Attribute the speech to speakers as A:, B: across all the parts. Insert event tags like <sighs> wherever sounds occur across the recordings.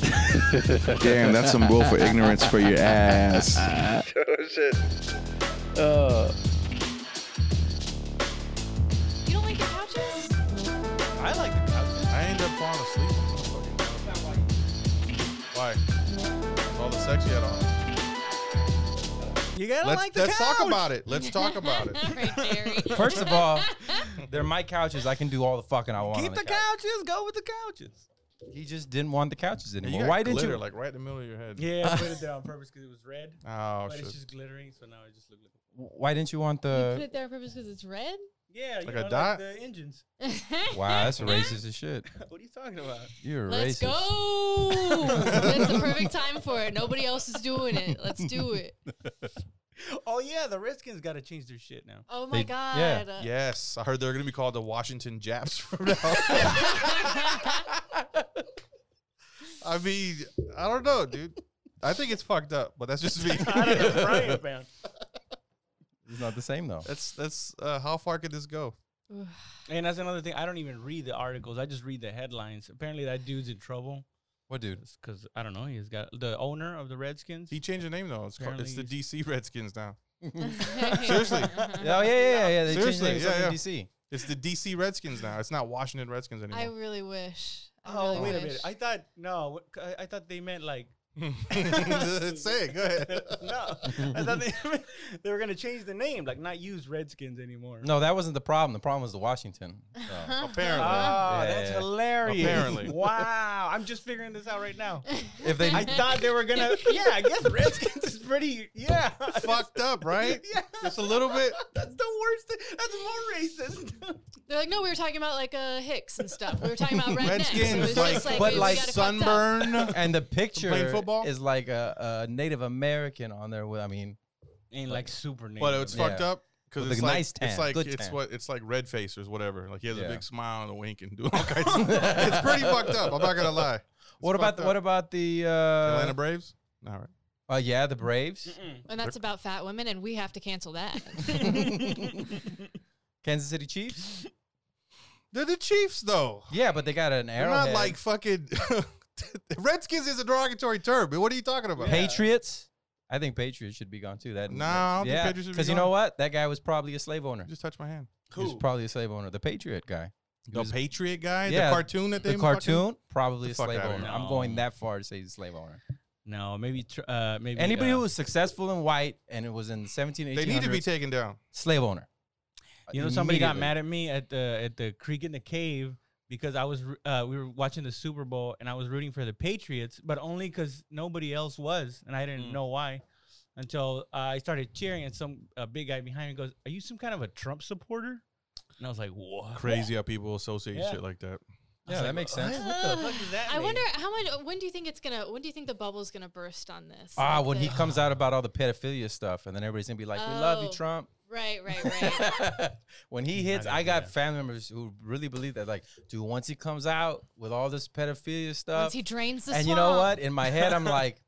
A: Damn, that's some willful ignorance for your ass.
B: oh shit.
C: Uh,
D: You don't like the <laughs> couches?
E: I like the couch. I end up falling asleep. on the fucking couch. Why? All the sex you had on.
F: You gotta
E: Let's,
F: like the
E: let's
F: couch.
E: talk about it. Let's talk
D: <laughs>
E: about it.
G: <laughs>
D: Right, Barry.
G: First of all, they're my couches. I can do all the fucking I want.
F: Keep
G: on
F: the couches. Go with the couches.
G: He just didn't want the couches
E: And
G: anymore.
E: got
G: Why did
E: glitter,
G: you?
E: Like right in the middle of your head.
C: yeah, I put
G: <laughs>
C: it there on purpose because it was red,
E: Oh
C: but it's
E: shit.
C: just glittering, so now it just looks like
G: Why didn't you want
D: you put
G: the?
D: it there on purpose because it's red? <laughs>
C: yeah, you
E: Like a
C: know,
E: dot?
C: Like the engines. <laughs>
G: <laughs> Wow,
D: <laughs>
G: that's racist as shit.
C: what are you talking about?
G: You're racist.
D: Let's go. It's the
G: <laughs>
D: perfect time for it. Nobody else is doing it. Let's do it.
C: <laughs> Oh yeah, the Redskins got to change their shit now.
D: Oh my
G: They-
D: god.
G: yeah,
D: <laughs>
E: Yes, I heard they're gonna be called the Washington Japs from now. I mean, I don't know, dude. I think it's fucked up, but that's just me.
C: <laughs> I don't know, <laughs> Brian found.
G: It's not the same
D: <laughs>
G: though.
E: <laughs>
G: Oh,
E: That's that's uh, how far could this go?
C: And that's another thing. I don't even read the articles. I just read the headlines. Apparently, that dude's in trouble
G: What dude?
C: because I don't know. He's got the owner of the Redskins.
E: He changed the name though. It's called, it's the
C: Apparently
E: DC Redskins now.
D: <laughs> Seriously.
G: Oh yeah, yeah, yeah. They changed
E: Seriously,
G: names
E: yeah,
G: up
E: yeah.
G: in DC.
E: It's the DC Redskins now. It's not Washington Redskins
D: I
E: anymore.
D: really wish. I
C: oh
D: really
C: wait a
D: wish.
C: minute. I thought no. wh- I, I thought they meant like
E: <laughs> Say it. Go ahead.
C: <laughs> no. I thought they <laughs> they were gonna change the name, like not use Redskins anymore.
G: No, that wasn't the problem. The problem was the
D: <laughs>
G: Washington. So.
C: Oh,
E: Apparently,
C: that's
G: Yeah.
C: hilarious.
E: <laughs> Apparently.
C: Wow. I'm just figuring this out right now.
G: if they
C: <laughs> I thought they were gonna Yeah, I guess Redskins is pretty yeah. <laughs>
E: fucked
D: <laughs>
E: up, right?
C: Yeah.
E: <laughs> Just a little bit.
C: That's the worst thing. That's more racist.
D: They're like, no, we were talking about like uh, Hicks and stuff. We were talking about rednecks. It was just
E: Redskins, like,
D: like,
G: but
D: we- we
G: like
D: got it fucked up.
E: sunburn.
G: and the picture
E: Playing football?
G: is like a, a Native American on there. With, I mean,
C: Ain't like super
E: <laughs>
C: name.
E: But it's fucked
G: Yeah.
E: up because
G: With
E: it's
G: a
E: like
G: nice tan,
E: it's like
G: good
E: it's
G: tan.
E: what it's like red face or whatever. Like he has
G: Yeah.
E: a big smile and a
G: <laughs>
E: wink and doing all kinds. Of, it's pretty fucked up. I'm not gonna lie. It's
G: what about
E: fucked
G: the,
E: up.
G: what about the uh,
E: Atlanta Braves? All right.
G: Uh, yeah, the Braves,
D: <laughs>
G: <laughs>
D: And that's about fat women, and we have to cancel that.
G: Kansas City Chiefs.
E: They're the Chiefs though.
G: Yeah, but they got an
E: They're
G: arrowhead.
E: not like fucking. <laughs> Redskins is a derogatory term. What are you talking about?
G: Patriots. I think Patriots should be gone too. That
E: No, I don't think
G: yeah,
E: Patriots should be
G: you know
E: gone.
G: what? That guy was probably a slave owner.
E: You just touch my hand.
G: He was probably a slave owner. The Patriot guy.
E: The
G: was-
E: Patriot guy,
G: Yeah,
E: the cartoon that they
G: The cartoon, probably
E: The
G: a
E: fuck
G: slave
E: outta
G: owner.
E: here.
G: I'm
C: No.
G: going that far to say he's a slave owner.
C: No, maybe tr- uh maybe
G: Anybody
C: uh,
G: who was successful and white and it was in 17,
E: Fucking, they need to be taken down.
G: slave owner.
C: You know, somebody got
G: Uh, Immediately.
C: mad at me at the at the creek in the cave because I was ru- uh, we were watching the Super Bowl and I was rooting for the Patriots, but only because nobody else was, and I didn't
G: Mm.
C: know why until uh, I started cheering. And some uh, big guy behind me goes, "Are you some kind of a Trump supporter?" And I was like, "What?
E: Crazy how people associate
C: Yeah.
E: shit like that.
G: Yeah, that makes sense.
C: What the fuck is that?"
D: I
C: mean?
D: wonder how much. When do you think it's gonna? When do you think the bubble's gonna burst on this?
G: Ah,
D: Like
G: when he
D: the-
G: comes out about all the pedophilia stuff, and then everybody's gonna be like, "We love you,
D: Oh.
C: <laughs>
G: Trump."
D: Right,
G: <laughs>
D: right, right.
G: when he hits, I got family members who really believe that. Like, dude, once he comes out with all this pedophilia stuff,
D: Once he drains the
G: and you know what?
D: swamp.
G: In my
D: <laughs>
G: head, I'm like,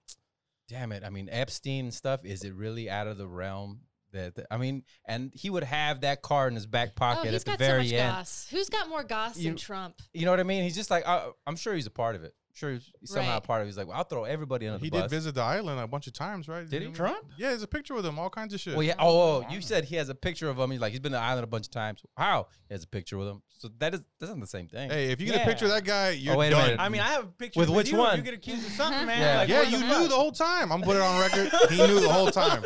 G: "Damn it!" I mean, Epstein and stuff. Is it really out of the realm? That, that- I mean, and he would have that card in his back
D: Oh,
G: pocket
D: he's
G: at the
D: got so
G: very
D: much
G: end.
D: goss. Who's got more goss
G: You- <laughs>
D: than Trump?
G: You know what I mean? He's just like, I, I'm sure he's a part of it. Sure, he's somehow a
D: Right.
G: part of it. He's like, well, I'll throw everybody under
E: He
G: the bus.
E: did visit the island a bunch of times, right?
G: Did he?
E: Remember?
G: Trump?
E: Yeah, there's a picture with him, all kinds of shit.
G: Well, yeah. Oh, oh, you said he has a picture of him. He's like he's been to the island a bunch of times. How he has a picture with him. So that is that's not the same thing. Oh,
E: Hey, if you get
C: Yeah.
E: Oh, a picture of that guy, you're
G: wait a
E: done.
G: minute.
C: I mean, I have pictures
G: With
C: with,
G: which
C: you.
G: one?
C: You get accused of something, man.
G: Yeah.
C: Like,
E: yeah,
C: what the
E: you
C: fuck?
E: knew the whole time. I'm putting it on record. He knew the whole time.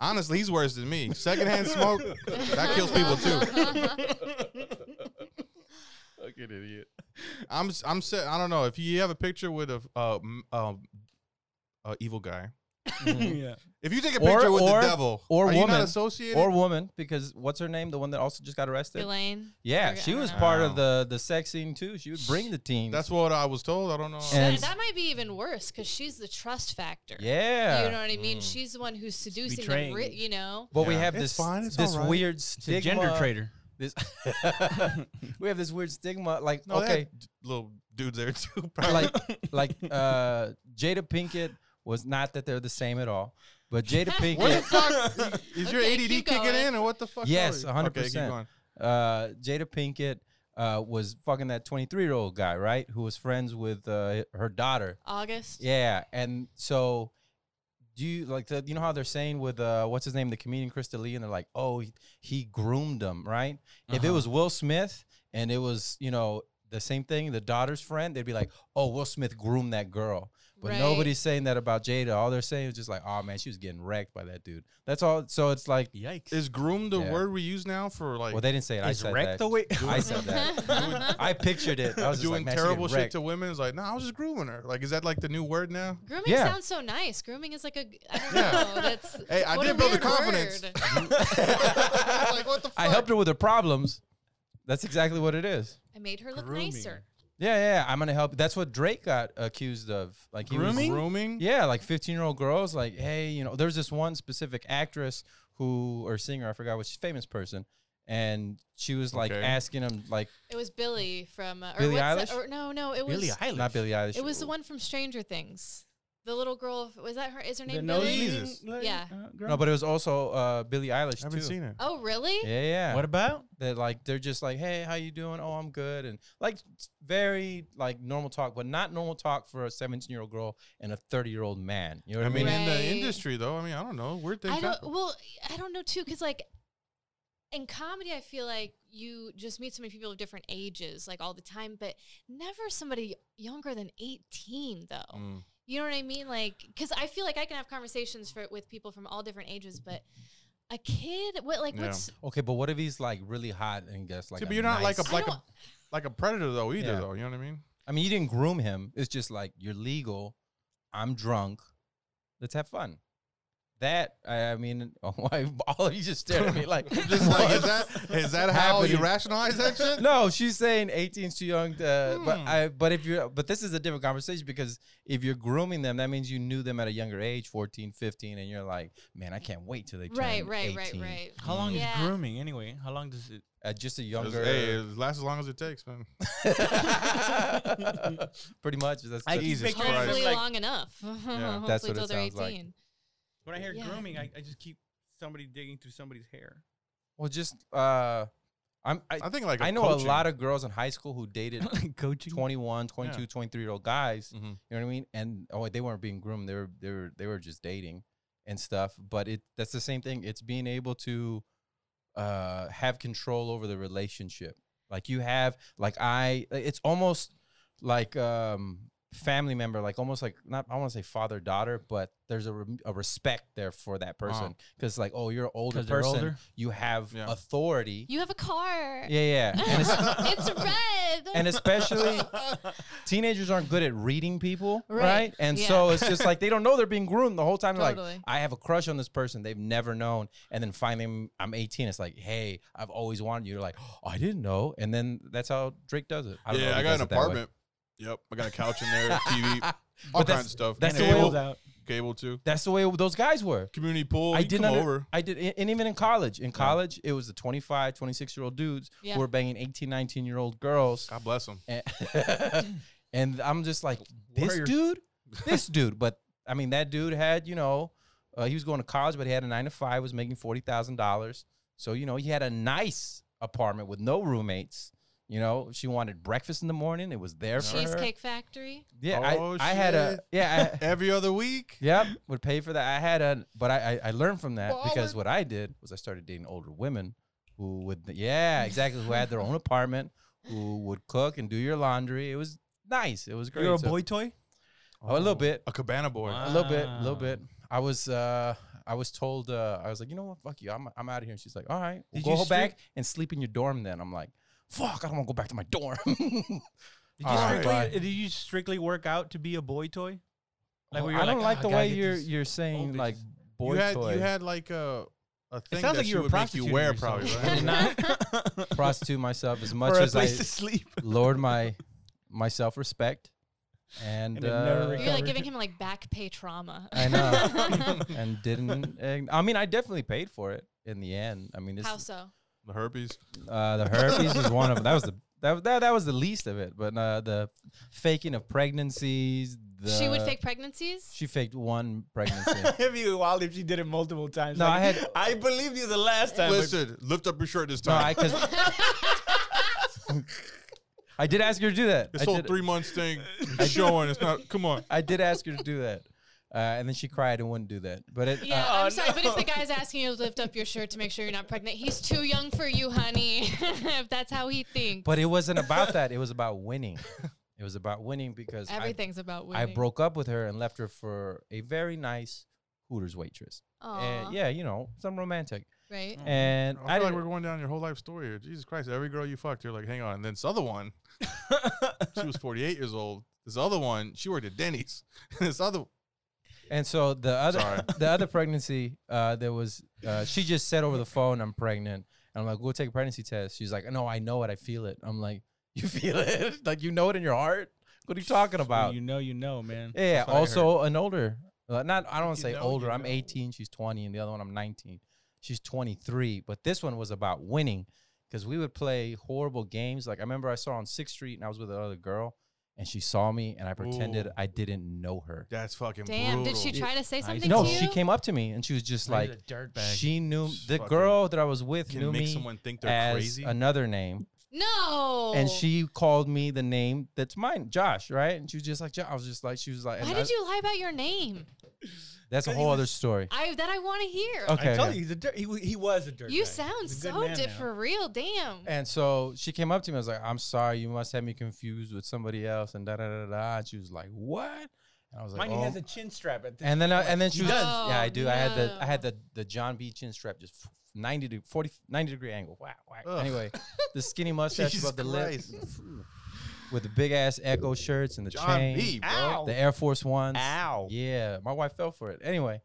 E: Honestly, he's worse than me. Secondhand smoke that kills people too.
G: fucking idiot.
E: I'm I'm sa- I don't know if you have a picture with a uh, uh, uh, evil guy.
C: <laughs> yeah.
E: If you take a
G: Or-
E: picture with
G: or-
E: the devil
G: or
E: are you
G: woman.
E: not
G: <laughs>
E: associated?
G: Or woman, because what's her name? The one that also just got arrested.
D: <laughs> Elaine.
G: Yeah,
D: Or-
G: she
D: I
G: was
D: don't
G: part
E: know.
G: of the the sex scene too. She would bring the team.
E: That's what I was told. I don't know.
D: That-
G: Oh. and-
D: that might be even worse because she's the trust factor.
G: yeah. Mm.
D: You know what I mean? She's the one who's seducing them.
C: betraying
D: Re-
C: you.
D: you know.
G: but we
E: Mm. Yeah.
G: have
E: It's
G: this
E: fine, it's
G: this
E: all right.
G: weird
C: It's a
G: stigma.
C: gender traitor.
G: <laughs>
E: <laughs>
G: This we have this weird stigma. Like
E: No, they
G: okay,
E: had d- little dudes there too. <laughs> Probably.
G: like like uh Jada Pinkett was not that they're the same at all, but
D: <laughs>
G: Jada
E: Where the
G: Pinkett,
E: fuck is your
D: Okay,
E: ADD
D: keep
E: kicking
D: going.
E: in, or what the fuck?
G: yes,
E: are you?
G: one hundred
E: Okay, keep
G: percent.
E: going.
G: Uh Jada Pinkett uh, was fucking that 23 year old guy, right? Who was friends with uh, her daughter.
D: August.
G: Yeah, and so do you like the, you know how they're saying with uh what's his name the comedian Krista Lee and they're like oh he, he groomed him right if it
E: Uh-huh.
G: was Will Smith and it was you know the same thing the daughter's friend they'd be like oh Will Smith groomed that girl but
D: Right.
G: nobody's saying that about Jada all they're saying is just like oh man she was getting wrecked by that dude that's all so it's like
C: Yikes.
E: Is groom the
G: Yeah.
E: word we use now for like
G: well they didn't say it I
C: Is
G: said
C: wrecked
G: that
C: the <laughs> way-
G: I said
D: <laughs>
G: that I pictured it I was just
E: doing
G: like, "Man, she getting
E: terrible
G: <laughs>
E: shit
G: wrecked."
E: to <laughs> women? It's like, no, I was just grooming her. Like, is that like the new word now?
D: Grooming
G: Yeah.
D: sounds so nice. Grooming is like a I don't
E: Yeah.
D: know. That's
E: Hey, I
D: what
E: did build the
D: weird <laughs>
E: confidence.
D: word.
E: like, what the fuck?
G: I helped her with her problems that's exactly what it is
D: I made her look
C: Grooming.
D: nicer.
G: Yeah, yeah, I'm gonna help. That's what Drake got accused of. Like he was-
E: grooming.
G: yeah, like 15 year old girls. Like, hey, you know, there's this one specific actress who or singer, I forgot which famous person, and she was like
E: Okay.
G: asking him like
D: It was Billy from uh, or
G: Billie
D: what's that-
G: Eilish?
D: or no, no, it was
C: Billie Eilish.
G: not Billie Eilish.
D: it was the one from Stranger Things. The little girl was that her? Is her
C: The
D: name
C: nose
D: Billie?
E: Jesus.
D: Yeah.
C: uh,
G: No, but it was also uh, Billie Eilish
E: I haven't
G: too.
E: seen it.
D: Oh, really?
G: Yeah, yeah.
C: what about?
G: that like they're just like, hey, how you doing? Oh, I'm good, and like it's very like normal talk, but not normal talk for a 17 year old girl and a 30 year old man. You know what
E: I mean,
G: I mean?
E: in the
D: Right.
E: industry though, I mean, I don't know. Weird things
D: I don't.
E: happen.
D: Well, I don't know too, because like in comedy, I feel like you just meet so many people of different ages, like all the time, but never somebody younger than eighteen, though.
E: Mm.
D: You know what I mean? Like, because I feel like I can have conversations for with people from all different ages, but a kid, what like
E: Yeah.
D: what's
G: Okay, but what if he's like really hot and gets like?
E: See,
G: a
E: but you're not like a
G: nice-
D: I
E: like
D: don't.
E: a like a predator though either
G: Yeah.
E: though. You know what I mean?
G: I mean, you didn't groom him. It's just like you're legal. I'm drunk. Let's have fun. That I, I mean, <laughs> why all of you just stared at me
E: <laughs>
G: like
E: Just like
G: what?
E: is that is that how you
G: Happening. <laughs>
E: rationalize that shit?
G: No, she's saying 18's too young. To, But
E: Hmm.
G: I, but if you're, but this is a different conversation because if you're grooming them, that means you knew them at a younger age, 14, 15, and you're like, man, I can't wait till they turn
D: Right, right,
G: 18.
D: right, right.
C: How long
D: Yeah.
C: is grooming anyway? How long does it?
G: Uh, just a
E: It's-
G: younger,
E: Hey, it lasts as long as it takes, man.
G: <laughs> pretty much. That's,
C: I
G: that's-
C: keep
E: Jesus
C: picturing
E: Christ.
C: them,
D: Hopefully
C: like,
G: <laughs>
D: long enough. Hopefully
G: That's what
D: till
G: it
D: they're
G: sounds like.
D: eighteen.
C: When I hear
D: Yeah.
C: grooming, I, I just keep somebody digging through somebody's
G: <laughs>
C: hair.
G: well, just uh, I'm. I,
E: I think like
G: I know a
E: <laughs>
G: lot of girls in high school who
C: <coughs>
G: dated
C: Coaching.
G: 21, 22, 23 year old guys.
E: Mhm.
G: You know what I mean? And oh, they weren't being groomed. They were they were they were just dating and stuff. But it that's the same thing. It's being able to uh have control over the relationship. Like you have like I it's almost like um family member like almost like not i want to say father daughter but there's a, re- a respect there for that person because like oh you're an older
C: 'Cause they're
G: person
C: older?
G: you have
E: Yeah.
G: authority
D: You have a car.
G: yeah yeah and,
E: <laughs>
G: it's, <laughs>
D: it's red.
G: and especially teenagers aren't good at reading people, right?
D: Right.
G: And
D: Yeah.
G: so it's just like they don't know they're being groomed the whole time. They're Like
D: Totally.
G: I have a crush on this person they've never known, and then finally I'm- I'm 18. It's like, hey, I've always wanted you. You're like, oh, I didn't know, and then that's how Drake does it. don't know if
E: Yeah, I
G: he
E: got
G: does
E: an
G: it that way. <laughs>
E: apartment. Yep, I got a couch in there, TV, all
G: But that's-
E: kinds of stuff.
G: that's the way-
E: cable,
C: out.
E: cable too.
G: That's the way those guys were.
E: Community pool.
G: I
E: you
G: did
E: come
G: not.
E: over.
G: I did, and even in college. In college, it was the 25, 26 year old dudes
D: Yeah.
G: who were banging 18, 19 year old girls.
E: God bless them.
G: and, and <laughs> I'm just like, this
C: Warrior. <laughs>
G: dude, this dude. But I mean, that dude had, you know, uh, he was going to college, but he had a nine to five, was making forty thousand dollars. So you know, he had a nice apartment with no roommates. You know, she wanted breakfast in the morning. It was <laughs> there for her.
D: Cheesecake Factory.
G: Yeah, I,
E: Oh,
G: I had a
E: shit.
G: yeah.
C: <laughs>
G: I,
E: Every other week.
G: Yep, would pay for that. I had a, but I I, I learned from that because what I did was I started dating older women who would, yeah, exactly, who had their own apartment, who would cook and do your laundry. It was nice. It was great.
C: You're a
G: So-
C: boy toy.
G: Oh, a little bit,
E: A cabana boy.
C: Wow.
G: a little bit, a little
C: Ah.
G: bit. I was uh I was told uh I was like, you know what, fuck you, I'm I'm out of here. And she's like, all right, we'll
C: Did
G: go
C: you
G: ho-
C: strip-
G: back and sleep in your dorm. Then I'm like, fuck, I don't want to go back to my <laughs> dorm.
C: Did you,
G: All right,
C: strictly,
G: bye.
C: did you strictly work out to be a boy toy? Like, where
G: Well,
C: you're
G: Oh, I don't
C: like,
G: like
C: "Ah,
G: the
C: gotta
G: way
C: get
G: you're
C: these
G: you're saying
C: old
G: like
C: bitches."
G: boy
E: you had
G: toy. <laughs>
E: you had like a a thing
C: sounds
E: that
C: like
E: she
C: you were
E: would make you
C: prostituting
E: wear
C: yourself.
E: probably.
G: I <laughs>
E: Right?
G: did not
C: <laughs>
G: prostitute myself as <laughs> much
C: for a
G: as I
C: place
G: <laughs>
C: to sleep. <laughs>
G: lowered my my self respect, and,
C: And it never
G: uh,
C: recovered.
D: You're like giving him like back pay trauma.
G: I <laughs> know, and didn't. and- I mean, I definitely paid for it in the end. I mean, this,
D: How so?
E: the herpes.
G: uh, the herpes is one of them. That was the that, was- that that was the least of it. But uh, the faking of pregnancies, the,
D: she would fake pregnancies.
G: She faked one
D: <laughs>
G: pregnancy.
C: if you, wild if she did it multiple times.
G: No,
C: Like,
G: I
C: <laughs>
G: had-
C: I believed you the last time.
D: <laughs>
C: but
E: Listen, lift up your shirt this
G: no, I
E: time.
G: because I did ask her to do that.
E: This
G: I
E: whole
G: did-
E: three months thing is showing. It's not. Come on.
G: I did ask her to do that. Uh, and then she cried and wouldn't do that. But it,
D: <laughs> Yeah,
G: uh,
D: I'm sorry, but if the guy's asking you to lift up your shirt to make sure you're not pregnant, he's too young for you, honey. <laughs> if that's how he thinks,
G: but it wasn't about that. It was about winning. It was about winning because I-
D: everything's about
G: I
D: winning.
G: broke up with her and left her for a very nice Hooters waitress.
D: Aw,
G: And yeah, you know, some romantic.
D: right.
G: And
E: Mm. I
G: I,
E: feel like
G: didn't.
E: we're going down your whole life story here. Jesus Christ, every girl you fucked, you're like, hang on. And then this other one,
G: <laughs>
E: she was 48 years old. This other one, she worked at Denny's. <laughs> this other,
G: and so the other
E: Sorry.
G: <laughs> the other pregnancy, uh, there was uh, she just said over the phone, "I'm pregnant," and I'm like, "We'll take a pregnancy test." She's like, "No, I know it. I feel it." I'm like, <laughs> "You feel it? <laughs> like you know it in your heart? What are you talking
C: Well,
G: about?"
C: you know, you know, man.
G: Yeah.
E: That's what I
G: Also, an older, uh, not I don't want to
E: You
G: say
E: know,
G: older.
E: you
G: I'm
E: know.
G: 18. She's 20, and the other one I'm 19. She's 23. But this one was about winning because we would play horrible games. Like I remember I saw on Sixth Street, and I was with another girl, and she saw me, and I pretended
E: Ooh.
G: I didn't know her.
E: that's fucking
D: Damn,
E: brutal.
D: did she try to say something
G: No,
D: to you?
G: she came up to me, and she was just like, she knew
E: Just
G: the
E: fucking
G: girl that I was with
E: Can
G: knew
E: make
G: me
E: someone think they're
G: as
E: crazy.
G: another name.
D: no.
G: And she called me the name that's mine, Josh, right? And she was just like, "Jo-" I was just like, she was like,
D: Why
G: and
D: did
G: I-
D: you lie about your name?
G: that's a
C: Because he
G: whole
C: was-
G: other story.
D: I that I want to hear.
G: Okay.
C: I
G: yeah.
C: told you, he's a dirt. He, wa- he was a dirt.
D: You
C: bag.
D: sound
C: He's a good
D: so
C: man
D: did
C: now.
D: for
G: <laughs>
D: real. Damn.
G: And so she came up to me. I was like, "I'm sorry, you must have me confused with somebody else." And da da da da. da. And she was like, "What?" And I was like,
C: Mind you, he
G: "Oh."
C: has a chin strap at this.
G: and then I, and then she
D: He
G: was,
D: does.
G: yeah, I do. I had the I
D: No.
G: had the the John B. chin strap, just f- ninety to 40, 90 degree angle. Wow, wow.
E: Ugh.
G: Anyway, the skinny mustache
E: Jesus
G: above the lip,
E: Christ.
G: with the big ass Echo shirts and the
E: John
G: chain,
E: B, bro.
C: Ow.
G: the Air Force ones.
C: Ow.
G: Yeah, my wife fell for it.
E: <laughs>
G: Anyway,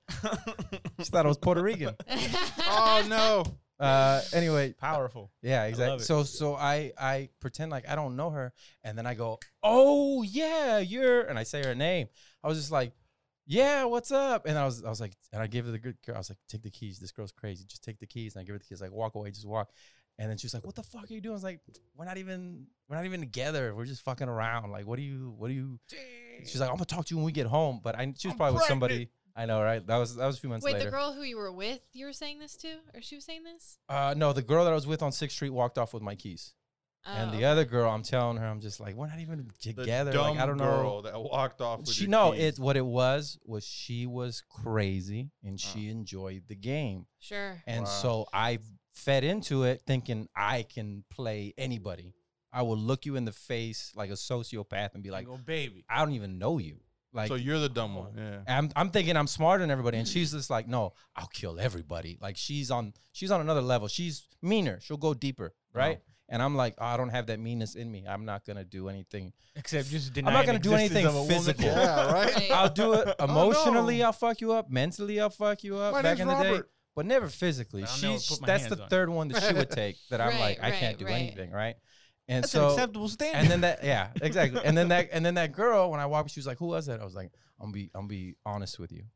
G: she thought I was Puerto Rican.
E: <laughs>
D: <laughs>
E: Oh no.
G: Uh, anyway,
C: Powerful.
G: Yeah, exactly.
C: it.
G: So so I I pretend like I don't know her, and then I go, "Oh yeah, you're," and I say her name. I was just like, "Yeah, what's up?" And I was I was like, and I gave her the good girl. I was like, "Take the keys. This girl's crazy. Just take the keys." And I give her the keys. Like, walk away. Just walk. And then she was like, "What the fuck are you doing?" I was like, "We're not even we're not even together. We're just fucking around. Like, what do you what do you?" She's like, "I'm gonna talk to you when we get home." But I she was probably with somebody. I know, right? That was that was a few months
D: Wait,
G: later.
D: the girl who you were with, you were saying this to, or she was saying this?
G: uh, no, the girl that I was with on Sixth Street walked off with my keys. And
D: Oh,
G: the other girl, I'm telling her, I'm just like, we're not even
E: The
G: together.
E: dumb
G: Like, I don't
E: girl that walked off.
G: know.
E: With
G: She
E: your
G: no,
E: keys.
G: it's what it was was she was crazy and she enjoyed the game,
D: sure.
G: and
E: Uh. Wow.
G: so I fed into it thinking I can play anybody. I will look you in the face like a sociopath and be like,
C: Like, oh baby.
G: I don't even know you. Like oh.
E: so you're the dumb one. Yeah.
G: I'm, I'm thinking I'm smarter than everybody, and she's just like, no, I'll kill everybody. Like she's on she's on another level. She's meaner. She'll go deeper,
C: Uh-huh.
G: right? And I'm like, oh, I don't have that meanness in me. I'm not gonna do
C: <laughs>
G: anything.
C: Except just
G: not
C: denying.
G: gonna do
C: existence
G: anything
C: of a
G: <laughs>
C: woman.
G: physical.
E: Yeah. Right.
C: Oh,
D: Right.
G: I'll do it emotionally.
E: no.
G: I'll fuck you up. Mentally, I'll fuck you up.
E: <laughs> My
G: back
E: name's
G: in the day,
E: Robert.
G: but never physically.
C: I'll
G: She
C: never put my
G: that's the
C: hands on.
G: third one that she would
C: <laughs>
G: take. That I'm like,
D: Right,
G: I can't
D: right,
G: do
D: right.
G: anything, right? And
F: That's
G: so
F: an acceptable standard.
G: and then that yeah exactly and then that and then that girl when i walked she was like who was that i was like i'm gonna be i'm gonna be honest with you <laughs>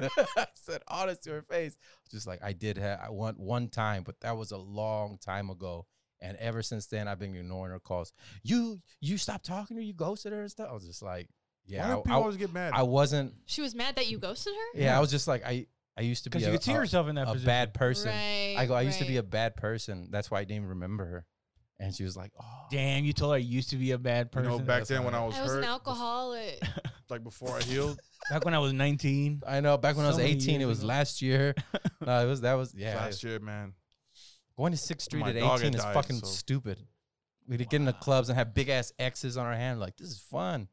G: i said honest to her face just like i did have i want one time but that was a long time ago and ever since then i've been ignoring her calls you you stopped talking to her you ghosted her and stuff i was just like
E: Why do
G: yeah I,
E: people
G: I-
E: always get mad?
G: I wasn't
D: she was mad that you ghosted her.
G: yeah i was just like i i used to be
C: Because you
G: a,
C: could see
G: a-
C: yourself in that
G: a
C: position.
G: bad person
D: Right.
G: i go i used to be a
D: right.
G: bad person that's why i didn't even remember her and she was like oh
C: Damn, you told her I used to be a bad
E: you
C: person.
E: know, back
G: that's
E: then
G: not
E: when I
G: right.
E: was,
D: I was an
E: hurt,
G: <laughs>
D: alcoholic.
E: like before I healed,
C: back when I was 19.
G: I know. Back when I
C: So
G: was
C: many
G: 18, it
C: years
G: was
C: ago.
G: last
C: <laughs>
G: year. no, it was that was yeah.
E: last year, man.
G: Going to Sixth Street
E: My
G: at
E: dog
G: 18
E: had
G: is
E: died,
G: fucking
E: so-
G: stupid. We would get into clubs and have big ass X's on our hand. Like this is fun.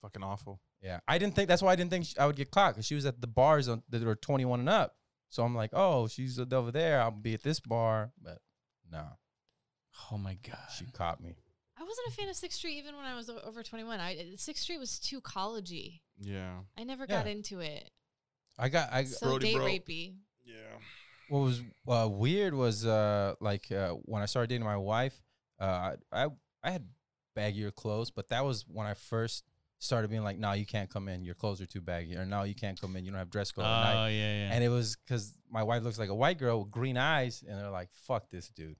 E: Fucking awful.
G: Yeah, I didn't think that's why I didn't think sh I would get caught because she was at the bars on, that were 21 and up. So I'm like, oh, she's over there. I'll be at this bar, but no,
C: Oh my god.
G: she caught me.
D: I wasn't a fan of Sixth Street even when I was o- over twenty-one. I Sixth Street was too collegey.
E: Yeah.
D: I never
G: Yeah.
D: got into it.
G: I got I
D: So
E: Brody
D: date
E: broke.
D: rapey.
E: Yeah.
G: what was uh, weird was uh, like uh, when I started dating my wife, uh, I I had baggier clothes, but that was when I first started being like, "No, you can't come in. Your clothes are too baggy," or "No, you can't come in. You don't have dress
C: Oh
G: code." at night."
C: yeah, yeah.
G: And it was because my wife looks like a white girl with green eyes, and they're like, "Fuck this dude."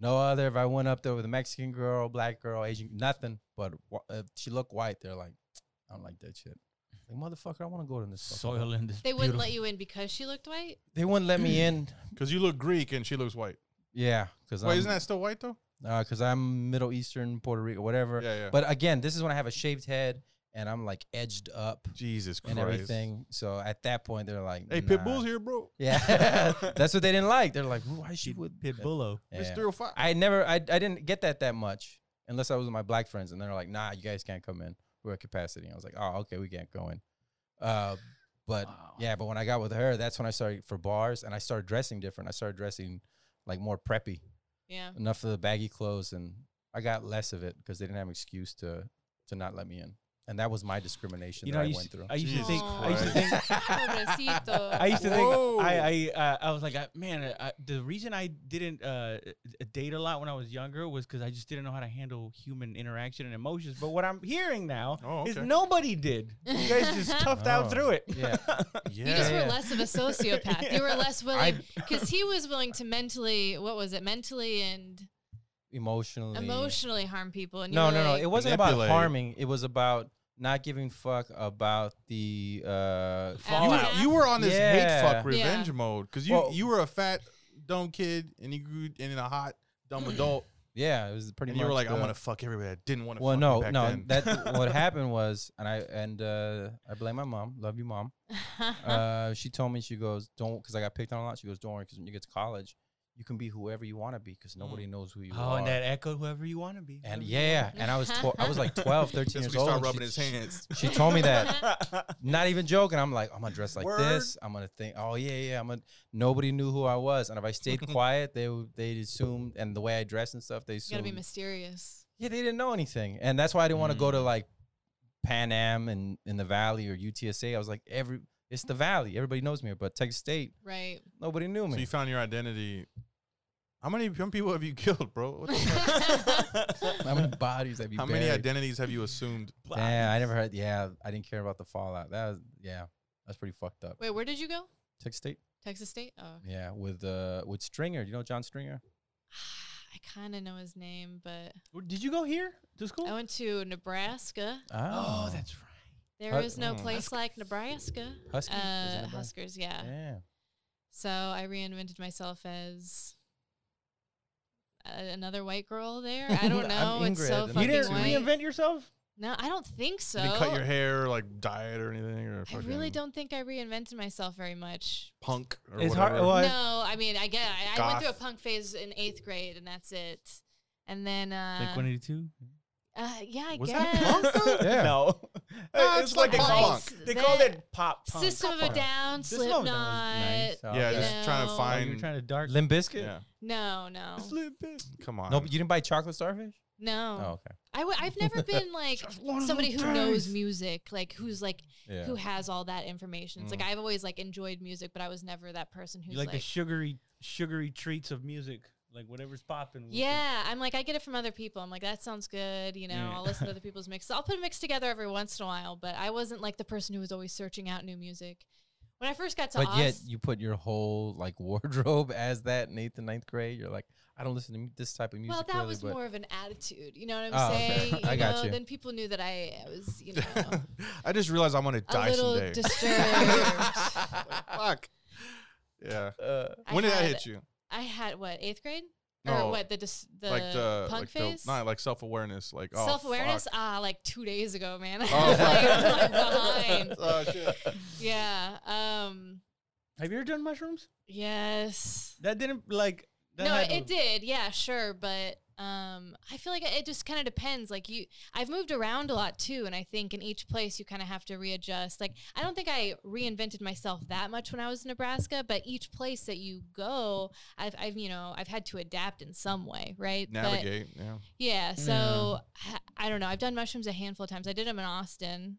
G: No other. If I went up there with a Mexican girl, black girl, Asian, nothing, but wh- if she looked white, they're like, "I don't like that shit." Like motherfucker, I want to go to this fucking bar."
C: Soil in this.
D: They wouldn't
C: beautiful-
D: let you in because she looked white.
G: They wouldn't let me in.
E: Because you look Greek and she looks white.
G: Yeah, because
E: Wait, isn't that still white though?
G: because uh, I'm Middle Eastern, Puerto Rico, whatever.
E: Yeah, yeah.
G: But again, this is when I have a shaved head and I'm like edged up
E: Jesus Christ.
G: and everything. So at that point, they're like,
E: Hey,
G: nah.
E: Pitbull's here, bro. <laughs>
G: Yeah, <laughs> that's what they didn't like. They're like, "Ooh, why is she with
C: Pitbullo.
G: Yeah.
E: It's 305.
G: I never, I, I didn't get that that much unless I was with my black friends, and they're like, "Nah, you guys can't come in. We're at capacity." I was like, "Oh, okay, we can't go in." Uh, but yeah, but when I got with her, that's when I started for bars, and I started dressing different. I started dressing like more preppy,
D: Yeah.
G: enough of the baggy clothes, and I got less of it because they didn't have an excuse to to not let me in, and that was my discrimination
C: You
G: that
C: know, I
G: I,
C: used,
G: went through.
C: I used to
E: Jesus
C: think. I used to
E: Christ.
C: think.
G: <laughs>
C: I used to
E: Whoa.
C: think I I, uh, I was like I, man I, the reason I didn't uh, uh, date a lot when I was younger was because I just didn't know how to handle human interaction and emotions. But what I'm hearing now
E: Oh,
C: is
E: okay.
C: nobody did. You guys
G: <laughs>
C: just toughed out
G: Oh,
C: through it. <laughs>
G: yeah.
E: yeah.
D: You
G: <laughs>
D: just
G: Yeah.
D: were less of a sociopath. You were less willing
G: I-
D: because he was willing to mentally, what was it, mentally and
G: Emotionally,
D: emotionally harm people. And you
G: No,
D: were
G: no, no.
D: like-
G: It wasn't about
E: Manipulate.
G: harming. It was about not giving fuck about the uh,
E: You were,
D: Fallout.
E: you were on this hate
G: Yeah.
E: fuck revenge
D: Yeah.
E: mode because you,
G: Well-
E: you were a fat, dumb kid and you grew in a hot, dumb adult.
G: Yeah, it was pretty
E: and
G: much.
E: you were like, I
G: the-
E: want to fuck everybody. I didn't want to
G: Well,
E: fuck
G: no,
E: you back
G: no.
E: then.
G: <laughs> That
E: <laughs>
G: what happened was, and I and uh, I blame my mom. Love you, mom.
D: <laughs>
G: Uh, she told me she goes, don't because I got picked on a lot. She goes, don't worry, because when you get to college, you can be whoever you want to be because nobody knows who you
C: Oh,
G: are.
C: and that echoed whoever you want to be.
G: And yeah, and I was tw- I was
D: <laughs>
G: like 12, 13
E: That's when
G: years
E: he
G: old.
E: started
G: and
E: rubbing
G: she-
E: his hands.
G: She told me that.
C: <laughs>
G: not even joking. I'm like, I'm gonna dress like
E: Word.
G: this. I'm gonna think, oh yeah, yeah. I'm gonna. Nobody knew who I was, and if I
E: <laughs>
G: stayed quiet, they would they assumed, and the way I dressed and stuff, they
D: you gotta
G: assumed.
D: be mysterious.
G: yeah, they didn't know anything, and that's why I didn't want to go to
E: Mm.
G: like Pan Am and in the Valley or UTSA. I was like, every it's the Valley, everybody knows me, but Texas State,
D: Right.
G: <laughs>
D: <laughs>
G: nobody knew
E: So
G: me.
E: you found your identity. How many how many people have you <laughs> killed, bro?
D: <laughs>
E: What the fuck?
G: How many bodies have you?
E: How many
G: buried?
E: identities have you assumed?
G: Yeah, I never heard. Yeah, I didn't care about the fallout. That was yeah, that's pretty fucked up.
D: Wait, where did you go?
G: Texas State.
D: Texas State? Oh.
G: Yeah, with uh with Stringer. You know John Stringer.
D: <sighs> I kind of know his name, but
C: Did you go here to school?
D: I went to Nebraska.
C: Oh, that's right.
D: There
G: Hus-
D: is no
E: mm.
D: place like Nebraska.
G: Huskies? Is it
D: Uh,
G: Nebraska?
D: Huskers, yeah.
G: Yeah.
D: So I reinvented myself as a- another white girl there.
G: <laughs>
D: I don't
G: I'm
D: know. it's so
G: Ingrid, and
D: fucking
C: You didn't
D: white.
C: reinvent yourself.
D: no, I don't think so.
E: You didn't cut your hair, or, like dye it or anything, or
D: I
E: fucking
D: really don't think I reinvented myself very much.
E: punk or
C: It's hard-
E: whatever.
C: well,
D: no,
C: I-
D: I mean, I get. I, I went through a
E: Goth.
D: punk phase in eighth grade, and that's it. And then, uh,
C: like 182.
D: uh yeah, I
E: Was
D: guess.
E: that
D: <laughs>
E: punk? though?
G: Yeah.
C: No,
E: <laughs> No, it's like
C: they
E: pop
C: call-
D: punk.
C: They called it
D: That-
C: pop punk.
D: System of a Down,
C: System of a Down was
D: Slipknot.
E: yeah,
D: you
E: just trying to
D: know.
C: Oh, you
E: find.
C: were trying to dark.
G: Limp Bizkit?
E: yeah,
D: No, no,
E: come on.
G: No, but you didn't buy chocolate starfish?
D: no.
G: Oh, okay.
D: I w- I've never been like somebody who knows music, like who's like
G: Yeah.
D: who has all that information. It's like I've always like enjoyed music, but I was never that person who's
C: You like,
D: like,
C: the sugary, sugary treats of music, like whatever's popping. with the-
D: yeah. I'm like I get it from other people. I'm like that sounds good. You know,
C: Yeah.
D: I'll listen to other people's mixes. I'll put a mix together every once in a while, but I wasn't like the person who was always searching out new music. When I first got to
G: but yet
D: Aus-
G: you put your whole like <laughs> wardrobe as that in eighth and ninth grade. You're like, I don't listen to m- this type of music.
D: well, that
G: really,
D: was
G: but
D: more of an attitude. You know what I'm
G: Oh, okay.
D: saying?
G: I
D: you
G: got
D: know,
G: you.
D: then people knew that I was, you know,
E: <laughs> <laughs> I just realized I'm gonna
D: a
E: die
D: little
E: someday.
D: disturbed.
E: <laughs> Fuck. Yeah.
C: Uh,
D: I
E: when did that
D: had-
E: hit you?
D: I had what eighth grade
E: No,
D: or what the dis- the,
E: like the
D: punk
E: like
D: phase.
E: the not like self awareness, like oh,
D: Self <laughs>
E: <laughs>
D: awareness,
E: fuck.
D: ah, like two days ago, man. <laughs> like,
E: Oh,
D: I'm
E: fuck.
D: behind.
E: Oh shit.
D: Yeah. Um.
C: Have you ever done mushrooms?
D: Yes.
C: That didn't like. That
D: no,
C: had
D: it
C: to-
D: did. Yeah, sure, but um, I feel like it just kind of depends. Like you, I've moved around a lot too, and I think in each place you kind of have to readjust. Like I don't think I reinvented myself that much when I was in Nebraska, but each place that you go, I've, I've you know, I've had to adapt in some way, right? But-
E: Navigate. Yeah.
D: Yeah. So h- I don't know. I've done mushrooms a handful of times. I did them in Austin.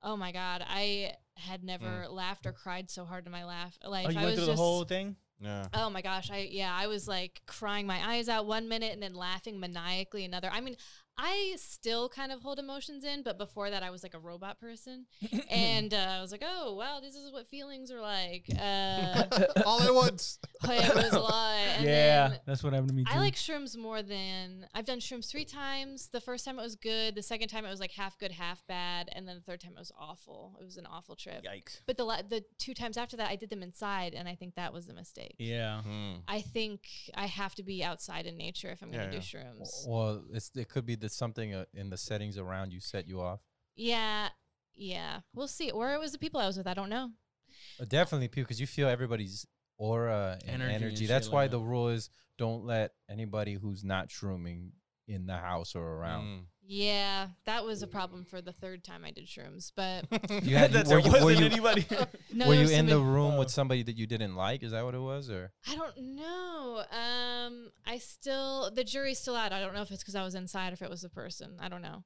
D: Oh my god, I had never laughed or cried so hard in my laugh life.
C: Mm. Oh, you
D: I
C: went
D: was
C: through
D: just.
C: the whole thing.
E: Yeah.
D: Oh my gosh, I yeah, I was like crying my eyes out one minute and then laughing maniacally another. I mean, I still kind of hold emotions in, but before that, I was like a robot person, <laughs> and uh, I was like, "Oh, wow, this is what feelings are like." Uh, <laughs>
E: All at <laughs> once.
D: it was a lot. And
C: <laughs> yeah, Mm-hmm.
D: then
C: that's what happened to me too.
D: I like shrooms more than I've done shrooms three times. The first time it was good. The second time it was like half good, half bad, and then the third time it was awful. It was an awful trip.
C: Yikes.
D: But the la- the two times after that, I did them inside, and I think that was the mistake.
C: Yeah.
E: Hmm.
D: I think I have to be outside in nature if I'm
E: Yeah,
D: going to
E: yeah.
D: do shrooms.
G: Well, it's, it could be that something uh, in the settings around you set you off.
D: Yeah, yeah. We'll see. Or it was the people I was with. I don't know.
G: Uh, Definitely, because you feel everybody's aura and
C: Energy
G: energy.
C: and shit
G: That's
C: like
G: why
C: that.
G: the rule is don't let anybody who's not shrooming in the house or
E: Mm.
G: around.
D: Yeah, that was a problem for the third time I did shrooms.
G: <laughs>
D: But
E: <laughs>
C: <laughs>
G: You had
C: Mm. That
G: were
C: there
G: you,
C: wasn't
G: were you,
C: anybody.
D: no,
G: were
D: there
G: you
D: was
G: in
D: some
G: the
D: in-
G: room
E: Uh.
C: Oh.
G: with somebody that you didn't like? Is that what it was, or
D: I don't know. Um, I still the jury's still out. I don't know if it's because I was inside, or if it was the person. I don't know.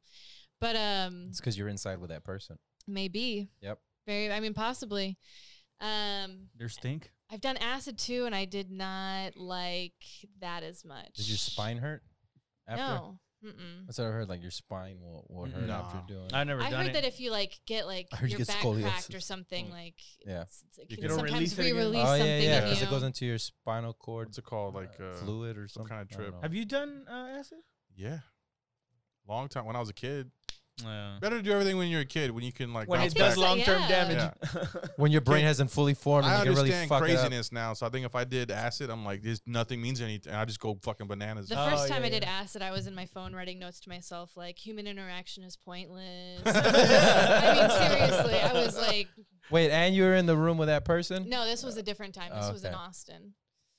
D: But um,
G: it's because you're inside with that person?
D: maybe.
G: Yep.
D: Very. I mean, possibly. Um,
C: Their stink.
D: I've done acid too, and I did not like that as much.
G: Did your spine hurt? After?
D: No. Mm-mm.
G: That's what I heard. Like your spine will, will hurt
C: Mm-mm.
G: after
E: No.
G: doing.
C: I've never
D: I
C: done
D: heard
C: it.
D: that if you like get like
G: I heard you
D: your
G: get
D: back
G: scoliosis. Mm.
D: cracked or something, like
G: Yeah.
D: it's, it's- it
E: You
D: can
E: can
D: sometimes
C: release it again.
D: re-release
G: oh yeah,
D: something
G: yeah,
D: in
G: because
D: you.
G: it goes into your spinal cord
E: <laughs> What's it called? Like
G: uh,
E: uh,
G: fluid or
E: some
G: something.
E: kind of
G: I don't
E: trip.
G: know.
C: Have you done uh, acid?
E: Yeah. Long time when I was a kid.
C: No.
E: Better to do everything when you're a kid when you can like
C: When
E: bounce
C: it
D: think
C: does
E: back.
D: so,
C: long term
D: yeah.
C: damage.
G: when your brain hasn't fully formed,
E: I
G: and you can really
E: understand
G: fuck it up.
E: craziness now, so I think if I did acid, I'm like, this nothing means anything. I just go fucking bananas.
D: The
E: <laughs>
C: Oh,
D: first time
C: yeah,
D: I did
C: yeah.
D: acid, I was in my phone writing notes to myself like human interaction
G: <laughs>
D: is pointless. <laughs> I mean seriously, I was like,
G: Wait, and you were in the room with that person.
D: no, this was a different time. This was in
G: Okay.
D: Austin.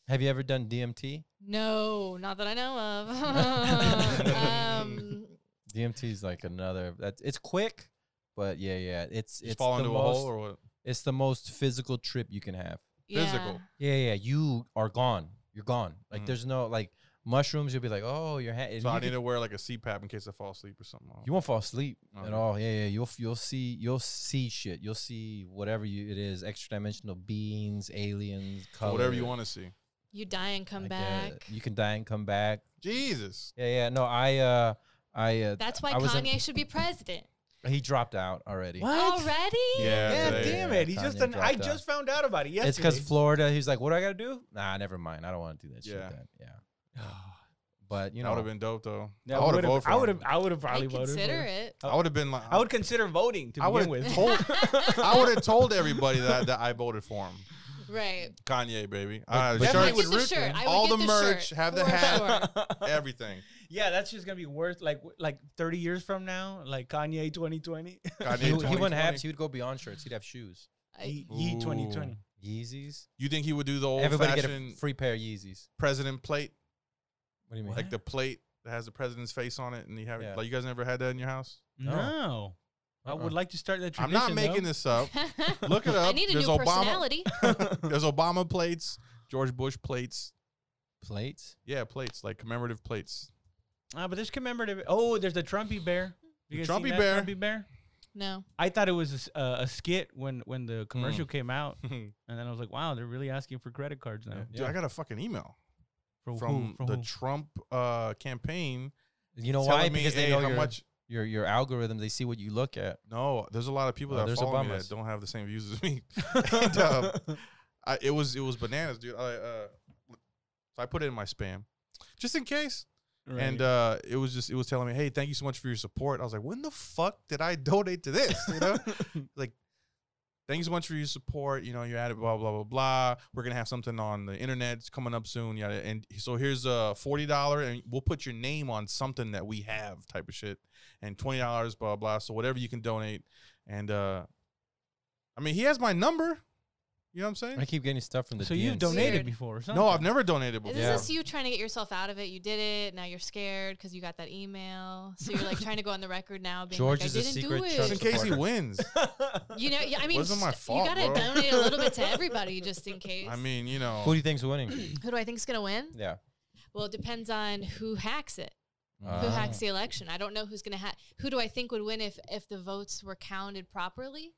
G: Have you ever done DMT?
D: No, not that I know
G: <laughs>
D: of. um,
G: DMT is like another. That's it's quick, but yeah, yeah. It's
E: just
G: it's
E: fall
G: the
E: into a
G: most,
E: hole or what?
G: it's the most physical trip you can have.
D: yeah.
E: Physical.
G: Yeah, yeah. You are gone. You're gone. Like
E: Mm.
G: there's no like mushrooms. You'll be like, oh, your hand.
E: So I
G: you,
E: need
G: could-
E: to wear like a CPAP in case I fall asleep or something.
G: you won't fall asleep at
E: Okay.
G: all. Yeah, yeah. You'll f- you'll see you'll see shit. You'll see whatever you, it is. Extra dimensional beings, aliens, color,
E: whatever you want to see.
D: You die and come
G: like, uh,
D: back.
G: you can die and come back.
E: Jesus.
G: Yeah, yeah. No, I uh, I uh,
D: That's why
G: I was in-
D: Kanye should be president.
G: he dropped out
C: <laughs>
G: <laughs> already.
D: Already?
E: Yeah.
C: Yeah,
E: today.
C: damn it. He's
G: Kanye
C: just an.
G: dropped
C: I
G: out.
C: just found out about it yesterday.
G: It's because
C: <sighs>
G: Florida. He's like, what do I gotta do? Nah, never mind. I don't want to do that shit.
E: Yeah.
G: Then. Yeah. But you
E: that would
G: know,
E: have been dope though.
C: Yeah,
E: I would have
C: would've-
E: voted for
C: I would have.
E: him.
C: I would have probably
D: I
C: voted. for
D: consider
C: him.
D: it.
E: I would have been like,
C: I would consider voting to
E: I
C: begin
E: would've
C: with.
E: told, <laughs>
C: <laughs>
D: <laughs>
E: I would have told everybody that, that I voted for him.
D: Right.
E: Kanye, baby. I
G: but-
E: have
D: I
E: shirts,
D: would get the
C: root
D: shirt.
C: him.
D: I would
E: all
D: get
E: the merch,
D: shirt,
E: have the
D: for
E: hat.
D: sure.
G: <laughs>
E: <laughs> everything.
C: <laughs> yeah, that's just gonna be worth like w- like thirty years from now, like Kanye twenty twenty,
E: Kanye
G: he, he
E: 2020.
G: wouldn't have. He would go beyond shirts. He'd have shoes,
D: I-
C: Ye twenty twenty.
G: Yeezys.
E: You think he would do the old
G: Everybody get a
E: fashioned
G: free pair of Yeezys.
E: president plate?
G: What do you mean?
E: Like the plate that has the president's face on it, and you have
G: Yeah.
E: like you guys never had that in your house.
C: No, I
G: Uh-uh.
C: would like to start that
E: I'm
C: tradition.
E: not making
G: <laughs>
E: this up. Look
D: <laughs>
E: it
D: I
E: up.
D: need a
E: There's
D: new
E: Obama-
D: personality.
E: <laughs> There's Obama plates, George Bush plates.
G: plates.
E: Yeah, plates like commemorative plates. <laughs>
C: Ah, but there's commemorative. Oh, there's the Trumpy bear. You
E: The
C: guys seen
E: Trumpy
C: that
E: bear.
C: Trumpy bear.
D: No.
C: I thought it was a s- uh, a, skit when when the
E: Mm.
C: commercial came out,
E: Dude,
C: and then I was like, wow, they're really asking for credit cards now.
E: I got a fucking email
C: From,
E: from,
C: who? From
E: the <laughs>
C: who?
E: Trump uh, campaign.
G: You know
E: telling
G: why?
E: me,
G: Because they
E: "Hey,
G: know
E: how
G: your,
E: much.
G: your your algorithm. They see what you look at.
E: No, there's a lot of people
G: Oh,
E: that
G: there's
E: follow me
G: Obamas.
E: that don't have the same views as me. <laughs> and, um,
C: <laughs>
E: I, it was it was bananas, dude. I uh, so I put it in my spam, just in case. And uh, it was just it was telling me, hey, thank you so much for your support. I was like, when the fuck did I <laughs> donate to this? You know, like, thank you so much for your support. You know, you're at it, blah blah blah blah. We're gonna have something on the internet. It's coming up soon. Yeah, and so here's a forty dollar, and we'll put your name on something that we have, type of shit, and twenty dollars, blah blah. So whatever you can donate, and uh, I mean, he has my number. You know what I'm saying?
G: I keep getting stuff from the.
C: so you've
G: DNC.
C: donated
D: Weird.
C: before? Or something.
E: No, I've never donated
D: Is
E: before.
D: this just you trying to get yourself out of it? You did it. Now you're scared because you got that email. So you're
E: <laughs>
D: like trying to go on the record now. Being
G: George
D: like,
G: is
D: I
G: a
D: didn't
G: secret
D: do
G: Trump
E: Just
D: it.
E: in case he
G: supporter.
E: wins.
D: You know, yeah, I mean,
E: Wasn't my
D: st-
E: fault,
D: you gotta
E: bro.
D: donate a little bit
E: <laughs>
D: to everybody just in case.
E: I mean, you know.
G: Who do you think's winning?
E: <clears throat>
D: who do I think's gonna win?
G: yeah.
D: Well, it depends on who hacks it. Who
G: Ah.
D: hacks the election? I don't know who's gonna hack. Who do I think would win if if the votes were counted properly?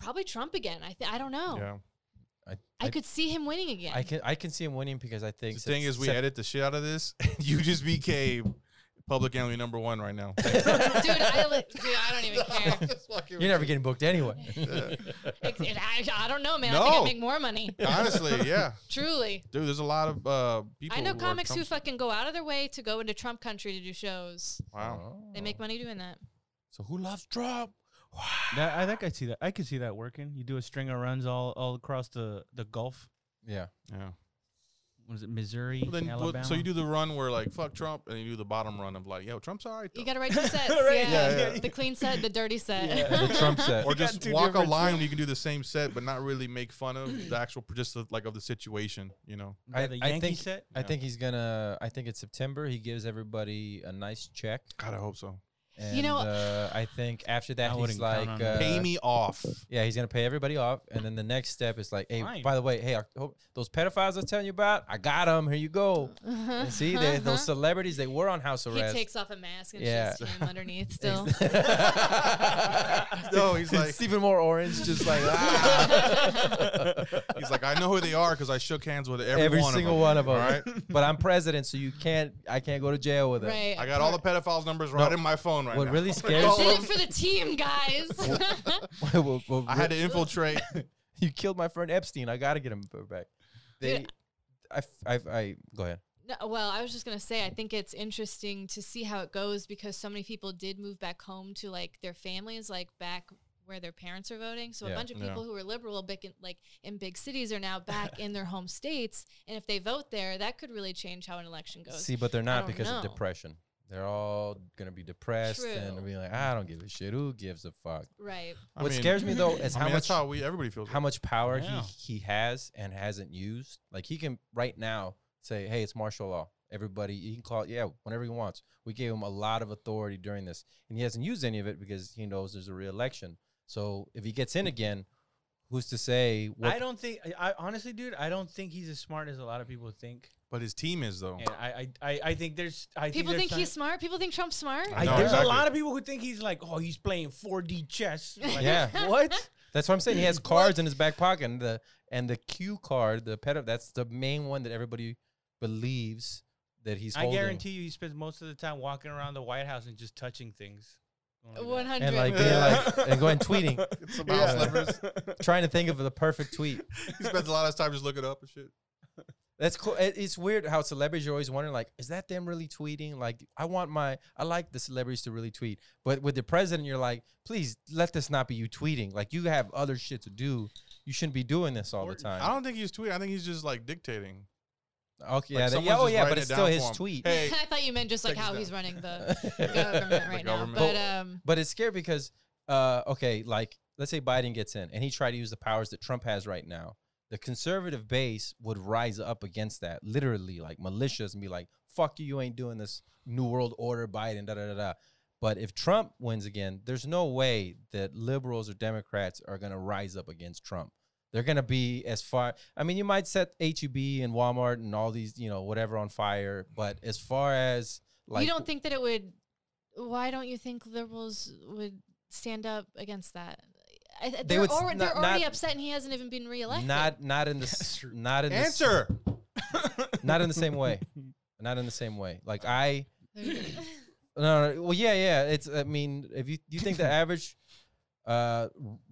D: Probably Trump again. I th- I don't know.
E: Yeah.
G: I
D: I could see him winning again.
G: I can I can see him winning because I think
E: The
G: since-
E: thing is, we
G: since-
E: edit the shit out of this, <laughs> and you just became public enemy number one right now.
D: dude, I li- dude, I
G: <laughs>
D: don't even care.
G: you're
E: <laughs>
G: never getting booked anyway. <laughs>
D: Ex- I, I don't know, man. I
E: No.
D: think I make more money.
G: <laughs>
E: Honestly, yeah,
D: Truly.
E: dude. There's a lot of uh, people.
D: I know
E: who are
D: comics who
E: Trump-
D: fucking go out of their way to go into Trump country to do shows.
E: Wow.
G: Oh.
D: They make money doing that.
E: So who loves Trump?
C: That, I think I see that. I could see that working. You do a string of runs all, all across the, the Gulf.
G: Yeah.
E: Yeah.
C: What is it, Missouri,
E: Well, then, well,
C: Alabama?
E: so you do the run where like fuck Trump, and you do the bottom run of like, yo, Trump's alright.
D: You
E: Though.
D: got to write two sets.
C: Right,
D: yeah.
E: yeah, yeah.
D: The clean set, the dirty set.
G: <laughs> The Trump
E: <laughs>
G: set.
E: or
C: got
E: just
C: two
E: walk a
C: different-
E: line when you can do the same set, but not really make fun of the actual, just the, like of the situation, you know.
C: By
G: I-
C: the
G: I
C: Yankee
G: think-
C: set?
G: I
E: Yeah.
G: think he's gonna. I think it's September. He gives everybody a nice check.
E: God, I hope so.
G: And,
D: You know-
G: uh, I think after that
C: I
G: he's
C: wouldn't count
G: like,
C: on
G: uh,
C: that.
E: Pay me off.
G: Yeah, he's gonna pay everybody off, and then the next step is like, hey,
C: Fine.
G: by the way, hey, I hope those pedophiles I was telling you about, I got them. Here you go. And see, they, those celebrities, they were on house
D: <laughs> Uh-huh. He
G: arrest. <laughs>
D: takes off a mask and
G: Yeah.
D: shows him
G: <laughs>
D: underneath still.
E: No, he's like-
G: Stephen Moore Orange, just
D: <laughs>
G: like
D: ah.
E: He's like, I know who they are because I shook hands with every,
G: every
E: one
G: single
E: of
G: one of them.
E: All right,
G: But I'm president, so you can't. I can't go to jail with it. <laughs>
D: right.
E: I got all the pedophiles numbers right
G: No.
E: in my phone right
G: What
E: now.
G: really
D: I
G: scares
D: did it for the team, guys.
G: What- what- what
E: I had
G: re-
E: to infiltrate.
G: <laughs> you killed my friend Epstein. I gotta get him back. They,
D: Dude,
G: I, f- I, f- I- go ahead.
D: <laughs> No, well, I was just gonna say, I think it's interesting to see how it goes because so many people did move back home to like their families, like back where their parents are voting. So
G: Yeah.
D: a bunch of
E: Yeah.
D: people who are liberal, big in, like in big cities, are now back in their home states, and if they vote there, that could really change how an election goes.
G: See, but they're not
D: don't
G: because of
D: know.
G: depression. They're all gonna be depressed and they'll
D: True.
G: be like, I don't give a shit. Who gives a fuck?
D: right?
E: I
G: what
E: mean-
G: scares me though is
E: I
G: how
E: mean,
G: much
E: that's how we everybody feels.
G: how much power
C: Yeah.
G: he he has and hasn't used. Like he can right now say, "Hey, it's martial law. Everybody, he can call it, yeah, whenever he wants." We gave him a lot of authority during this, and he hasn't used any of it because he knows there's a re-election. So if he gets in again, who's to say what?
C: I don't think, I, I honestly, dude, I don't think he's as smart as a lot of people think.
E: but his team is though.
C: And I, I, I, I think there's, I
D: People
C: think,
D: think
C: there's
D: he's
C: some-
D: smart. People think Trump's smart.
C: I,
E: No,
C: there's
E: exactly.
C: a lot of people who think he's like, oh, he's playing
E: <laughs>
C: 4D chess. Like,
G: Yeah.
C: <laughs> What?
G: That's what I'm saying. He has cards in his back pocket, and the and the cue card, the pet. That's the main one that everybody believes that he's.
C: I
G: Holding.
C: guarantee you he spends most of the time walking around the White House and just touching things.
D: <laughs> One
C: Going like that.
D: hundred.
G: And like being like and
E: <laughs>
G: going tweeting,
E: It's about
G: Yeah.
E: slippers.
G: trying to think of the perfect tweet.
E: <laughs> He spends a lot of his time just looking up and shit.
G: That's cool. It- It's weird how celebrities are always wondering, like, is that them really tweeting? Like, I want my, I like the celebrities to really tweet, but with the president, you're like, please let this not be you tweeting. Like, you have other shit to do. You shouldn't be doing this all the
C: Important.
G: time.
E: I don't think he's tweeting. I think he's just like dictating.
G: okay, yeah, they,
E: someone's
G: oh
E: just
G: yeah,
E: writing
G: but
E: it
G: it's still
E: down
G: his
E: for him.
G: tweet.
D: <laughs>
E: Hey,
D: I thought you meant just like
E: Check
D: how
E: this
D: he's
E: down.
D: running the government right
E: government.
D: now, but um,
G: But it's scary because, uh, okay, like let's say Biden gets in and he tried to use the powers that Trump has right now. The conservative base would rise up against that, literally, like militias, and be like, "Fuck you, you ain't doing this New World Order, Biden." Da da da da. But if Trump wins again, there's no way that liberals or Democrats are gonna rise up against Trump. They're gonna be as far. I mean, you might set HEB and Walmart and all these, you know, whatever on fire, but as far as like,
D: you don't think that it would why don't you think liberals would stand up against that I, they
G: They
D: are
G: would s-
D: already, they're
G: not-
D: already
G: not-
D: upset and he hasn't even been reelected
G: not not in the s- not in the s-
E: answer.
G: not in the same
E: <laughs>
G: way not in the same way like i <laughs>
D: They're-
G: no, no well yeah yeah it's i mean if you you think
E: <laughs>
G: the average uh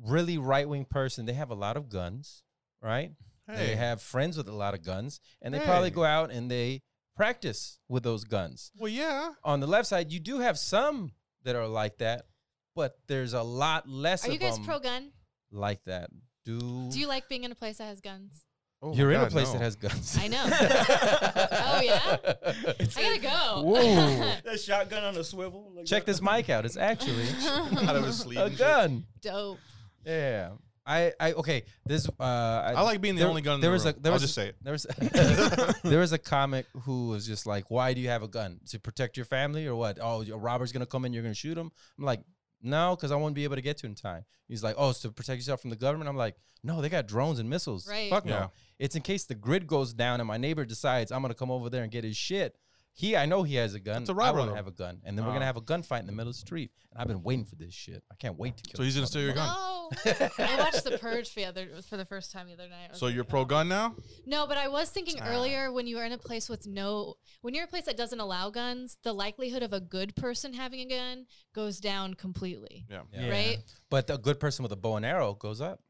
G: really right-wing person they have a lot of guns right
E: <laughs> Hey,
G: they have friends with a lot of guns and they probably
E: Hey.
G: go out and they practice with those guns
E: well, yeah.
G: on the left side you do have some that are like that but there's a lot less
D: are you
G: of
D: guys
G: them
D: pro-gun
G: like that do,
D: do you like being in a place that has guns
E: Oh,
G: you're in
E: God,
G: a place
E: no.
G: that has guns
D: I know.
G: <laughs>
D: Oh,
G: yeah
D: i gotta go <laughs>
G: Whoa.
C: That shotgun on a swivel. like
G: Check
C: that.
G: this mic out. It's actually
E: <laughs> <laughs> out of his sleeve.
G: a
E: and shit.
G: gun. <laughs>
D: dope
G: Yeah. I, I okay. This uh, I,
E: I like being the
G: there-
E: only gun in
G: there
E: the
G: was
E: room.
G: a- there
E: I'll
G: was
E: just
G: a-
E: say it.
G: there
E: <laughs>
G: was there was a comic who was just like, "Why do you have a gun to protect your family or what? Oh, a robber's gonna come in, you're gonna shoot him." I'm like, "No, because I won't be able to get to in time." He's like, "Oh, it's to protect yourself from the government." I'm like, "No, they got drones and missiles.
D: Right.
G: Fuck
E: Yeah.
G: no. It's in case the grid goes down and my neighbor decides I'm gonna come over there and get his shit. He, I know he has a gun.
E: It's a
G: I
E: robber,
G: want
E: though.
G: to have a gun, and then we're
E: Oh.
G: gonna have a gunfight in the middle of the street. And I've been waiting for this shit. I can't wait to kill.
E: So he's
G: this
E: gonna steal your gun.
D: No.
G: motherfucker.
D: I watched The Purge for the other for the first time the other night. I was
E: So
D: like,
E: you're pro gun now?
D: No, but I was thinking
E: Ah.
D: earlier when you are in a place with no, when you're in a place that doesn't allow guns, the likelihood of a good person having a gun goes down completely.
E: Yeah.
G: Yeah.
D: Right?
G: But a good person with a bow and arrow goes up.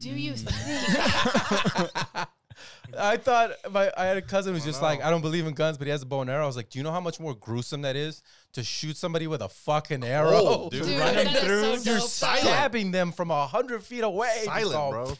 D: Do you
C: Mm.
D: think?
E: Mm-hmm.
G: I thought my I had a cousin who's
E: I don't
G: just like,
E: know.
G: I don't believe in guns, but he has a bow and arrow. I was like, Do you know how much more gruesome that is to shoot somebody with a fucking arrow? <laughs>
E: dude.
D: Dude,
E: Running
D: that is
E: through,
D: so
E: you're
D: dope.
E: silent.
G: Stabbing them from a hundred feet away. Just all-
E: Silent, bro.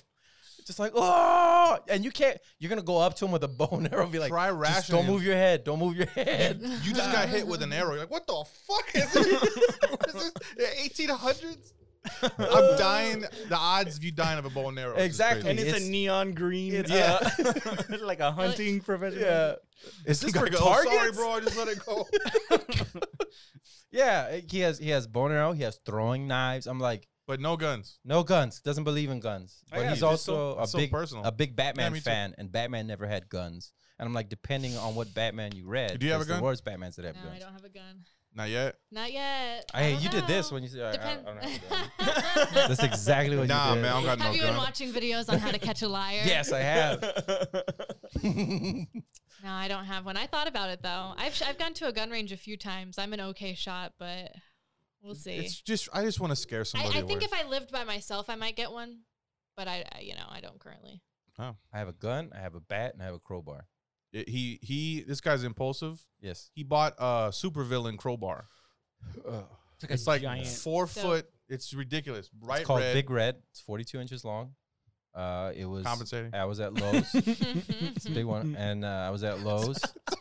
G: Just like, oh, and you can't. You're gonna go up to him with a <laughs> bow and arrow, and be like,
E: Try
G: "Just
E: rationing.
G: Don't move your head. Don't move your <laughs>
E: <laughs>
G: head.
E: You just got hit with an arrow. You're like, what the fuck is this? <laughs> Eighteen hundreds? I'm dying. The odds of you dying of a bow and arrow. is just
G: Exactly.
E: crazy.
F: And it's,
G: It's-
F: a neon green.
G: it's,
F: uh, like a hunting professional.
G: yeah. Is this
E: You
G: for
E: gotta go, "Oh,
G: targets?
E: sorry, bro. I just let it go.
G: <laughs> Yeah, he has he has bow and arrow. He has throwing knives. I'm like,
E: but no guns.
G: No guns. Doesn't believe in guns.
E: I
G: But
E: am.
G: he's
E: Oh, It's
G: also
E: so-
G: a
E: it's so
G: big
E: personal.
G: a big Batman
E: me too.
G: fan, and Batman never had guns. And I'm like, depending on what Batman you read,
E: Do you have a
G: there's the
E: gun?
G: worst Batmans that have
D: no, I
G: guns.
D: don't have a gun.
E: Not yet.
D: Not yet.
G: I, hey,
D: don't
G: you did this
D: know.
G: when you said, "Oh, I, I, I
D: Depend-
G: don't have a
D: <laughs>
G: gun. <laughs> That's exactly what
E: Nah,
G: you did.
E: man. I don't got no
D: have you
E: gun.
D: been watching videos on how to catch
G: <laughs>
D: a liar?
G: Yes, I
D: <laughs>
G: have.
D: No, I don't have one. I thought about it though. I've sh- I've gone to a gun range a few times. I'm an okay shot, but we'll see.
E: It's just I just want to scare
D: I,
E: somebody.
D: I think
E: away.
D: if I lived by myself, I might get one, but I, I you know I
G: <laughs>
D: don't currently. <laughs>
G: I have a gun. I have a bat, and I have a crowbar.
E: It- he he this guy's impulsive.
G: Yes.
E: He bought a supervillain crowbar.
C: like
E: It's like
C: giant.
E: four
D: So-
E: foot. It's ridiculous. Bright
G: It's called
E: red.
G: Big Red. It's 42 inches long. Uh, it was.
E: compensating.
G: I was at Lowe's.
C: <laughs>
G: it's a big one,
E: Mm-hmm.
G: and uh, I was
E: <laughs>
G: at Lowe's.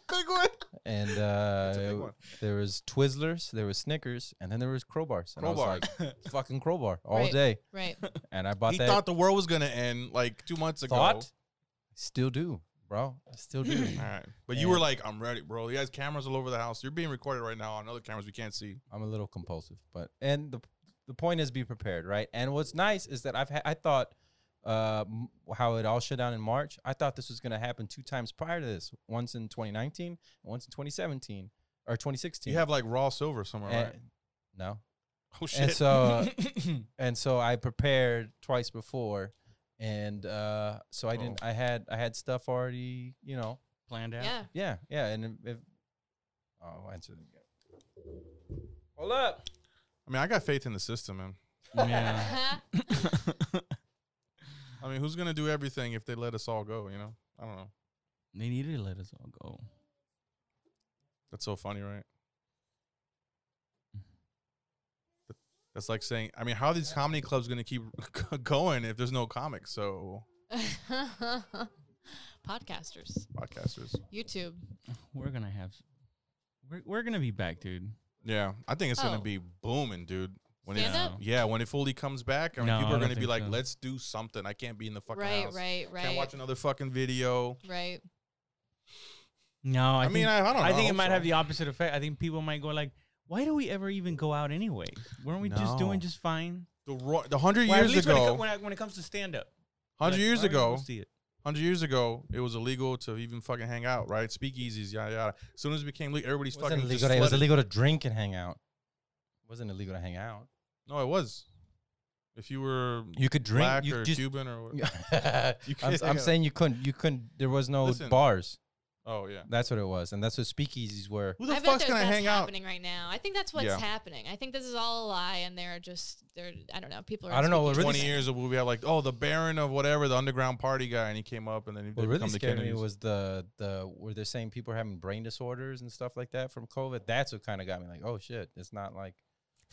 E: Big one.
G: and uh,
E: big
G: it-
E: one.
G: there was Twizzlers, there was Snickers, and then there was crowbars. And I
E: Crowbar.
G: was
E: <laughs>
G: like, fucking crowbar all
D: Right.
G: day.
D: right.
G: And I bought
E: He
G: that.
E: thought the world was gonna end like two months ago.
G: Thought? still do, bro. I still do.
E: <laughs>
G: <clears throat>
E: All right, but you were
G: And-
E: like, "I'm ready, bro." You guys, cameras all over the house. You're being recorded right now on other cameras we can't see.
G: I'm a little compulsive, but and the the point is be prepared, right? And what's nice is that I've ha- I thought uh, m- how it all shut down in March. I thought this was going to happen two times prior to this, once in 2019 and once in 2017 or 2016.
E: You have like raw silver somewhere,
G: And-
E: right? <laughs>
G: no.
E: Oh shit!
G: And so <laughs> and so I prepared twice before, and uh, so I didn't. I had I had stuff already. You know,
C: planned out.
D: Yeah.
G: yeah, yeah. And if, if oh, I'll answer them again. Hold up.
E: I mean, I got faith in the system, man.
C: Yeah.
E: I mean, who's gonna do everything if they let us all go? You know, I don't know.
C: they needed to let us all go.
E: That's so funny, right? That- That's like saying, I mean, how are these comedy clubs gonna keep <laughs> going if there's no comics? So
D: <laughs> Podcasters,
E: podcasters.
D: YouTube.
C: We're gonna have. We're, we're gonna be back, dude.
E: Yeah, I think it's
D: Oh.
E: gonna be booming, dude. When it,
D: Stand up?
E: yeah, when it fully comes back, I mean,
C: No, I
E: people are
C: don't
E: gonna be
C: think
E: like,
C: so.
E: "Let's do something." I can't be in the fucking
D: Right,
E: house.
D: right, right,
E: Can't watch another fucking video.
D: right.
C: No, I,
E: I, mean,
C: think,
E: I, I don't. know.
C: I, think it
E: hope
C: might
E: so.
C: have the opposite effect. I think people might go like, "Why do we ever even go out anyway? Weren't we just doing
E: No.
C: just fine?"
E: the ro- the hundred
C: Well, at
E: years
C: least when it, co-
E: ago.
C: when, I, when it comes to stand up,
E: Hundred
C: Like,
E: years
C: why are we
E: ago.
C: supposed to see it?
E: Hundred years ago, it was illegal to even fucking hang out, right? Speakeasies, yada yada. As soon as it became legal, everybody's
G: It wasn't
E: fucking. just
G: illegal. to- It was
E: flooded-
G: illegal to drink and hang out. It wasn't illegal to hang out.
E: No, it was. If you were
G: You could drink.
E: black
G: you
E: or <laughs>
G: just,
E: Cuban
C: <laughs>
E: or what- You
G: I'm,
E: can't hang
G: I'm
E: out.
G: saying you couldn't. You couldn't. There was no
E: Listen.
G: bars.
E: oh yeah.
G: That's what it was, and that's what speakeasies were.
E: Who the
D: I bet
E: fuck's
D: that
E: gonna
D: that's
E: hang out?
D: happening right now. I think that's what's
E: Yeah.
D: happening. I think this is all a lie, and they're just they're. I don't know. People are.
G: I don't know what
D: speaking-
G: really
E: Twenty years ago, we had like, oh, the Baron of whatever, the underground party guy, and he came up, and then he
G: What
E: did
G: really
E: come to
G: scared me
E: Kennedy's.
G: was the the where they're saying people are having brain disorders and stuff like that from COVID. That's what kind of got me like, oh shit, it's not like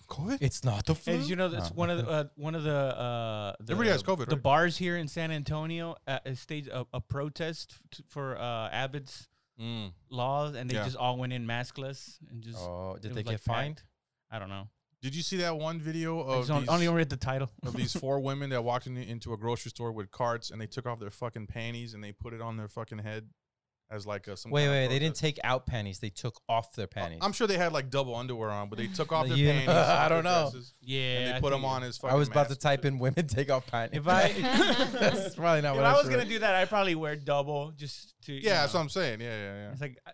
E: COVID.
G: it's not the flu.
C: As you know, that's
G: No. <laughs>
C: one of the uh, one of the, uh, the
E: Everybody has COVID,
C: The
E: right?
C: bars here in San Antonio uh, uh, staged a, a protest t- for uh, Abbott's
E: Mm.
C: laws, and they
E: Yeah.
C: just all went in maskless and just.
G: Oh,
C: it
G: did they
C: was,
G: get
C: like,
G: fined?
C: packed. I don't know.
E: Did you see that one video
C: I
E: of
C: just only,
E: Oh, these,
C: only read the title.
E: of these four women that walked in, into a grocery store with carts and they took off their fucking panties and they put it on their fucking head as like a some
G: Wait,
E: kind of
G: wait, they didn't
E: protest?
G: take out panties. They took off
C: Oh,
G: their panties.
E: I'm sure they had like double underwear on, but they
G: <laughs>
E: took off their
G: You-
E: panties.
G: I
E: their
G: don't know.
E: dresses,
C: <laughs> yeah,
E: And they
C: I
E: put
C: think-
E: them on his fucking.
G: I was about to
E: mask.
G: type in women take off panties.
E: <laughs>
C: If I <laughs>
G: <laughs> that's probably not
C: if
G: what
C: I was
G: should-
C: gonna do that, I'd probably wear double just to. you
E: Yeah, that's
C: know.
E: what I'm saying. Yeah, yeah, yeah.
C: It's like I-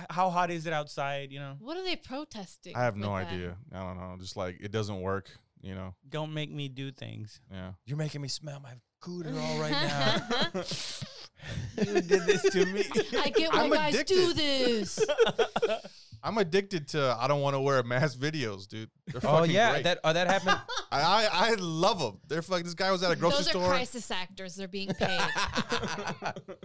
C: h- how hot is it outside? You know,
D: What are they protesting?
E: I have
D: with
E: no
D: that? <laughs>
E: idea. I don't know. Just like it doesn't work, you know.
C: don't make me
E: <laughs>
C: do things.
E: Yeah.
G: You're making me smell my cooter all
C: <laughs>
G: right now.
C: You did this to me.
D: I get why
E: <laughs> I'm
D: guys do
E: addicted.
D: this.
E: I'm addicted to I don't want to wear a mask videos, dude. They're
G: oh
E: fucking
G: yeah,
E: great.
G: that oh, that happened.
E: I, I I love them. They're fucking. This guy was at a <laughs> grocery
D: Those are
E: store.
D: crisis actors. They're being paid.
E: <laughs>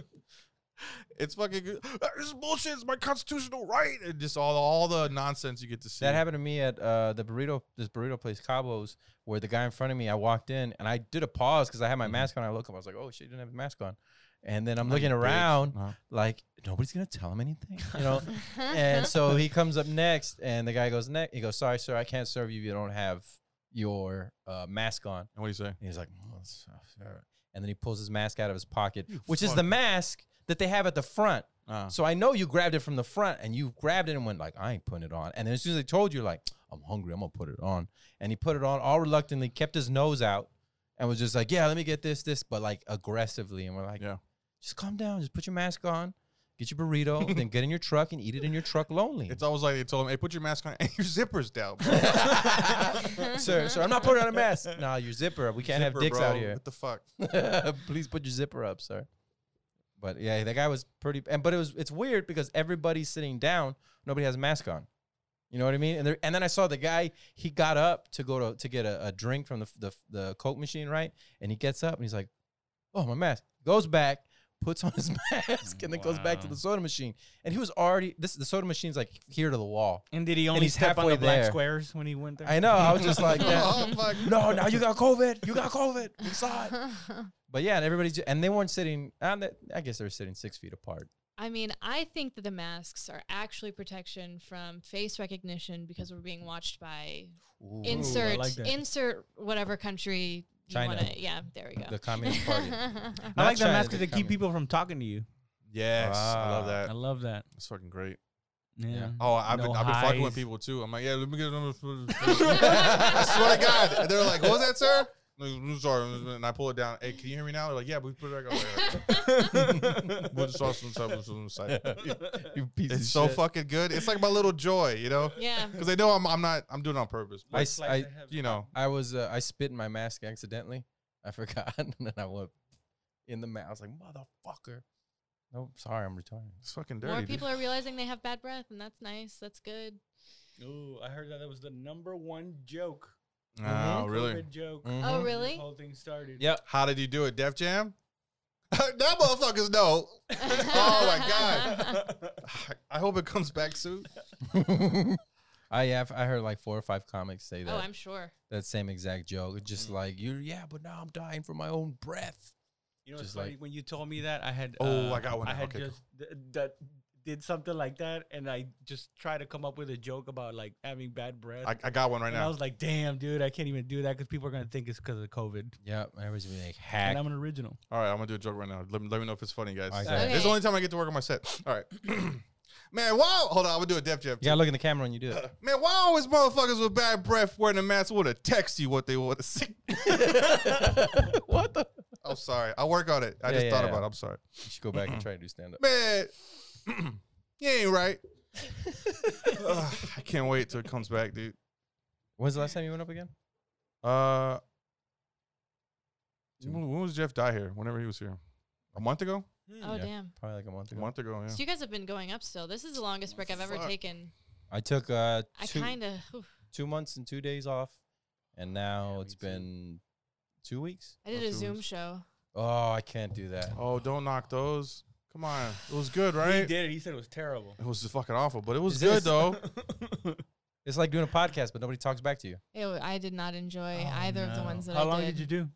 E: It's fucking. good. This is bullshit. It's my constitutional right. And just all all the nonsense you get to see.
G: that happened to me at uh, the burrito this burrito place Cabo's where the guy in front of me I walked in and I did a pause because I had my mask on I look up I was like oh shit he didn't have his mask on and then I'm looking around like nobody's gonna tell him anything you know <laughs> and so he comes up next and the guy goes next he goes sorry sir I can't serve you if you don't have your uh, mask on
E: And what do you say?
G: And he's like, "Oh, that's- that's all right." and then he pulls his mask out of his pocket,
E: You
G: which is the
E: fucker.
G: mask that they have at the front.
E: Uh,
G: So I know you grabbed it from the front and you grabbed it and went like, I ain't putting it on. And then as soon as they told you, like, I'm hungry, I'm gonna put it on. And he put it on all reluctantly, kept his nose out, and was just like, Yeah, let me get this, this, but like aggressively. And we're like,
E: Yeah.
G: just calm down, just put your mask on, get your burrito,
E: <laughs>
G: then get in your truck and eat it in your truck lonely. <laughs>
E: it's always like they told him, "Hey, put your mask on and <laughs> your zippers down." Bro.
G: sir, sir, I'm not putting on a mask. Nah, your zipper up. We <laughs> can't
E: Zipper,
G: have dicks
E: bro.
G: out here.
E: What the fuck?
G: Please put your zipper up, sir. But yeah, that guy was pretty. And but it was it's weird because everybody's sitting down, nobody has a mask on. You know what I mean? And there, and then I saw the guy. He got up to go to to get a, a drink from the, the the coke machine, right? And he gets up and he's like, "Oh, my mask." Goes back, puts on his <laughs> mask, and then goes back to
C: Wow.
G: the soda machine. And he was already this. The soda machine's like here to the wall.
C: <laughs> And did he
G: And
C: only
G: he's
C: step on the
G: halfway
C: black
G: there.
C: squares when he went there?
G: I know. I was <laughs> just
E: <laughs>
G: like, yeah.
E: Oh fuck.
G: "No, now you got COVID. You got COVID. We saw it." But yeah, and everybody's and they weren't sitting. And they- I guess they were sitting six feet apart.
D: <laughs> I mean, I think that the masks are actually protection from face recognition because we're being watched by insert
C: like that.
D: insert whatever country you
G: China.
D: wanna- Yeah, there we go.
G: The
D: <laughs>
G: Communist Party.
C: I
G: Not
C: like the
G: China,
C: mask
G: they're
C: because they
G: coming.
C: keep people from talking to you.
E: Yes, I love
G: Ah.
E: that.
C: I love that.
E: That's fucking great.
C: Yeah.
E: Oh, I've
C: No
E: been I've been fucking with
C: highs.
E: people too. I'm like, yeah, let me get another.
G: <laughs>
E: <laughs>
D: <laughs>
E: I swear to God, and they're like, "What was that, sir?" I'm like, "I'm sorry, and I pull it down. Hey, can you hear me now? They're like, "Yeah, we put it back on."
G: <laughs>
E: We'll just toss some samples on the <laughs> side.
G: you piece
E: It's
G: of
E: so
G: shit.
E: fucking good. It's like my little joy, you know,
D: yeah.
E: because they know I'm I'm not I'm doing it on purpose.
G: I
E: But,
G: s- I-
E: you know,
G: I was uh, I spit in my mask accidentally. I <laughs> forgot, and then I went in the mask. I was like, motherfucker. No, sorry, I'm retiring.
E: it's fucking
D: More
E: dirty. dude.
D: people are realizing they have bad breath, and that's nice. That's good.
C: Ooh, I heard that that was the number one joke. Mm-hmm.
E: Oh, really?
C: COVID joke.
D: Oh,
G: Mhm.
D: really?
C: This whole thing started.
G: Yep.
E: How did you do it, Def Jam? <laughs> that
G: <laughs>
E: motherfuckers know. Oh my
D: <laughs>
E: god. I hope it comes back soon.
G: Mm-hmm. <laughs> I have I heard like four or five comics say that
D: Oh, I'm sure. Mm.
G: that same exact joke. It's just like you're yeah, but now I'm dying from my own breath.
C: <laughs>
D: <laughs>
C: You know, it's
G: Just
C: funny
G: like-
C: when you told me that I had.
E: Oh,
C: uh,
E: I got one
C: I
E: now.
C: had
E: Okay, cool.
C: just th- that did something like that, and I just tried to come up with a joke about like having bad breath.
E: I, I got one right
C: and I
E: now.
C: was like, "Damn, dude, I can't even do that because people are gonna think it's because of COVID."
G: Yep, everybody's gonna be like hack.
C: And I'm
E: <laughs>
C: an original.
E: All right, I'm gonna do a joke right now. Let me, let me know if it's funny, guys.
G: Okay.
E: This is the
D: Okay.
E: only time I get to work on my set. All right, <clears throat> man. Wow, hold on, I'm gonna do a Def Jam.
G: You gotta look in the camera when you do it.
E: Man, why always motherfuckers with bad breath wearing a mask would have text you what they <laughs> want to see?
D: Oh,
G: what the?
E: I'm sorry. I work on it. I
G: Yeah,
E: just
G: yeah,
E: thought
G: yeah.
E: about it. I'm sorry.
G: You should go back <coughs> and try to do stand up.
E: Man, <clears throat> you
G: <laughs>
E: ain't right. Ugh, I can't wait till it comes back, dude.
G: When's the last time you went up again?
E: Uh, when when was Jeff Die here? Whenever he was here, a month ago.
D: Oh
G: Yeah.
D: damn.
G: Probably like a month
E: A
G: ago.
E: month ago, yeah.
D: So you guys have been going up still. This is the longest break I've ever
E: Fuck.
D: taken.
G: I took uh
D: I
G: two,
D: kind of.
G: two months and two days off, and now it's
E: too.
G: been two weeks.
D: I did
E: Not
D: a
E: two
D: Zoom
E: weeks.
D: show.
G: Oh, I can't do that.
E: Oh, don't knock those. Come on, it was good, right?
C: He did it. He said it was terrible.
E: It was just fucking awful, but it was
G: Is this- <laughs>
E: good though.
C: <laughs>
G: It's like doing a podcast, but nobody talks back to you.
D: It, wa- I did not enjoy
G: Oh,
D: either of the
G: no.
D: ones that
C: How
D: I
C: long
D: did.
C: did you do?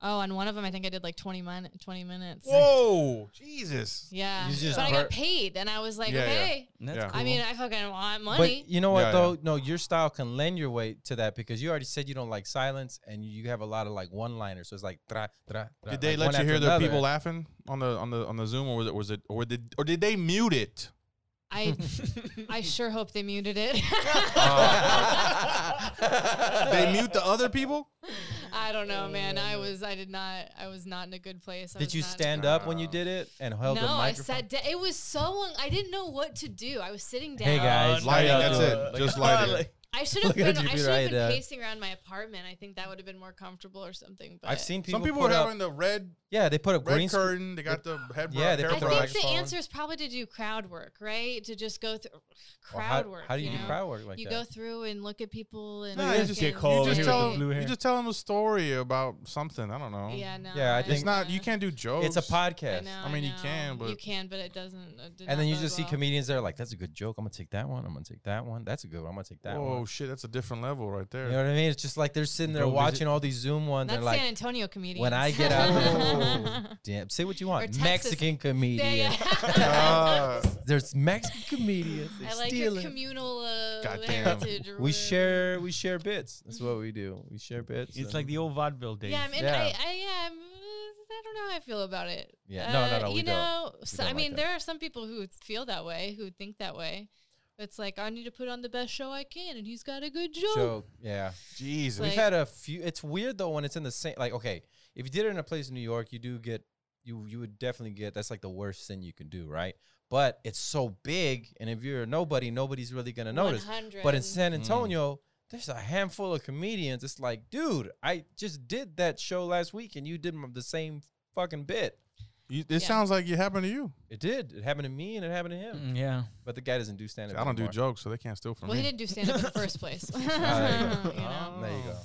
D: oh, on one of them, I think I did like 20, min- 20 minutes.
E: Whoa, Jesus!
D: Yeah.
G: You just
D: but I got
G: bur-
D: paid, and I was like,
E: Yeah, yeah.
D: okay.
C: That's
E: Yeah.
D: I
C: <laughs>
D: mean, <laughs> I fucking want money.
G: But you know what
E: Yeah, yeah.
G: though? No, your style can lend your way to that because you already said you don't like silence, and you have a lot of like one-liners. So it's like tra, tra, tra,
E: Did they
G: like, one
E: let
G: after
E: you hear the
G: another.
E: people laughing on the on the on the Zoom, or was it was it or did or did they mute it?
D: I I sure hope they muted it.
C: Oh.
D: <laughs>
C: <laughs>
E: they mute the other people.
D: I I don't
E: Oh,
D: know, man. I was, I did not, I was not in a good place. I
G: Did
D: was
G: you
D: not-
G: stand up when you did it and held the
D: No, I
G: microphone?
D: sat down. It was so long. I didn't know what to do. I was sitting down.
G: Hey guys, how
E: Lighting,
G: y'all
E: that's
G: doing?
E: it.
C: <laughs>
E: Just lighting.
D: I
G: <laughs>
D: should have
G: Look at
D: been,
G: you,
D: I
G: Peter,
D: should
G: I
D: have
G: had, uh,
D: been pacing around my apartment. I think that would have been more comfortable or something. But
G: I've seen <laughs> people.
E: Some people
G: put
E: were
G: up-
E: having the red
G: Yeah, they put up
E: red
G: green screen.
E: curtain. They got the head.
G: Yeah, they
E: hair
D: I
G: put the
E: brush.
D: think the
G: microphone.
D: answer is probably to do crowd work, right? To just go through
G: Well,
D: crowd
G: how,
D: work.
G: How do you, do
D: know?
G: crowd work like
D: you
G: that?
D: go through and look at people and
E: Nah, you
D: look
E: just
C: get
D: and-
C: cold
E: You
C: over
E: just,
C: here with
E: tell
C: the
E: them,
C: blue
E: you
C: hair.
E: just tell them a story about something. I don't know.
D: Yeah, no.
G: Yeah, I think-
E: It's not, you can't do jokes.
G: it's a
D: I
G: podcast.
D: know,
E: I mean, you
D: know.
E: can,
D: you
E: but-
D: can, but it doesn't. It did
G: And
D: not
G: then you
D: bode
G: just see
D: well.
G: comedians that are like, that's a good joke. I'm going to take that one. I'm going to take that one. That's a good one. I'm going to take that
E: Whoa,
G: one.
E: shit, that's a different level right there.
G: You know what I mean? It's just like they're sitting there
C: Oh, Go visit-
G: watching all these Zoom ones.
D: That's
G: and like,
D: San Antonio comedians.
G: when I
D: <laughs>
G: get
E: out-
D: of
G: Damn, say what you
D: Or
G: want.
D: Texas- <laughs>
G: Mexican comedian.
E: Ah,
G: There's Mexican <laughs> comedians. They're
D: I like your
G: stealing.
D: communal uh,
E: Goddamn.
D: heritage. or
G: we
D: whatever.
G: share we share bits. That's what we do. We share bits.
C: It's
G: and-
C: like the old vaudeville days.
D: Yeah, I mean,
G: Yeah.
D: I, I, yeah, I'm, uh, I don't know how I feel about it.
G: Yeah, no, no,
D: Uh,
G: no, we
D: you
G: don't.
D: know, so,
G: don't
D: I
G: like
D: mean,
G: that.
D: there are some people who feel that way, who think that way. It's like I need to put on the best show I can, and he's got a good joke.
G: joke. Yeah.
E: <laughs> Jesus.
D: Like-
G: We've had a few. It's weird though when it's in the same. Like, okay, if you did it in a place in New York, you do get you you would definitely get that's like the worst thing you can do, right? But it's so big, and if you're a nobody, nobody's really gonna notice.
D: 100.
G: But in
E: Mm.
G: San Antonio, there's a handful of comedians. It's like, dude, I just did that show last week, and you did m- the same fucking bit.
E: You, this
D: Yeah.
E: sounds like it happened to you.
G: It did. It happened to me, and it happened to him.
C: Mm, yeah.
G: But the guy doesn't do stand up.
E: I don't do jokes, so they can't steal from
D: well, he
E: me.
D: didn't do stand up in the first
G: <laughs>
D: place. <laughs> you
G: Ah, there you go.
D: know?
G: There you go.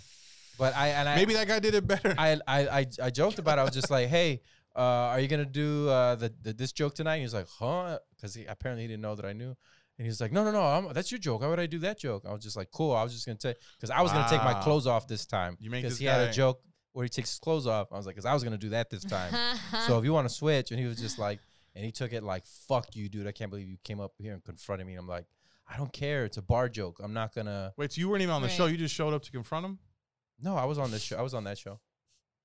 G: But I and I
E: Maybe that guy did it better.
G: I I I, I joked about. it. I was just like, "Hey, uh, are you gonna do uh, the, the this joke tonight?" And he was like, "Huh?" Because he, apparently he didn't know that I knew. And he was like, "No, no, no, I'm, that's your joke. Why would I do that joke?" I was just like, "Cool." I was just gonna take because I was gonna take my
E: Wow.
G: clothes off this time.
E: You make
G: because
E: this
G: he had
E: guy-
G: a joke where he takes his clothes off. I was like, "Cause I was gonna do that this
D: <laughs>
G: time." so if you want to switch, and he was just like, and he took it like, "Fuck you, dude! I can't believe you came up here and confronted me." And I'm like, "I don't care. It's a bar joke. I'm not gonna."
E: Wait, so you weren't even on the show.
D: Right.
E: You just showed up to confront him?
G: No, I was on this show. I was on that show.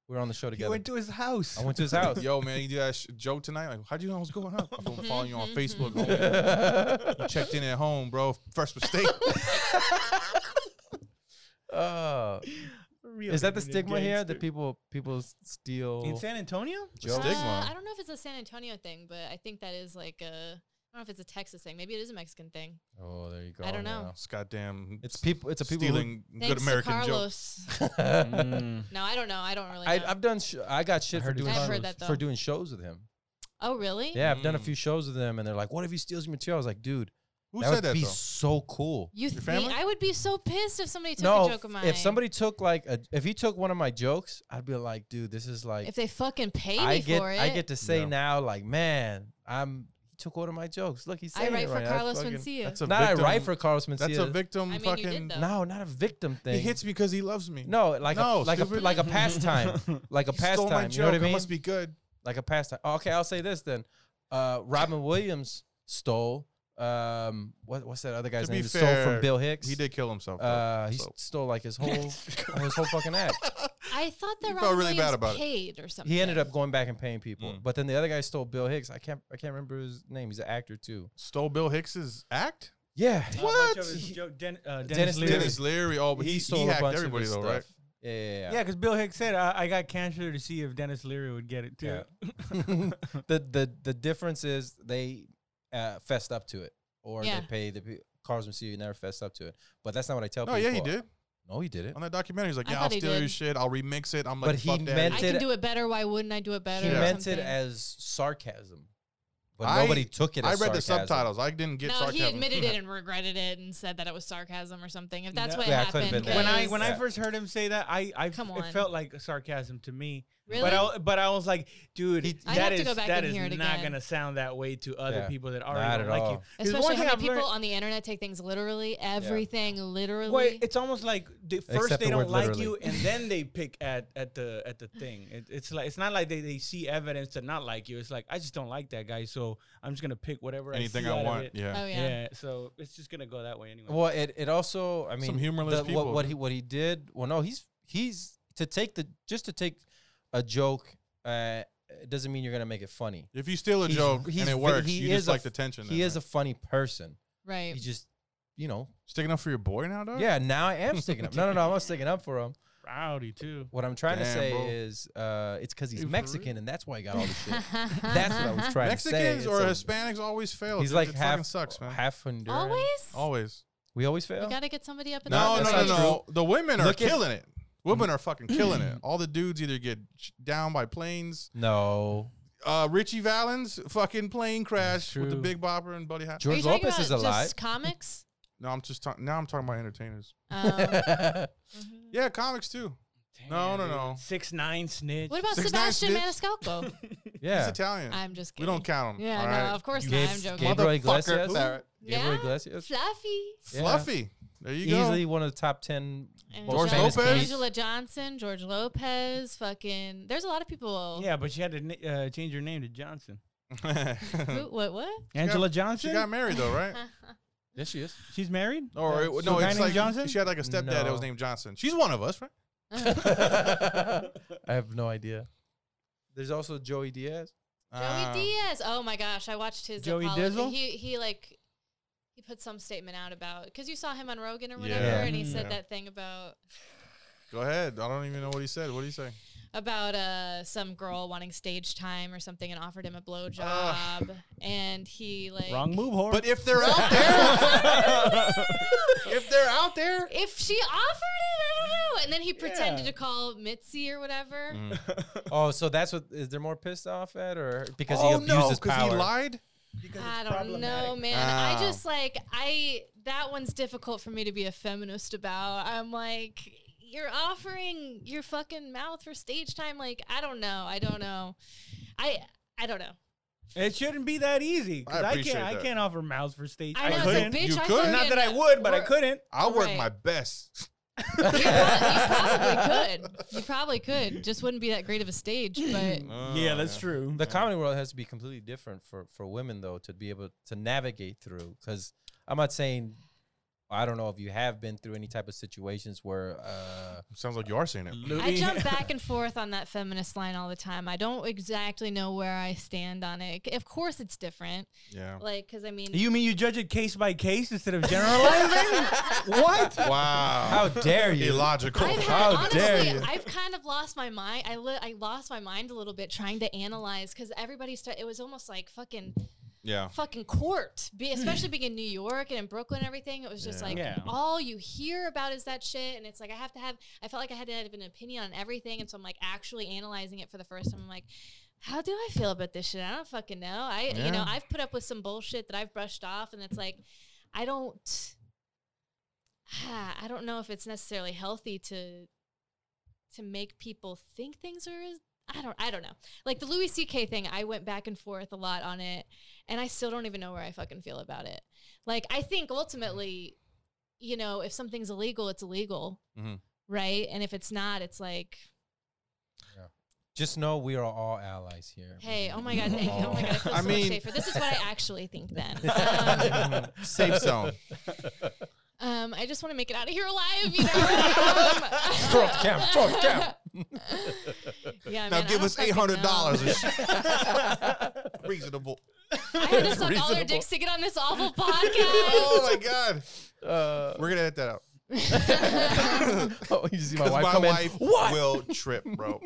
G: We were on the show together.
C: to his house.
G: I went to his house.
E: Yo, man, you do that sh- joke tonight? Like, how'd you know I was going up? I've
D: Mm-hmm,
E: been following you on Facebook. homie.
G: oh,
E: <laughs> Checked in at home, bro. First
D: <laughs>
E: mistake.
G: Oh.
E: <laughs>
G: is that the stigma here that people people s-
C: in
G: steal?
C: San Antonio? <laughs>
G: Jokes?
D: Uh, I don't know if it's a San Antonio thing, but I think that is like a. I don't know if it's a Texas thing. Maybe it is a Mexican thing.
G: Oh, there you go.
D: I don't know.
G: now.
E: It's goddamn.
G: It's people. It's a people. <laughs>
D: <laughs>
G: Who,
E: stealing good
D: Thanks
E: American
D: to
E: joke.
D: Carlos. Mm-hmm.
C: Mm.
D: no, I don't know. I don't really.
G: I,
D: know.
G: I've done. Sh- I got shit
C: I
G: for
C: heard
G: doing
C: it's
D: I've heard
G: shows-
D: that,
G: for
D: though.
G: doing shows with him.
D: oh, really?
G: Yeah, I've done a
E: Mm.
G: few shows with him, and they're like, "What if he steals your material?" I was like, "Dude,
E: Who
G: that
E: said
G: would
E: that
G: be
E: though?
G: so cool."
D: You
E: Your
D: think
E: family?
D: I would be so pissed if somebody took a
G: no,
D: joke of mine?
G: if somebody took like a, if he took one of my jokes, I'd be like, "Dude, this is like
D: if they fucking paid
G: I
D: me
G: get
D: for it,
G: I get to say
E: No.
G: now, like, man, I'm he took one of my jokes. Look, he's
D: I
G: saying
D: write
G: it
D: for
G: right. That's
D: Carlos
G: fucking-
D: Mencia.
E: That's a
G: Not I
E: victim.
G: write for Carlos Mencia.
E: That's a victim.
D: I mean, you
E: fucking.
D: did though.
G: uh, No, not a victim thing.
E: He hits because he loves me.
G: no, like
E: No,
G: a, like a
E: stupid.
G: like a
E: <laughs>
G: pastime, like a
E: He stole my
G: pastime. You know what I
E: joke.
G: mean?
E: must be good.
G: like a pastime. Oh, okay, I'll say this then. Uh, Robin Williams stole. Um, what what's that other guy's
E: To be
G: name? that stole
E: fair,
G: from Bill Hicks.
E: He did kill himself. though,
G: Uh, he
E: so.
G: stole like his whole
E: <laughs>
G: his whole fucking act.
D: I thought that
E: You
D: Robin
E: felt really bad
D: Williams
E: about it.
D: paid or something.
G: He ended up going back and paying people.
E: Mm.
G: But then the other guy stole Bill Hicks. I can't I can't remember his name. He's an actor too.
E: stole Bill Hicks's act.
G: Yeah.
C: What?
G: He-
C: Dennis,
G: Dennis
C: Leary.
E: Dennis Leary. Oh, but he,
G: he
E: he
G: stole a
E: hacked
G: bunch
E: everybody
G: of his
E: though,
G: stuff.
E: right?
G: Yeah, yeah,
C: Yeah, because Bill Hicks said I, I got cancer to see if Dennis Leary would get it too.
G: yeah. Yeah. <laughs> the the the difference is they uh, fessed up to it, or
D: Yeah.
G: they pay the pe- Carlos Mencia never fessed up to it. But that's not what I tell
E: No,
G: people.
E: yeah, he did
G: No, he didn't.
E: on that documentary. He's like,
D: I
E: yeah,
D: thought
E: I'll
D: he
E: steal your
D: did.
E: shit. I'll remix it. I'm like,
G: But he
E: fuck that.
G: meant
D: I
G: did
D: can
G: it-
D: do it better. Why wouldn't I do it better?
G: He
D: or
G: meant
D: something?
G: it as sarcasm, but
E: I-
G: nobody took it.
E: I
G: As
E: read the
G: sarcasm.
E: subtitles. I didn't get
D: no,
E: sarcasm.
D: he admitted it and regretted it and said that it was sarcasm or something. If that's
C: No.
D: what
G: Yeah, it could've
D: happened,
G: been that.
C: When I when I
G: Yeah.
C: first heard him say that, I I
D: Come
C: it
D: on.
C: felt like sarcasm to me.
D: really,
C: But I but I was like, dude,
G: He-
D: I'd
C: that
D: have to
C: is
D: go back
C: that
D: and
C: is
D: hear it
C: not
D: again.
C: gonna sound that way to other
G: Yeah.
C: people that
G: Not
C: already
G: at
C: don't like you.
G: all.
C: 'Cause
D: especially how many
C: I've
D: people
C: learned-
D: on the internet take things literally, everything literally.
C: Wait, it's almost like the first
G: Except
C: they
G: the
C: don't
G: word
C: like
G: literally.
C: you, and
G: <laughs>
C: then they pick at at the at the thing. It, it's like it's not like they, they see evidence to not like you. It's like I just don't like that guy, so I'm just gonna pick whatever
E: <laughs> Anything
C: I, see out
E: I
C: of
E: want.
C: it.
E: Yeah.
D: oh
C: Yeah.
D: yeah,
C: so it's just gonna go that way anyway.
G: Well, it, it also I mean
E: humorless
G: what-
E: people,
G: What,
E: dude.
G: he what he did? Well, no, he's he's to take the just to take a joke. Uh, it doesn't mean you're gonna make it funny.
E: If you steal a
G: He's-
E: joke
G: he's
E: and it
G: ve-
E: works,
G: he
E: you just
G: is a
E: like
G: f-
E: the tension.
G: He
E: then,
G: is a
E: right?
G: funny person.
D: right.
G: He just you know
E: sticking up for your boy now, dog.
G: yeah. Now I am sticking up. No, no, no. I'm not sticking up for him.
C: rowdy too.
G: What I'm trying to
E: Damn,
G: say
E: bro.
G: is, uh, it's because he's
E: Dude, for real?
G: Mexican and that's why he got all this
D: <laughs>
G: shit. that's what I was trying to say.
E: Mexicans
G: It's
E: or
G: a-
E: Hispanics always fail.
G: He's
E: dude.
G: like
E: it fucking
G: half
E: sucks, man.
G: half Honduran.
D: Always.
E: always.
G: we always
D: You
G: fail.
D: gotta get somebody up in
E: No,
D: the
E: no,
G: that's
E: no,
G: not
E: no. The women are
G: Look at-
E: killing it. Women are fucking killing
G: <clears throat>
E: it. All the dudes either get sh- down by planes.
G: No,
E: Uh, Richie Valens fucking plane crash with the
G: true.
E: Big Bopper and Buddy Hat.
D: Are you
G: George
D: talking
G: Lopez is
D: about
G: alive. <laughs>
D: Just comics.
E: No, I'm just talking. Now I'm talking about entertainers.
D: Um, mhm.
E: Yeah, comics too. No, no, no.
C: Six nine snitch.
D: What about
E: Six nine
D: Sebastian
E: snitch.
D: Maniscalco?
G: <laughs> <laughs> yeah,
E: He's Italian.
D: I'm just
E: we
D: kidding.
E: don't count him.
D: Yeah,
E: all
D: no,
E: right?
D: of course
C: You
D: not.
C: gave-
D: I'm joking.
G: gave- Gabriel Iglesias?
E: Motherfucker.
G: Gabriel
D: Yeah,
G: Iglesias.
D: Fluffy.
G: Yeah.
E: Fluffy. There you go.
G: Easily one of the top ten.
D: And
G: George
D: John-
E: Lopez?
D: Angela Johnson, George Lopez, fucking. There's a lot of people.
C: Yeah, but she had to ni- uh, change her name to Johnson.
D: Who, what? What?
G: <laughs>
C: Angela
E: <laughs>
C: Johnson.
E: she got married though,
D: <laughs>
E: right?
G: Yes, she is.
C: She's married.
E: Or it-
C: So
E: no,
C: a guy
E: it's
C: named
E: like <laughs>
C: Johnson?
E: she had like a stepdad that was
G: No.
E: named Johnson. She's one of us, right?
G: I have no idea. There's also Joey Diaz.
E: Ah.
D: Joey Diaz. Oh my gosh, I watched his
C: Uh, Joey
D: apology.
C: Dizzle?
D: He he like he put some statement out about because you saw him on Rogan or
E: Yeah.
D: whatever, and he
C: Mm.
D: said
E: Yeah.
D: that thing about
E: Go ahead. I don't even know what he said. What did
D: <laughs>
E: he say?
D: about uh some girl wanting stage time or something and offered him a blowjob,
E: Ah.
D: and he like
C: <laughs> Wrong move, whore. <laughs>
E: But if they're out there,
D: <laughs>
E: if they're out there,
D: If she offered it, I don't know. And then he pretended to call Mitzi or whatever.
G: Oh, so that's what is there more pissed off at, or because
E: oh
G: he abused
E: no,
G: his
E: because
G: power? <laughs>
E: he lied.
D: I don't know, man. I
E: Ah.
D: just like I that one's difficult for me to be a feminist about. I'm like, you're offering your fucking mouth for stage time. Like, I don't know. I don't know. I I don't know.
C: it shouldn't be that easy. 'cause
E: I
C: I,
E: appreciate
C: can't. I
E: that.
C: can't offer mouths for stage.
D: I know it's
C: couldn't.
D: a bitch.
E: You
D: I
E: could.
D: fucking-
C: Not that I would, but I
D: Right.
C: couldn't.
E: I'll work
D: Right.
E: my best. <laughs>
C: <laughs>
D: You probably could. You probably could. Just wouldn't be that great of a stage, but
E: Mm.
C: yeah,
E: Oh,
C: that's true.
E: <laughs>
C: <laughs>
G: the comedy world has to be completely different for for women though to be able to navigate through because i'm not saying i don't know if you have been through any type of situations where uh
E: Sounds like you are saying it.
D: I
C: <laughs>
D: jump back and forth on that feminist line all the time. I don't exactly know where I stand on it. Of course, it's different. <laughs>
E: Yeah.
D: Like, because I mean,
C: You mean you judge it case by case instead of
D: <laughs>
C: generalizing? what?
E: Wow.
G: how <laughs> dare you
E: Illogical.
D: I've
G: How
D: had, honestly,
G: dare you.
D: I've kind of lost my mind. I li- I lost my mind a little bit trying to analyze because everybody started. It was almost like fucking
E: Yeah.
D: fucking court, be,
G: Hmm.
D: especially being in New York and in Brooklyn and everything. It was just
E: Yeah.
D: like
C: Yeah.
D: all you hear about is that shit, and it's like I have to have. I felt like I had to have an opinion on everything, and so I'm like actually analyzing it for the first time. I'm like. How do I feel about this shit? I don't fucking know. I, you know,
E: Yeah.
D: I've put up with some bullshit that I've brushed off, and it's like, I don't, <sighs> I don't know if it's necessarily healthy to, to make people think things are. as- I don't, I don't know. Like the Louis C.K. thing, I went back and forth a lot on it, and I still don't even know where I fucking feel about it. Like I think ultimately, you know, if something's illegal, it's illegal,
E: Mhm.
D: right? And if it's not, it's like,
G: just know we are all allies here
D: hey, oh my god, thank you. oh my god, I feel
E: I
D: so
E: mean-
D: much safer. This is what
E: <laughs>
D: I actually think. Then um,
E: Safe zone.
D: <laughs> um, I just want to make it out of here alive.
E: <laughs>
D: You know, um,
G: Throw off the camera, throw off the camera.
D: <laughs> yeah.
E: Now
D: man, I
E: give
D: don't
E: us
D: fucking
E: eight hundred dollars.
D: know.
E: <laughs>
D: <laughs>
E: Reasonable.
D: I had to suck all our dicks to get on this
E: <laughs>
D: awful podcast. <laughs>
E: Oh my god.
G: <laughs> uh, <laughs>
E: We're gonna edit that out.
G: oh you see my
E: 'Cause
G: wife come in what
E: will
G: <laughs>
E: trip, bro.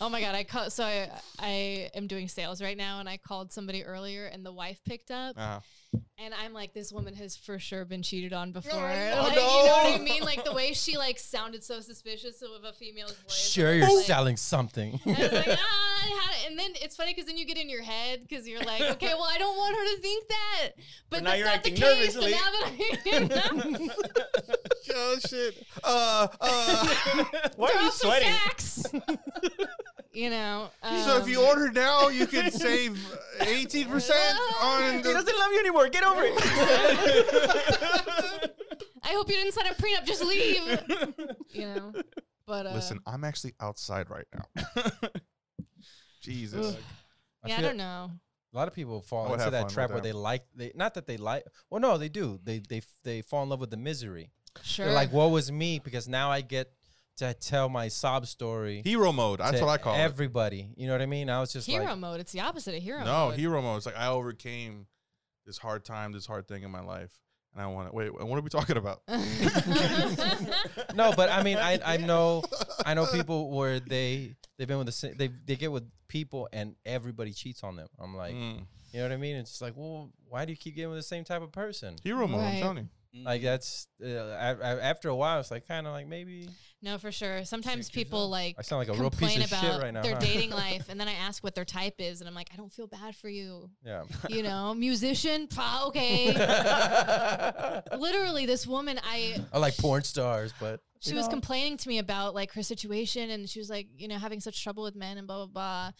D: oh my god! I call, so I, I am doing sales right now, and I called somebody earlier, and the wife picked up,
E: Uh-huh.
D: and I'm like, this woman has for sure been cheated on before.
E: no,
D: like,
F: Oh,
D: You know what I
E: no.
D: mean? Like the way she like sounded so suspicious of a female's voice.
G: sure
D: I
G: you're
D: was like-
G: selling
D: <laughs>
G: something
D: I was
G: <laughs>
D: like, ah, I had it. and then it's funny because then you get in your head because you're like, okay, well, I don't want her to think that, but,
F: But now
D: that's
F: you're
D: not the
F: acting
D: case.
F: nervously. <laughs>
D: And now that I'm
E: Oh shit. Uh uh
C: <laughs>
F: Why are you sweating? <laughs>
D: you know.
E: So if you
D: um,
E: order now, you can save eighteen percent
G: <laughs>
E: on
F: He
E: the
F: doesn't love you anymore. Get over it.
C: <laughs>
D: I hope you didn't sign a prenup. Just leave.
F: <laughs>
D: you know. But uh,
E: Listen, I'm actually outside right now.
G: <laughs>
E: Jesus.
D: yeah, I
G: feel-
D: don't know.
G: A lot of people fall
E: I would
G: into
E: have fun
G: that
E: with
G: trap where
E: them.
G: they like they not that they like well no they do they they they fall in love with the misery.
D: Sure.
G: They're like woe is me because now I get to tell my sob story.
E: Hero mode. That's
G: to
E: what I call it.
G: everybody. You know what I mean? I was just
D: hero
G: like
D: mode. It's the opposite of hero.
E: No,
D: mode.
E: hero mode. It's like I overcame this hard time, this hard thing in my life. And I want to wait. What are we talking about?
G: no, but I mean, I, I know I know people where they they've been with the sa- they they get with people and everybody cheats on them. I'm like,
E: Mm.
G: you know what I mean? It's just like, well, why do you keep getting with the same type of person?
E: Hero mode.
D: Right.
E: I'm telling you.
G: Like that's uh, I, I, after a while, it's like kind of like maybe
D: <laughs> no, for sure. Sometimes
G: Six years
D: people
G: old.
D: like
G: I sound like a real piece
D: complain
G: of shit
D: about
G: right now.
D: their
G: huh? <laughs>
D: dating life, and then I ask what their type is, and I'm like, I don't feel bad for you.
G: Yeah. <laughs>
D: You know, musician, pro, okay.
G: I
D: Literally, this woman, I
G: like porn stars, but
D: she was complaining to me about like her situation and she was like you know having such trouble with men and blah blah blah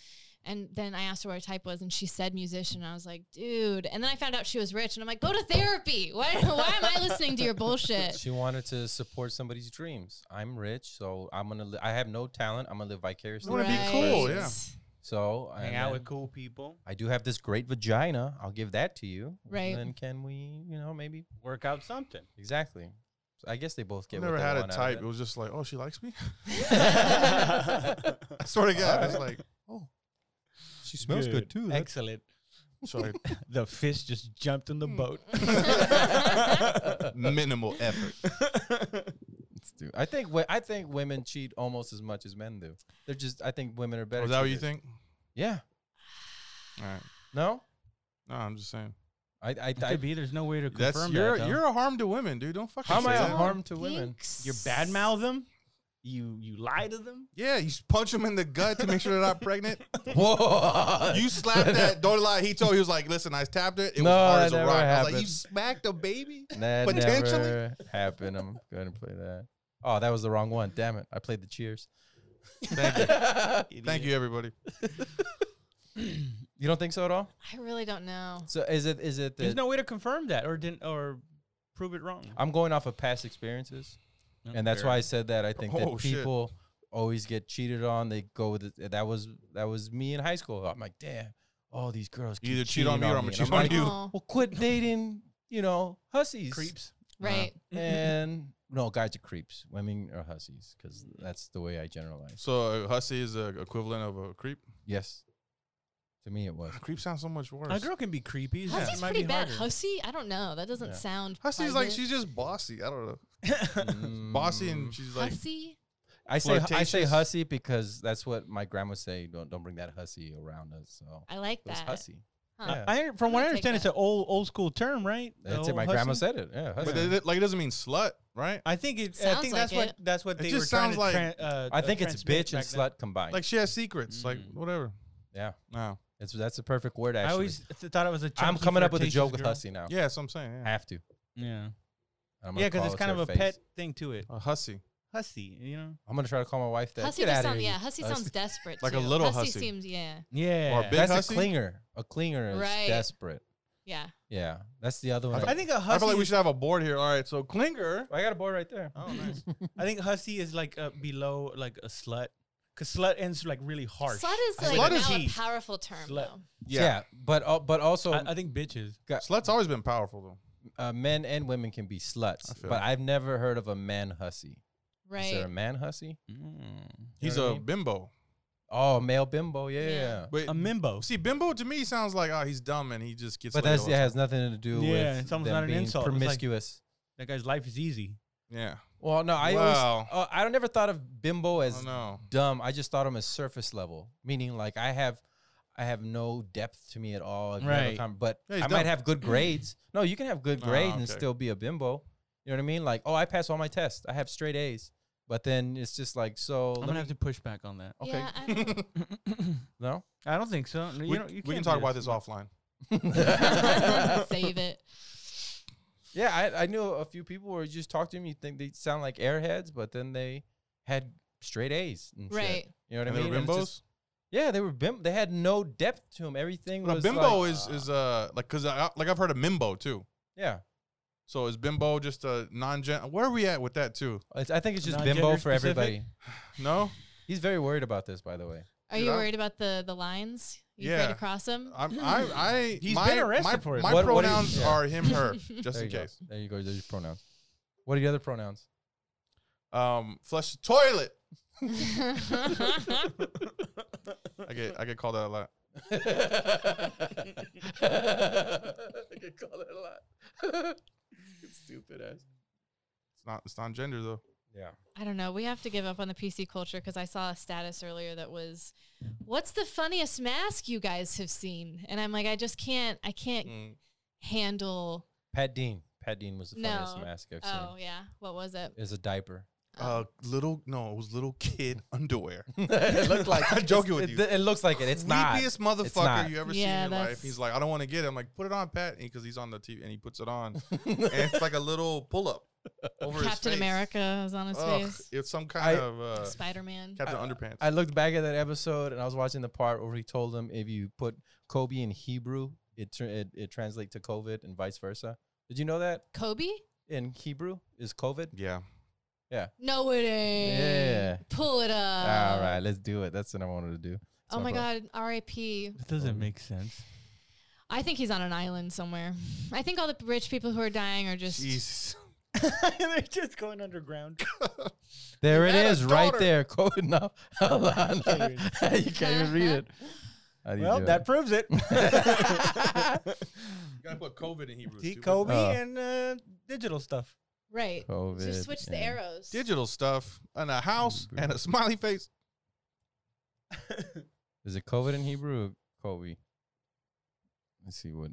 D: and then i asked her what her type was and she said musician i was like dude and then i found out she was rich and i'm like go to therapy why, why am i listening to
G: <laughs>
D: your bullshit
G: She wanted to support somebody's dreams. I'm rich, so I'm gonna. Li- I have no talent. I'm gonna live vicariously.
E: You wanna be cool,
D: Right.
E: yeah.
G: So
C: Hang
G: and
C: out
G: then
C: with cool people.
G: I do have this great vagina. I'll give that to you.
D: Right.
G: Then can we, you know, maybe
C: Work out something.
G: exactly. So I guess they both
E: I've
G: get. what
E: never
G: they
E: had a
G: want out of
E: type.
G: it.
E: It was just like, oh, she likes me. <laughs> I swear to God, it's like, oh,
G: she smells good, too. That's-
C: Excellent.
E: so I-
C: The fish just jumped in the boat.
E: minimal effort.
G: Dude, I think wo- I think women cheat almost as much as men do. They're just. I think women are better.
E: Is that what you
G: cheaters.
E: think?
G: Yeah.
E: All right.
G: No.
E: No, I'm just saying.
G: I. I.
C: It
G: I
C: could be. There's no way to confirm
E: That's
C: that,
E: you're
C: though.
E: you're a harm to women, dude. Don't fucking.
G: how am
E: say
G: I a
E: that.
G: harm to
D: <laughs>
G: women? <laughs>
C: You badmouth them. You you lie to them.
E: Yeah, you s- punch them in the gut to make sure
G: <laughs>
E: they're not pregnant.
G: Whoa.
E: You slapped
G: <laughs>
E: that. Don't lie. He told. He was like, "Listen, I tapped it. It
G: No,
E: was hard
G: that
E: as a
G: never
E: rock." I was like,
G: happened.
E: "You smacked a baby."
G: That
E: Potentially.
G: never happened. I'm going to play that. Oh, that was the wrong one. Damn it. I played the cheers.
E: <laughs> Thank you. Thank you, everybody.
G: You don't think so at all?
D: i really don't know
G: So is it is it the
C: There's no way to confirm that or didn't or prove it wrong.
G: I'm going off of past experiences.
C: Yeah,
G: And that's why I said that I think
E: Oh,
G: that
E: shit.
G: people always get cheated on. They go with it. that was that was me in high school. I'm like, damn, all these girls keep
E: You either cheat on
G: cheating
E: me or I'm gonna
G: And
E: cheat
G: I'm
E: on
G: like,
E: you.
D: Oh,
G: Well, quit dating, you know, hussies.
E: <laughs>
C: creeps.
D: right
G: And no, guys are creeps. Women are hussies because that's the way I generalize.
E: So, a hussy is the equivalent of a creep.
G: Yes. To me, it
E: <laughs>
G: was.
E: A creep sounds so much worse.
C: A girl can be creepy. it's just-
D: Hussy's
C: it might
D: pretty
C: be
D: bad.
C: harder.
D: Hussy? I don't know. That doesn't
G: Yeah.
D: sound.
E: Hussy's like
D: pleasant.
E: she's just bossy. I don't know.
C: <laughs>
G: Mm.
E: Bossy and she's like
D: Hussy?
G: I say I say
E: flirtatious.
G: hussy because that's what my grandma say. Don't don't bring that hussy around us. So
D: I like
G: it's
D: that.
G: hussy.
D: Huh.
G: Yeah.
C: I, from what I
D: I'll take
C: understand, it's
D: that.
C: an old old school term, right? The
G: That's it.
C: old
G: My grandma
C: hussy?
G: said it. Yeah, hussy.
E: But it- it- like it doesn't mean slut, right?
C: I think it. I
D: Sounds
C: think
D: like
C: that's what
D: it.
C: that's what
E: It
C: they
E: just
C: were trying
E: sounds like-
C: to. tran- uh,
G: I
C: uh,
G: think it's
C: transmit
G: bitch and
C: back then.
G: slut combined.
E: Like she has secrets, like
C: Mm.
E: whatever.
G: yeah,
E: No,
G: it's that's the perfect word. Actually,
C: I always th- thought it was a.
G: I'm
C: chunky,
G: coming up with a
C: flirtatious
G: joke with
C: girl.
G: hussy now.
E: yeah, that's what I'm saying.
G: I
E: Yeah,
G: have to.
C: Yeah,
G: I'm gonna
C: yeah, because
G: call
C: it's
G: it to
C: kind of
G: her
C: a
G: face.
C: pet thing to it.
E: a hussy,
C: Hussy, you know.
G: I'm gonna try to call my wife that.
D: Hussy
G: Get
D: just
G: outta
D: sounds,
G: here,
D: yeah,
G: you
D: Hussy
G: hussy.
D: sounds desperate.
E: Like a
D: too.
E: little hussy.
D: seems, yeah.
C: Yeah.
E: Or a big
G: That's
E: hussy?
G: a clinger. A clinger is
D: Right.
G: desperate.
D: Yeah.
G: Yeah, that's the other one.
C: I think a hussy.
E: I feel like we should have a board here. All right, so clinger.
G: I got a board right there.
E: Oh,
C: <laughs>
E: nice.
C: I think hussy is like uh, below like a slut, cause slut ends like really harsh.
D: Slut is
E: Slut
D: like
E: is
D: now
C: heat.
D: a powerful term.
C: Slut.
D: Though.
G: Yeah, but uh, but also
C: I, I think bitches.
E: Slut's always been powerful though.
G: uh, men and women can be sluts,
E: I feel
G: but
E: you.
G: I've never heard of a man hussy. Is there
D: Right.
G: a man hussy?
E: He's
G: what I
E: a
G: mean?
E: bimbo.
G: Oh, male bimbo, yeah.
D: Yeah.
E: But
C: A mimbo.
E: see, bimbo to me sounds like oh he's dumb and he just gets.
G: But
E: laid
G: that's
E: all
G: it
E: the
G: has nothing to do
C: Yeah,
G: with
C: it's almost
G: them
C: not an
G: being
C: insult. It's like-
G: promiscuous.
C: That guy's life is easy.
E: time. yeah.
G: well, no, I
E: Wow.
G: always, uh, I never thought of bimbo
E: oh
G: as
E: no.
G: dumb. I just thought of him as surface level, meaning like I have, I have no depth to me at all. I've never
C: Right.
G: come- but
E: Yeah,
G: I
E: he's
G: might
E: dumb.
G: have good
E: <clears throat>
G: grades. No, you can have good
E: Ah,
G: grades and
E: okay.
G: still be a bimbo. You know what I mean? Like, oh, I pass all my tests. I have straight A's. But then it's just like so.
C: I'm
G: let
C: gonna
G: me-
C: have to push back on that.
G: Okay.
D: Yeah, I don't,
G: no.
C: I don't think so. No, You
E: we,
C: don't- you
E: we can
C: can't
E: talk
C: be a
E: about this
C: slut.
E: offline.
G: <laughs>
D: <laughs> Save it.
G: Yeah, I, I knew a few people where you just talk to them, you think they sound like airheads, but then they had straight A's. And shit.
D: Right.
G: You know what
E: And
G: I
E: they
G: mean?
E: were
G: And it's
E: bimbos.
G: just- yeah, they were bim. They had no depth to them. Everything
E: But a
G: was
E: bimbo
G: like,
E: is is uh like because I, like I've heard of mimbo too.
G: yeah.
E: So is bimbo just a non gen? Where are we at with that too?
G: It's, I think it's just
C: Not
G: bimbo
C: gender
G: for
C: specific?
G: everybody.
E: No,
G: He's very worried about this, by the way.
D: Are
E: Dude,
D: you
E: I'm-
D: worried about the the lines? You afraid
E: Yeah.
D: to cross them? <laughs>
E: I'm I <laughs>
G: <laughs>
E: I
C: He's
E: my,
C: been arrested
E: my,
C: for it.
E: My
G: What- what is-
E: pronouns
G: yeah.
E: are him
G: <laughs>
E: her just
G: There
E: in
G: you go.
E: case.
G: There you go. There's your pronouns. What are the other pronouns?
E: Um, flush the toilet. I get I get called that a lot.
C: <laughs>
G: <laughs> I could call it a lot. Stupid ass.
E: It's not it's not gender though.
G: Yeah.
D: I don't know. We have to give up on the PC culture because I saw a status earlier that was, "What's the funniest mask you guys have seen?" And I'm like, I just can't. I can't
E: Mm.
G: Mm.
D: handle.
G: Pat Dean. Pat Dean was the funniest
D: No.
G: mask I've
D: Oh
G: seen.
D: yeah, what was it?
G: Is a
E: <laughs>
G: diaper.
D: Um,
G: Oh,
E: Uh, little no, it was little kid <laughs> underwear.
G: <laughs> it looked <laughs> like
E: I'm joking with
G: it,
E: you.
G: It, looks like it. It's not.
E: Creepiest motherfucker
G: not.
E: you ever
D: Yeah,
E: seen in your
D: that's-
E: life. He's like, I don't want to get it. I'm like, put it on, Pat, because he's on the TV, and he puts it
G: <laughs>
E: on, and <laughs> it's like a little pull up over his
D: Captain
E: face.
D: America is on his
E: Ugh,
D: face.
E: it's some kind
G: I- <laughs>
E: of uh,
D: Spider Man.
E: Captain Underpants.
G: I looked back at that episode and I was watching the part where he told them if you put Kobe in Hebrew, it tr- it, it translates to COVID and vice versa. Did you know that
D: Kobe?
G: in Hebrew is COVID?
E: yeah,
D: No, it ain't.
G: Yeah.
D: Pull it up.
G: All right, let's do it. That's what I wanted to do.
D: Oh
G: So I
D: my
G: brought-
D: God, R.I.P.
C: That doesn't make sense.
D: I think he's on an island somewhere. I think all the rich people who are dying are just.
G: <laughs>
E: Jesus.
C: <laughs> They're just going underground.
G: There it
E: had a
G: is, right
E: daughter.
G: there. <laughs> COVID. No, hold on. <laughs> you
C: can't
D: <laughs>
G: can't even read it. How do you
C: Well,
G: do it?
C: that proves
G: <laughs>
C: it. <laughs>
E: You gotta put COVID in Hebrew.
C: See,
E: stupid.
C: Kobe
G: Oh.
C: and uh, digital stuff.
D: Right.
G: COVID.
D: Just switch the
G: and-
D: arrows.
E: Digital stuff and a house and a smiley face.
G: Is it COVID in Hebrew? Or Kobe. Let's see what.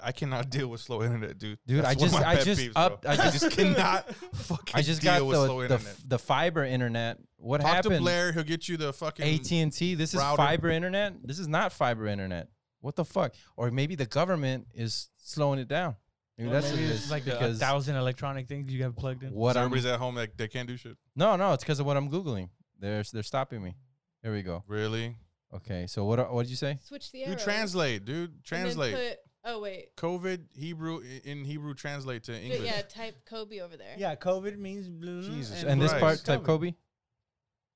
E: I cannot deal with slow internet, dude.
G: Dude,
E: That's
G: I
E: one of
G: just-
E: my
G: I
E: pet
G: just
E: bro.
G: upped-
E: <laughs>
G: I
E: I
C: <laughs>
E: just
G: just-
E: cannot fucking
G: I just
E: deal
G: got
E: with slow
G: the the,
E: internet.
G: f- the fiber internet. What
E: Talk to
G: happened?
E: Blair; he'll get you the fucking
G: AT and T. This is
E: router.
G: fiber internet. This is not fiber internet. What the fuck? Or maybe the government is slowing it down. Maybe that's what it is.
C: like a
G: because
C: thousand electronic things you have plugged in.
G: what
E: So
G: I'm
E: everybody's at home like they can't do shit.
G: no no. It's because of what I'm googling. They're they're stopping me. There we go.
E: Really?
G: Okay. So what are- what did you say?
D: Switch the
E: You
D: arrows.
E: translate, dude.
D: and then
E: Translate.
D: put- oh, wait.
E: COVID Hebrew i- in Hebrew translate to
D: But
E: English.
D: yeah, type Kobe over there.
C: Yeah, COVID means blue.
E: Jesus
G: And this
E: Christ.
G: part type Kobe.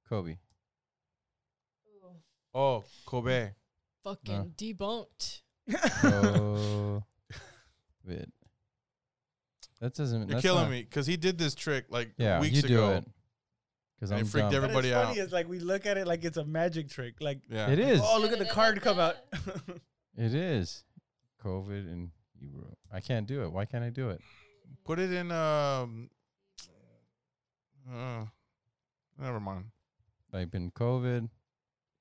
G: Kobe.
D: Ooh,
E: Oh, Kobe.
D: fucking debunked.
C: <laughs>
E: <laughs>
G: COVID. That doesn't.
E: You're
G: that's
E: killing
G: not-
E: me because he did this trick like
G: Yeah,
E: weeks
G: you do
E: ago.
G: it. Because
E: And
G: I'm
E: it freaked
G: dumb.
E: every-
C: But it's
E: Everybody
C: funny.
E: out.
C: It's like we look at it like it's a magic trick. Like,
E: Yeah.
G: It is.
C: oh, look at the card come out. <laughs>
G: It is. COVID and Hebrew. I can't do it. Why can't I do it?
E: Put it in. Um. Uh, never mind,
G: Type in COVID.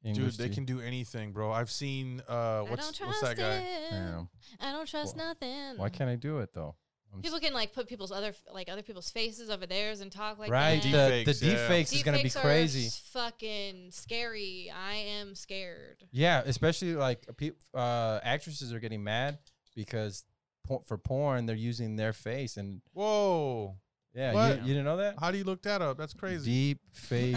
G: English
E: dude. They
G: to-
E: can do anything, bro. I've seen. Uh,
D: I don't
E: what's what's
D: trust
E: that guy?
D: him.
G: Yeah.
D: I don't trust
G: Wha-
D: nothing.
G: Why can't I do it though? I'm
D: People can like put people's other f- like other people's faces over theirs and talk like
G: right.
D: that.
G: The,
E: Deep
G: the
E: fakes, yeah.
G: deep fakes is gonna be
D: Deepfakes are
G: crazy.
D: s- fucking scary. I
G: <laughs>
D: am scared.
G: Yeah, especially like uh, peop- uh, actresses are getting mad because por- for porn they're using their face and
E: Whoa!
G: yeah, you,
E: What?
G: you didn't know that?
E: How do you look that up? That's crazy.
G: Deep
D: <laughs>
G: fake,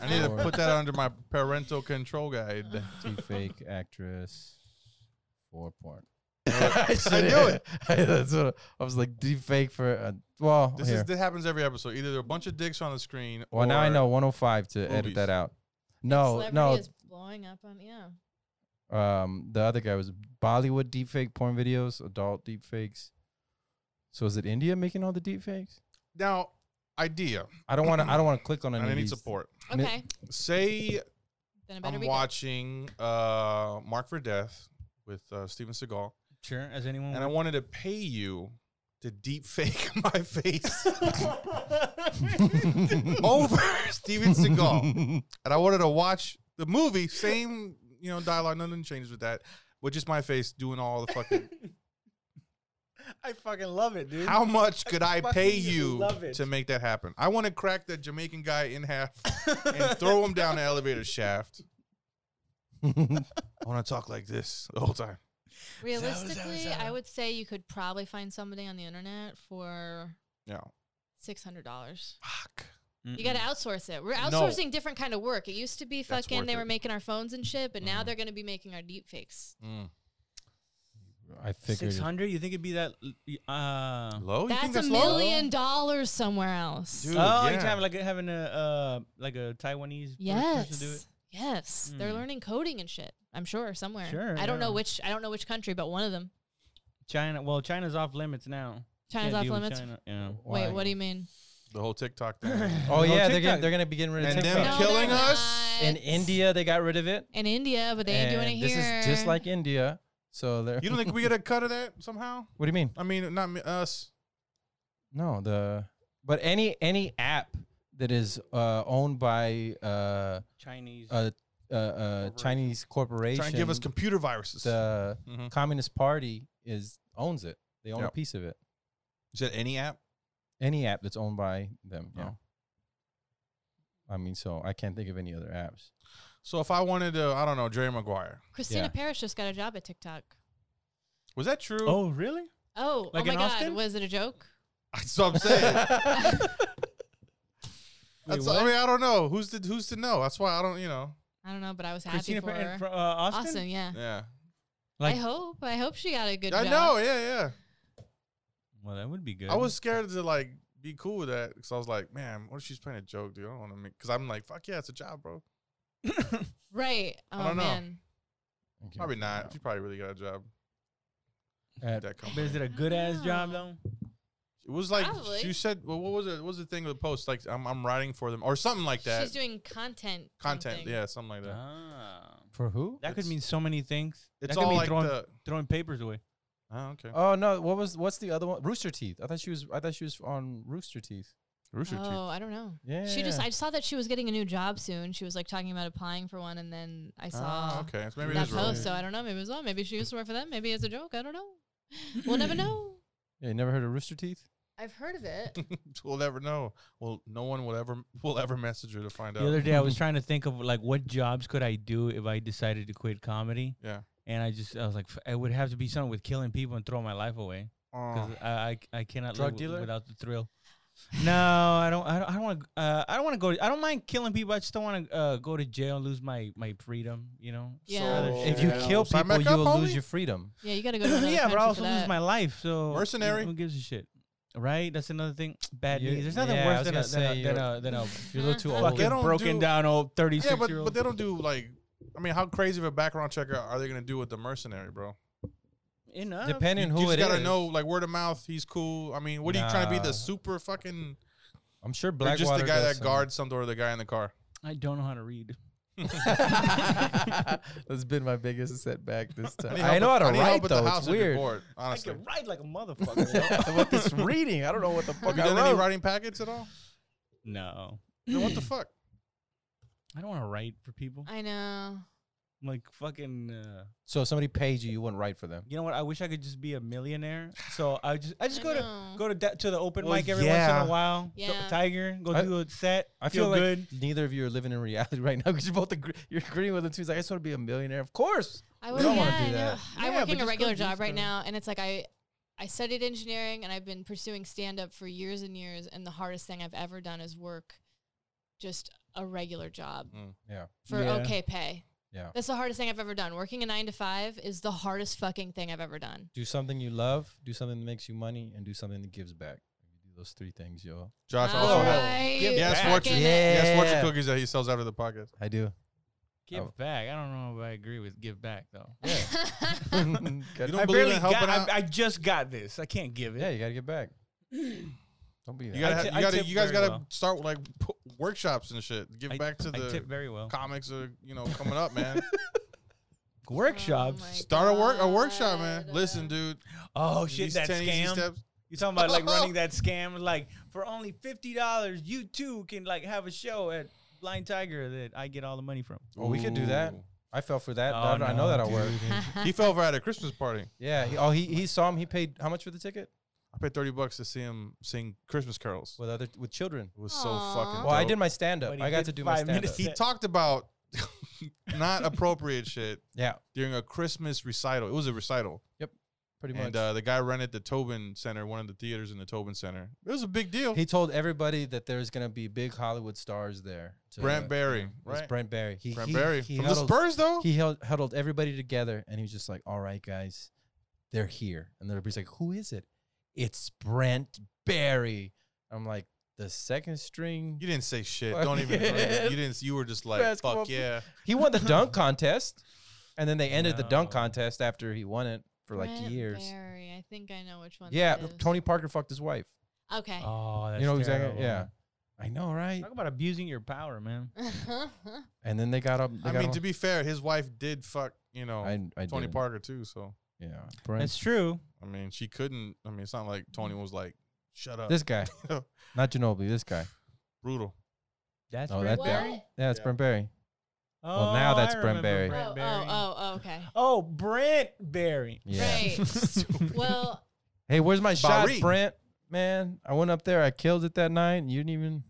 E: I need to
G: Lord.
E: put that under my parental
G: <laughs>
E: control guide.
G: deep fake actress for porn.
E: <laughs> I
G: Should-
E: knew it.
G: That's what <laughs> I was like deep fake for. Uh, well,
E: This
G: here.
E: is this happens every episode. Either there are a bunch of dicks on the screen.
G: Well, now I
E: or-
G: know 105 to edit
E: Boobies.
G: that out. No,
D: Celebrity
G: Oh, no.
D: is blowing up on yeah.
G: Um, the other guy was Bollywood deepfake porn videos, adult deepfakes. So is it India making all the deepfakes?
E: Now, idea.
G: I don't want to. I don't want to click on
E: And
G: any.
E: I
G: of
E: need
G: these.
E: support. <laughs>
G: Mi-
D: Okay,
E: Say
D: then I better
E: I'm
D: be
E: watching uh, Mark for Death with uh, Steven Seagal,
C: Sure, as anyone.
E: and I wanted to pay you to deep fake <laughs>
G: <laughs>
E: my face over Steven Seagal,
G: <laughs>
E: and I wanted to watch the movie. Same, you know, dialogue. Nothing changes with that, but just my face doing all the fucking.
C: <laughs> I fucking love it, dude.
E: How much could I
C: fucking
E: pay you
C: love it.
E: to make that happen? I want to crack that Jamaican guy in half and throw him down the elevator shaft. I want to talk like this the whole time.
D: Real- realistically, I would say you could probably find somebody on the internet for
E: Yeah.
D: six hundred dollars.
E: Fuck.
D: You got to outsource it. We're
E: No.
D: outsourcing different kind of work. It used to be
E: That's
D: fucking
E: worth
D: they
E: it.
D: were making our phones and shit, but now
E: Mhm.
D: they're going to be making our deep fakes.
E: Mm.
G: I figured.
C: Six hundred? You think it'd be that? l- Uh,
E: Low? You
D: that's,
E: think that's
D: a
E: low?
D: million dollars somewhere else.
E: Dude,
C: oh,
E: yeah.
C: you're talking like having a uh, like a Taiwanese per- person do it.
D: Yes. Yes. They're
C: Hmm.
D: learning coding and shit. I'm sure somewhere.
C: Sure,
D: I don't know
C: yeah.
D: which I don't know which country, but one of them.
C: China. Well, China's off limits now.
D: China's
C: Can't
D: off
C: deal with
D: limits.
C: China, Yeah.
G: Why?
D: Wait, what do you mean?
E: the whole TikTok thing.
G: Oh
C: No,
G: yeah, they're
C: TikTok.
G: gonna, they're gonna be getting rid of
E: And them
G: TikTok.
E: No, killing
D: they're
E: us?
D: not.
G: In India, they got rid of it.
D: In India, but they ain't doing it
G: And this
D: here.
G: is just like India. So they're. <laughs>
E: you don't think we get a cut of that somehow?
G: What do you mean?
E: I mean, not me, us.
G: No, the but any any app that is uh, owned by uh,
C: Chinese.
G: a, a, a Chinese corporation,
E: Trying to give us computer viruses.
G: the
E: Mhm. You
G: Communist Party is owns it. They own
E: Yep.
G: a piece of it.
E: said any app?
G: Any app that's owned by them. Yeah.
E: Oh.
G: I mean, so I can't think of any other apps.
E: So if I wanted to, I don't know, Jerry Maguire.
D: Christina
G: Yeah.
D: Parrish just got a job at TikTok.
E: Was that true?
C: oh, really?
D: Oh,
C: Like
D: oh my
C: in
D: god,
C: Austin?
D: was it a joke?
E: That's what I'm saying.
C: <laughs> Wait,
E: That's-
C: what?
E: I mean, I don't know. Who's to, who's to know? That's why I don't, you know.
D: I don't know, but I was happy
C: Christina
D: for
C: Perrin
D: her.
C: from uh, Austin.
D: Austin, yeah.
E: Yeah.
C: Like,
D: I hope. I hope she got a good
E: I
D: job.
E: know. Yeah, yeah.
C: well, that would be good.
E: I was scared to like be cool with that because I was like, man, what if she's playing a joke, dude? I don't want to make. Because I'm like, fuck yeah, it's a job, bro.
D: Right. Oh
E: don't know.
D: man.
G: I can't
E: Probably
G: think
E: not.
G: of
E: She probably really got a job
G: an
E: at
G: app.
E: that
C: Uh, But
E: company.
C: is it a good ass job though?
E: It was like
D: Probably.
E: you said. Well, what was it? What was the thing with the post? Like I'm, I'm writing for them or something like that.
D: She's doing content.
E: Content,
D: something.
E: yeah, something like that.
C: Ah.
G: For who?
C: That could
E: It's-
C: mean so many things.
E: It's
C: that could
E: all
C: mean
E: like
C: throwing,
E: the.
C: throwing papers away.
E: Oh, okay.
G: Oh no! What was what's the other one? Rooster Teeth. I thought she was. I thought she was on Rooster Teeth.
E: Rooster Teeth.
D: Oh, I don't know.
G: Yeah.
D: She just I saw that she was getting a new job soon. She was like talking about applying for one and then I saw
E: Ah, okay. So maybe it
D: that
E: is real.
D: post. So I don't know. Maybe it was on. Maybe she used to work for them. Maybe it's a joke. I don't know. We'll never know.
G: Yeah, you never heard of Rooster Teeth?
D: I've heard of it.
E: <laughs> we'll never know. Well, no one will ever <laughs> will ever message her to find out.
C: The other day, <laughs> I was trying to think of like what jobs could I do if I decided to quit comedy,
E: yeah.
C: and I just I was like, "F- it would have to be something with killing people and throw my life away
G: Uh,
C: because I, I I cannot
G: Drug
C: live w-
G: dealer?
C: without the thrill. No, I don't. I don't, I don't want to. Uh, I don't want to go. I don't mind killing people. I just don't want to uh, go to jail and lose my my freedom. You know.
D: <laughs> Yeah.
E: So-
G: If you
E: Yeah.
G: kill
E: Sign
G: people,
E: back
G: you
E: up,
G: will
E: homie.
G: lose your freedom.
D: Yeah, you
C: <laughs>
D: gotta go to
E: <laughs>
D: another
C: yeah,
D: country
C: but I
D: for
C: also lose
D: that.
C: my life. So
E: Mercenary.
C: Who gives a shit? Right, that's another thing. Bad
G: You-
C: knees. There's nothing
G: yeah, I
C: worse
G: was
C: than a,
G: gonna
C: than, a,
G: say
C: than
G: you're-
C: a <laughs> than a
G: You're a little too
D: Fucking
G: old.
E: They don't
C: broken
E: do-
C: down old thirty six
E: Yeah, but
C: year
E: but
C: old.
E: they don't do like. I mean, how crazy of a background checker are they gonna do with the mercenary, bro?
C: Enough.
G: Depending
E: you
G: who
E: just
G: it
E: gotta
G: is.
E: know, like word of mouth. He's cool. I mean, what are you trying to be?
G: Nah.
E: The super fucking.
G: I'm sure
E: Or
G: Blackwater.
E: just the guy
G: does
E: that
G: some-
E: guards some door, the guy in the car.
C: I don't know how to read.
G: <laughs>
E: <laughs>
G: That's been my biggest setback this time.
E: need
G: I,
E: help
G: know how
E: with-
G: to
E: I need help
G: write
E: with the
G: though.
E: house
G: It's
E: if you're
G: weird.
E: bored, honestly. Have
C: write <laughs> like a
G: <laughs>
C: motherfucker.
G: About this reading, I don't know what the fuck
E: you
G: I
E: done any
G: wrote.
E: writing packets at all?
C: no,
E: Then what the fuck?
C: I don't want to write for people.
D: I know.
C: I'm like fucking. Uh,
G: So if somebody pays you, you wouldn't write for them.
C: you know what? I wish I could just be a millionaire. So I just I just
D: I
C: go
D: know.
C: to go to da- to the open
E: Well,
C: mic every once
E: yeah.
C: in a while. Go-
D: Yeah.
C: Tiger, go
G: I-
C: do a set.
G: I feel, like
C: good.
G: neither of you are living in reality <laughs> right now because you both agree, you're agreeing with him too. He's like, I just want to be a millionaire. Of course.
D: I
G: We
D: would,
G: don't
D: yeah,
G: wanna do
D: I know.
G: that.
D: I'm
C: Yeah, but
D: working
C: just
D: a
C: go
D: regular
C: do
D: job right
C: stuff.
D: now, and it's like I, I studied engineering, and I've been pursuing stand up for years and years, and the hardest thing I've ever done is work, just a regular job
E: Mm.
G: Yeah.
D: for
C: Yeah.
D: okay pay.
G: Yeah.
D: That's the hardest thing I've ever done. Working a nine to five is the hardest fucking thing I've ever done.
G: Do something you love, do something that makes you money, and do something that gives back. You do those three things, yo.
E: Josh oh,
D: All
E: also has.
D: right.
E: Give Yes,
D: Fucking
E: fortune.
D: it.
E: Yes, fortune
G: Yeah.
E: cookies that he sells after the podcast.
G: I do. <laughs>
C: Give
G: Oh.
C: back. I don't know if I agree with give back though.
D: <laughs>
C: <laughs>
E: You
G: yeah,
E: don't
C: I
E: believe
C: barely
E: in helping
C: got.
E: out.
C: I, I just got this. I can't give it.
G: you gotta get back. Don't be
E: you
G: that.
E: gotta,
C: I
E: ha-
C: tip-
E: you
C: I
E: gotta,
C: tip
E: you guys
C: very
E: gotta
C: well.
E: start with, like p- workshops and shit. Give
C: I-
E: back to
C: I
E: the
C: tip very well.
E: comics or you know coming
D: <laughs>
E: up, man.
C: Workshops.
D: Oh my
E: Start a work a
D: God.
E: workshop, man. Listen, dude.
C: Oh shit,
E: these
C: that
E: 10 easy
C: scam.
E: steps.
C: You talking
E: <laughs>
C: about like running that scam? Like for only fifty dollars, you too can like have a show at Blind Tiger that I get all the money from.
G: Oh, we could do that.
E: Ooh.
G: I fell for that.
C: Oh,
G: I, I
C: no,
G: know that'll work.
E: He fell over at a Christmas party.
G: <laughs> Yeah. He, oh, he, he saw him. He paid how much for the ticket?
E: I paid thirty bucks to see him sing Christmas carols.
G: With other with children.
E: It was so
D: Aw.
E: fucking.
G: Well, I
E: dope.
G: did my stand up.
C: But he
G: I got
C: did
G: to do my
C: five
G: stand up.
C: minutes.
E: He talked about <laughs> not appropriate shit
G: <laughs> Yeah,
E: during a Christmas recital. It was a recital,
G: pretty much.
E: and uh, the guy rented the Tobin Center, one of the theaters in the Tobin Center. It was a big deal.
G: he told everybody that there's gonna be big Hollywood stars there. to-
E: Brent Barry,
G: It was
E: right?
G: Brent Barry. He,
E: Brent
G: he-
E: Barry
G: He
E: from the
G: huddled,
E: Spurs, though.
G: he held, huddled everybody together, and he was just like, "All right, guys, they're here." And everybody's like, "Who is it?" It's Brent Barry. I'm like the second string.
E: you didn't say shit.
G: Fuck <laughs>
E: Don't even.
G: yeah.
E: You didn't. You were just like,
G: Basketball
E: fuck yeah.
G: He won the
E: <laughs>
G: dunk contest, and then they ended the dunk
C: No.
G: contest after he won it for like
D: Brent
G: years.
D: Barry. I think I know which one.
G: Yeah,
D: that is.
G: Tony Parker fucked his wife.
D: Okay.
C: Oh, that's
G: you know exactly.
C: terrible.
G: Yeah, I know, right?
C: Talk about abusing your power, man.
G: Oh.
D: <laughs>
G: And then they got up.
E: I mean, to be fair, his wife did fuck. You know,
G: I, I
E: Tony
G: didn't.
E: Parker too. So <laughs>
G: Yeah, Brent.
C: That's true.
E: I mean, she couldn't. I mean, it's not like Tony was like, Shut up.
G: Mm. This guy, not Ginobili. This guy.
E: <laughs>
G: <laughs>
E: brutal.
C: That's
G: Oh,
C: Brent
G: that
C: Berry?
D: thing.
G: Yeah, it's
E: Yeah.
G: Brent Berry.
C: Oh,
G: Well, now that's
C: I
G: Brent
C: remember
G: Berry.
D: Oh,
C: Brent
D: oh,
C: Berry.
D: oh, oh, okay.
C: Oh, Brent Berry.
G: Yeah.
E: <laughs>
D: Right. well,
G: Hey, where's my
E: Barry.
G: shot, Brent? Man, I went up there. I killed it that night. And you didn't
C: Mm.
G: even.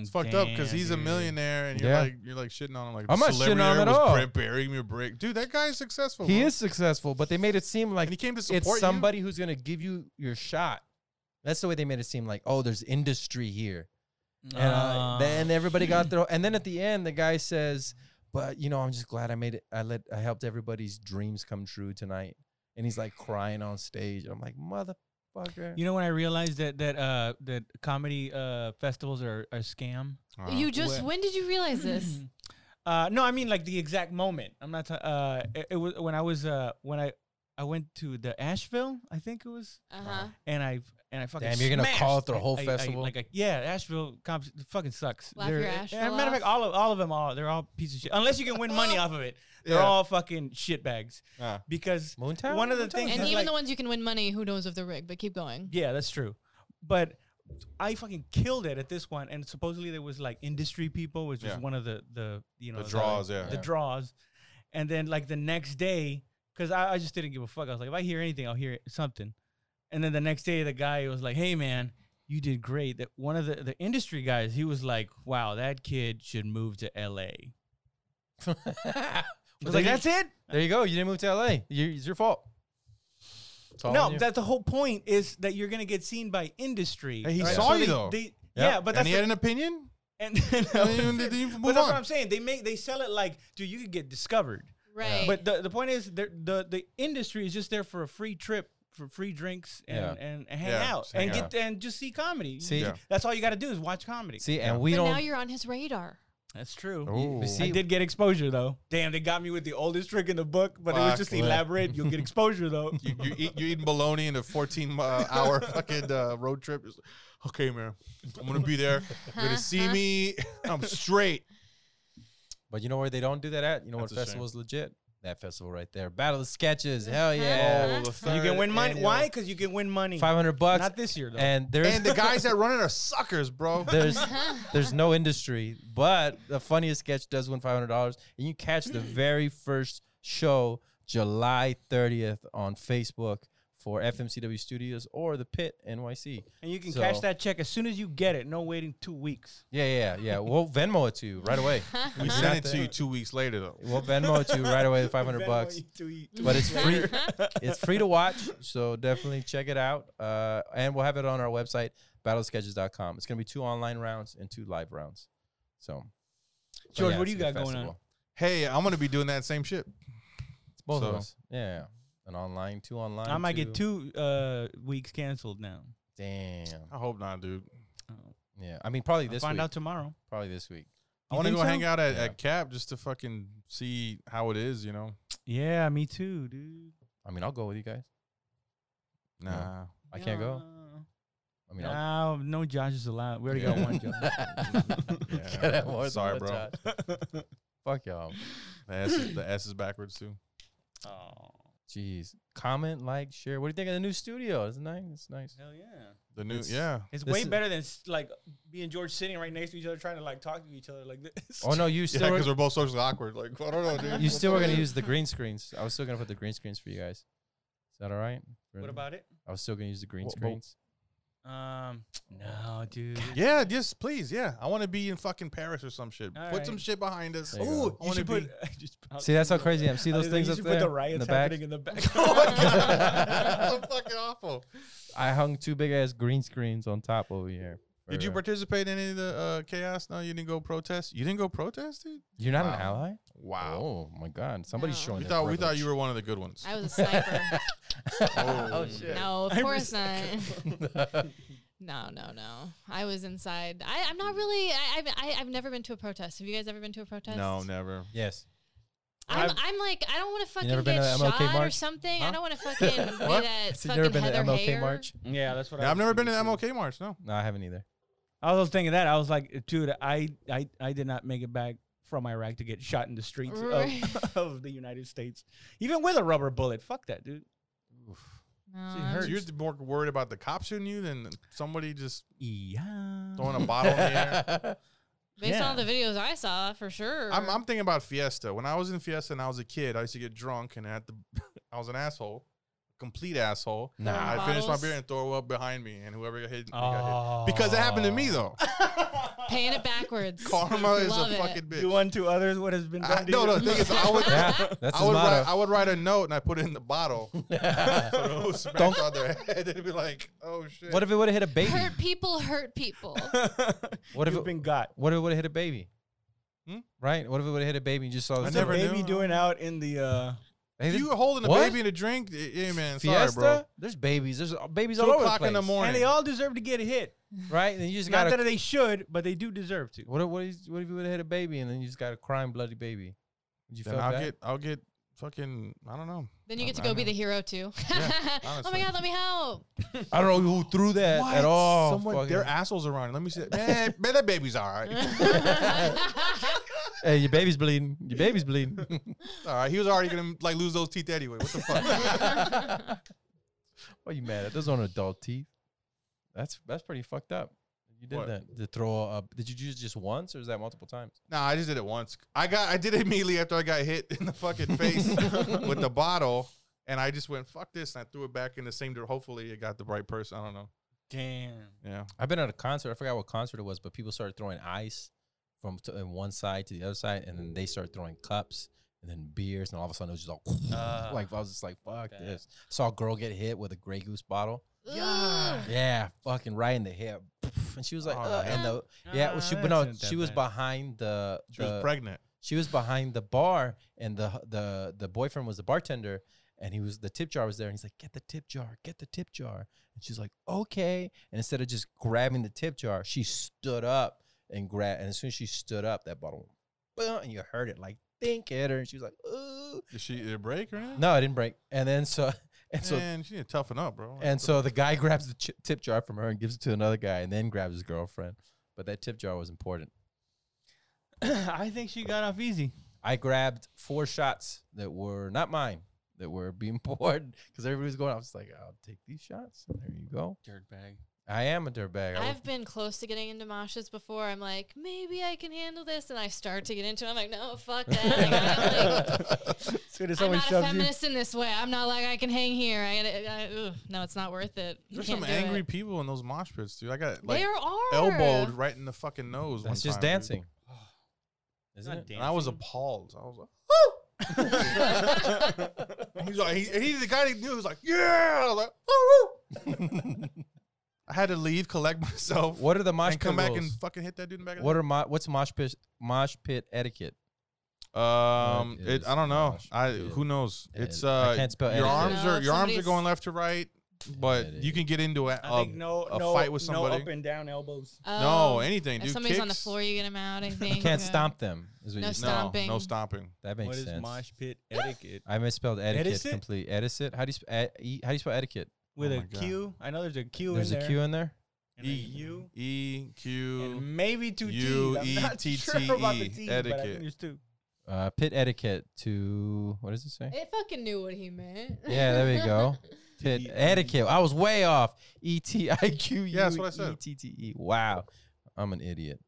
E: It's fucked up because he's a millionaire and you're
G: Yeah.
E: like you're like shitting on him like
G: I'm not shitting on him
E: celebrity
G: at
E: was
G: all.
E: Brett Barry, give me a break, dude. That guy is
G: <laughs>
E: successful.
G: he
E: bro.
G: is successful, but they made it seem like
E: and he came to support
G: it's
E: you.
G: somebody who's gonna give you your shot. That's the way they made it seem like, oh, there's industry here, and
C: Ah.
G: uh, then everybody got their. And then at the end, the guy says, "But you know, I'm just glad I made it. I let I helped everybody's dreams come true tonight." And he's like crying on stage. I'm like, motherfucker.
C: You know when I realized that that uh that comedy uh festivals are are scam.
E: Uh-huh.
D: you just,
C: Wha-
D: when did you realize
C: <clears throat>
D: this?
C: uh no, I mean like the exact moment. I'm not. ta- uh, it, it was when I was uh when I I went to the Asheville, I think it was,
D: Uh huh.
C: and I and I fucking
G: Damn, you're gonna
C: smashed.
G: call it the
C: I-
G: whole
C: I- I-
G: festival?
C: like I- yeah, Asheville comps fucking sucks.
D: Laugh your
C: They're-
D: Asheville
C: and matter of fact,
D: off.
C: all of all of them are they're all pieces of shit. Unless you can win
D: <laughs>
C: money off of it, they're
E: Yeah.
C: all fucking shit bags.
E: Ah.
C: Because
G: Moontown?
C: One of the
G: Moontown?
C: things
D: And
C: is
D: even
C: like-
D: the ones you can win money, who knows if they're rigged, but keep going.
C: Yeah, that's true. But I fucking killed it at this one, and supposedly there was like industry people, which
E: Yeah.
C: was one of the the you know
E: The draws, yeah.
C: the
G: Yeah.
C: draws, and then like the next day, because I, I just didn't give a fuck. I was like, if I hear anything, I'll hear something. And then the next day, the guy was like, "Hey man, you did great." That one of the the industry guys, he was like, "Wow, that kid should move to <laughs> L.A." I was like, "That's it."
G: There you go. You didn't move to LA. You, it's your fault. It's all on
C: No,
G: you.
C: that the whole point is that you're gonna get seen by industry.
E: Hey, he
C: right?
E: saw
C: So
E: you,
C: they-
E: though.
C: they-
G: Yeah.
C: yeah, but that's
E: and he
C: the-
E: had an opinion.
C: And <laughs> then,
E: And then you- then you
C: but
E: move
C: that's what
E: on.
C: I'm saying. They make they sell it like, dude, you could get discovered.
D: Right.
C: But the, the point is, the, the the industry is just there for a free trip, for free drinks, and
G: Yeah.
C: and, and hang
E: Yeah,
C: out
E: just hang
C: and get and just see comedy.
G: See,
E: Yeah.
C: that's all you got to do is watch comedy.
G: see, and we
D: but
G: don't.
D: now you're on his radar.
C: that's true.
E: Oh.
G: you
C: I
G: see,
C: did get exposure though. Damn, they got me with the oldest trick in the book, but it was
E: Fuck,
C: just
E: man.
C: elaborate. You'll get exposure though.
E: <laughs> You, you eat, you're eating bologna in a 14 uh,
C: <laughs>
E: hour fucking uh, road trip. It's like, okay, man, I'm gonna be there. You're gonna see
C: <laughs>
E: me. I'm
G: <laughs>
E: straight.
G: But you know where they don't do that at? You know what
E: That's a shame.
G: festival is legit? That festival right there. Battle of Sketches. Hell yeah.
E: the
C: you
E: third
C: can win money.
E: annual-
C: Why? Because you can win money.
G: 500 bucks.
C: Not this year though.
G: and there's,
E: And the guys that run it are suckers,
G: <laughs>
E: bro.
G: there's,
D: Uh-huh.
G: there's no industry. But the funniest sketch does win $500. And you catch the
E: Hmm.
G: very first show July 30th on Facebook for FMCW Studios or The Pit NYC.
C: and you can
G: So-
C: cash that check as soon as you get it. No waiting two weeks.
G: Yeah, yeah,
E: <laughs>
G: yeah. We'll Venmo it to you right away.
E: We send it to you two weeks later, though.
G: We'll Venmo it to you right away, the 500 bucks. but <laughs> it's free. it's free to watch, so definitely check it out. Uh, and we'll have it on our website, battlesketches.com. It's gonna be two online rounds and two live rounds. So, but
C: George, what do
G: Oh, it's
C: you
G: a good
C: got going on?
E: Hey, I'm gonna be doing that same shit.
G: It's both of
E: So-
G: us. Yeah, an online, two online.
C: I might get two uh, weeks canceled now.
G: Damn.
E: I hope not, dude.
G: Yeah, I mean probably
C: I'll
G: this
C: find
G: week.
C: out tomorrow.
G: probably this week.
E: I
C: You
E: want to
C: think
E: go
C: so?
E: hang out at,
G: Yeah.
E: at Cap just to fucking see how it is, you know?
C: Yeah, me too, dude.
G: I mean, I'll go with you guys.
E: Nah.
G: I can't go. I mean, I'll
C: No, no, Josh is allowed. We already
G: <laughs>
C: got one <laughs> Josh.
E: Yeah.
G: Gotta have more than one
E: Sorry, bro.
G: shot. <laughs> Fuck y'all.
E: The S, is, the S is backwards too.
C: <laughs> Oh,
G: Jeez. Comment, like, share. What do you think of the new studio? It's nice. It's nice.
C: hell yeah!
E: The new,
G: It's-
E: yeah.
C: It's
G: This
C: way
G: is-
C: better than s- like me and George sitting right next to each other trying to like talk to each other like this.
G: Oh no, you
E: Yeah,
G: still were-
E: because we're both socially awkward. Like, I don't know, dude.
G: You still were gonna use the green screens. I was still gonna put the green screens for you guys. Is that all right?
C: <laughs> What about it?
G: I was still gonna use the green
E: Wha- but-
G: screens.
C: Um, no, dude.
E: Yeah, yes, please. Yeah. I want to be in fucking Paris or some shit.
C: All
E: Put
C: right.
E: some shit behind us.
G: There you go.
E: I wanna
C: <laughs>
E: be- <laughs>
G: See, that's how crazy I am. See
C: I
G: those
C: was like,
G: things
C: you
G: up
C: should
G: there
C: put the riots
G: in the back.
C: happening in the back. <laughs>
E: oh my God. so fucking awful.
G: I hung two big ass green screens on top over here.
E: Did you
G: for-
E: participate in any of the uh, chaos? No, you didn't go protest? You didn't go protest, dude?
G: You're not
E: Wow.
G: an ally.
E: Wow.
G: Oh my god! Somebody's
D: No.
G: showing.
E: We
G: their
E: thought we thought
G: privilege.
E: you were one of the good ones.
D: I was a sniper.
E: Oh,
D: no, of
C: I
D: course not. <laughs>
E: <laughs>
D: no, no, no. I was inside. I, I'm not really. I, I've I, I've never been to a protest. Have you guys ever been to a protest?
E: No, never.
G: <laughs> yes.
D: I'm,
C: I've-
D: I'm like I don't want to
G: never
D: fucking
G: been
D: get
G: to a MLK
D: shot or
G: march?
D: something. I
G: Huh? <laughs>
D: don't want to fucking be
G: What?
D: that
G: So you never
D: fucking
G: been to
D: Heather
G: MLK
D: Hayer.
G: march?
C: yeah, that's what
E: No,
C: I
E: I've
C: was
E: never been to the
C: thinking, too.
E: MLK March, no.
G: No, I haven't either.
C: I was thinking that. I was like, dude, I, I, I did not make it back from Iraq to get shot in the streets <laughs> of,
D: Right.
C: of the United States, even with a rubber bullet. Fuck that, dude.
D: No, No,
C: See,
D: I'm
C: hers-
E: So you're more worried about the cops shooting you than somebody just
C: Yeah.
E: throwing a bottle in the
G: <laughs>
E: air.
D: Based
C: Yeah.
D: on the videos I saw, for sure.
E: I'm, I'm thinking about Fiesta. When I was in Fiesta and I was a kid, I used to <laughs> get drunk and at the, I was an asshole, complete asshole.
D: Nah. <laughs>
E: I finished my
D: Bottles.
E: beer and throw it up behind me, and whoever got hit, got
C: Oh.
E: hit. because it happened to <laughs> me
C: <laughs>
E: though.
D: paying it backwards.
E: Karma is
D: Love
E: a
D: it.
E: fucking bitch.
C: Do unto others what has been done
E: I,
C: to
E: no,
C: you.
E: no. The thing is, I would,
G: yeah, <laughs> that's
E: I
G: his
E: would, write,
G: motto.
E: I would write a note and I put it in
G: <laughs>
E: the bottle. <laughs> so it would <laughs> smash
G: Don't-
E: on their head. It'd be like, oh shit.
G: What if it would have hit a baby?
E: <laughs>
D: Hurt people hurt people.
C: <laughs>
G: What if
C: You've
G: it,
C: been got.
G: what if it would have hit a baby?
E: Hmm?
G: Right? What if it would have hit a baby and you saw
E: I
G: this?
C: What's a
E: never knew.
C: baby doing out in the uh
G: Hey,
E: if
G: this
E: you were holding a
G: What?
E: baby and a drink? y- Yeah, man.
G: Fiesta?
E: Sorry, bro.
G: There's babies. There's uh, babies
E: Two
G: all over the
E: o'clock
G: place.
E: in the morning.
C: and they all deserve to get hit.
G: Right? And you just
C: Not
G: got
C: that they should, but they do deserve to.
G: What if, what, is, what if you would have hit a baby and then you just got a crying bloody baby? Would you
E: Then
G: feel
E: I'll
G: bad?
E: get, I'll get fucking, I don't know.
D: Then you get to
E: I
D: go be
E: know.
D: the hero too.
E: <laughs> Yeah,
D: oh my
E: honestly.
D: god, let me help.
E: <laughs>
G: I don't know who threw that
E: What?
G: at all.
E: Someone, their
G: fucking-
E: assholes are running. Let me see. Man, <laughs> man, that baby's all right.
G: hey, your baby's bleeding. Your baby's
E: <laughs>
G: bleeding. <laughs>
E: All right, he was already gonna like lose those teeth anyway. What
G: <laughs>
E: the fuck?
G: What you mad at? Those aren't adult teeth. That's that's pretty fucked up. You did
E: What?
G: that. The throw up. Did you do it just once or is that multiple times?
E: nah, I just did it once. I got, I did it immediately after I got hit in the
G: <laughs>
E: fucking face with the bottle, and I just went fuck this, and I threw it back in the same. dir- Hopefully, it got the right person. I don't know.
C: Damn.
E: Yeah,
G: I've been at a concert. I forgot what concert it was, but people started throwing ice from t- in one side to the other side, and then they started throwing cups and then beers, and all of a sudden it was just all <laughs>
E: Ah.
C: Uh,
G: like I was just like, "Fuck
C: that.
G: this!" Saw a girl get hit with a Grey Goose bottle.
D: Ooh.
G: Yeah, fucking right in the hip, <laughs> and she was like,
E: Oh,
G: "Ugh," and the yeah, well, she
C: Ah,
G: but
C: that
G: no,
C: isn't that
G: she was
C: bad.
G: behind the
E: she was
G: the-
E: pregnant.
G: she was behind the bar and the the the boyfriend was the bartender and he was the tip jar was there and he's like get the tip jar get the tip jar and she's like okay and instead of just grabbing the tip jar she stood up and grabbed and as soon as she stood up that bottle boom, and you heard it like think at her and she was like ooh
E: Did she did it break or anything?
G: no it didn't break and then so <laughs> and so
E: Man, she didn't toughen up, bro.
G: and so the guy <laughs> grabs the ch- tip jar from her and gives it to another guy and then grabs his girlfriend but that tip jar was important
C: <clears throat> I think she got off easy. <laughs>
G: I grabbed four shots that were not mine, that were being <laughs> poured because everybody was going. I was like, I'll take these shots. And there you go.
C: Dirtbag.
G: I am a dirtbag. I was-
D: I've been close to getting into moshes before. I'm like, maybe I can handle this, and I start to get into. it. I'm like, no, fuck that. Like, <laughs> I'm,
E: <laughs>
D: like,
C: Soon
D: I'm
C: as someone
D: not a
C: shoves you.
D: feminist in this way. I'm not like I can hang here. I, I, I ugh, no, it's not worth it. You
E: there's
D: can't
E: some
D: do
E: angry
D: it.
E: people in those mosh pits, dude. I got like
D: there are
E: elbowed right in the fucking nose. one
G: that's just
E: time, dude.
G: dancing, isn't
C: Not
G: it?
E: And I was
C: dancing.
E: appalled. I was like,
D: <laughs>
E: woo! <laughs> he's like, he, and he's the guy that knew. He was like, yeah. I was like, woo,
G: <laughs>
E: woo. I had to leave, collect <laughs> myself,
G: What are the mosh
E: and
G: pit
E: come back and
G: rules?
E: fucking hit that dude in the back.
G: what are mo- what's mosh pit mosh pit etiquette?
E: um,
G: That
E: it, I
G: is
E: don't know.
G: mosh
E: I
G: pit.
E: who knows?
G: Ed-
E: It's
G: I
E: uh,
G: can't spell
E: your
G: etiquette.
E: arms
D: No,
E: are
D: if
E: your arms are
D: somebody's-
E: going left to right, but you
G: Etiquette.
E: can get into a,
C: I
E: a,
C: think
G: um,
C: no,
E: a
C: no
E: fight with
C: No
E: somebody.
C: up and down elbows.
E: no
D: Oh,
E: anything,
D: If
E: dude.
D: somebody's on the
E: Kicks?
D: floor, you get them out.
C: <laughs>
D: I think
G: You can't
D: Yeah.
G: stomp them. Is what you
D: No
E: no,
G: said.
D: stomping.
E: no stomping.
G: That
C: What
G: makes
C: is
G: sense. Oh
C: mosh
G: <laughs>
C: pit etiquette?
G: I misspelled etiquette
C: Etiquette?
G: complete. Etiquette. How do you sp- e- e- how do you spell etiquette?
C: With
E: Oh
C: a
E: my God.
C: Q. I know there's a Q
G: There's
C: in
G: a
C: there.
G: Q in there.
C: and a U.
E: E Q.
C: And maybe two
E: U,
C: T's. I'm
E: E,
C: not
E: T,
C: sure about the
E: T, E,
C: T's, but I
E: etiquette.
C: think there's two.
G: Uh, pit etiquette to what does it say?
D: It fucking knew what he meant.
G: Yeah, there we go. Pit
C: E-
G: etiquette. I was way off. E T I Q U
E: Yeah, that's what I said.
G: E T T E. Wow, I'm an idiot.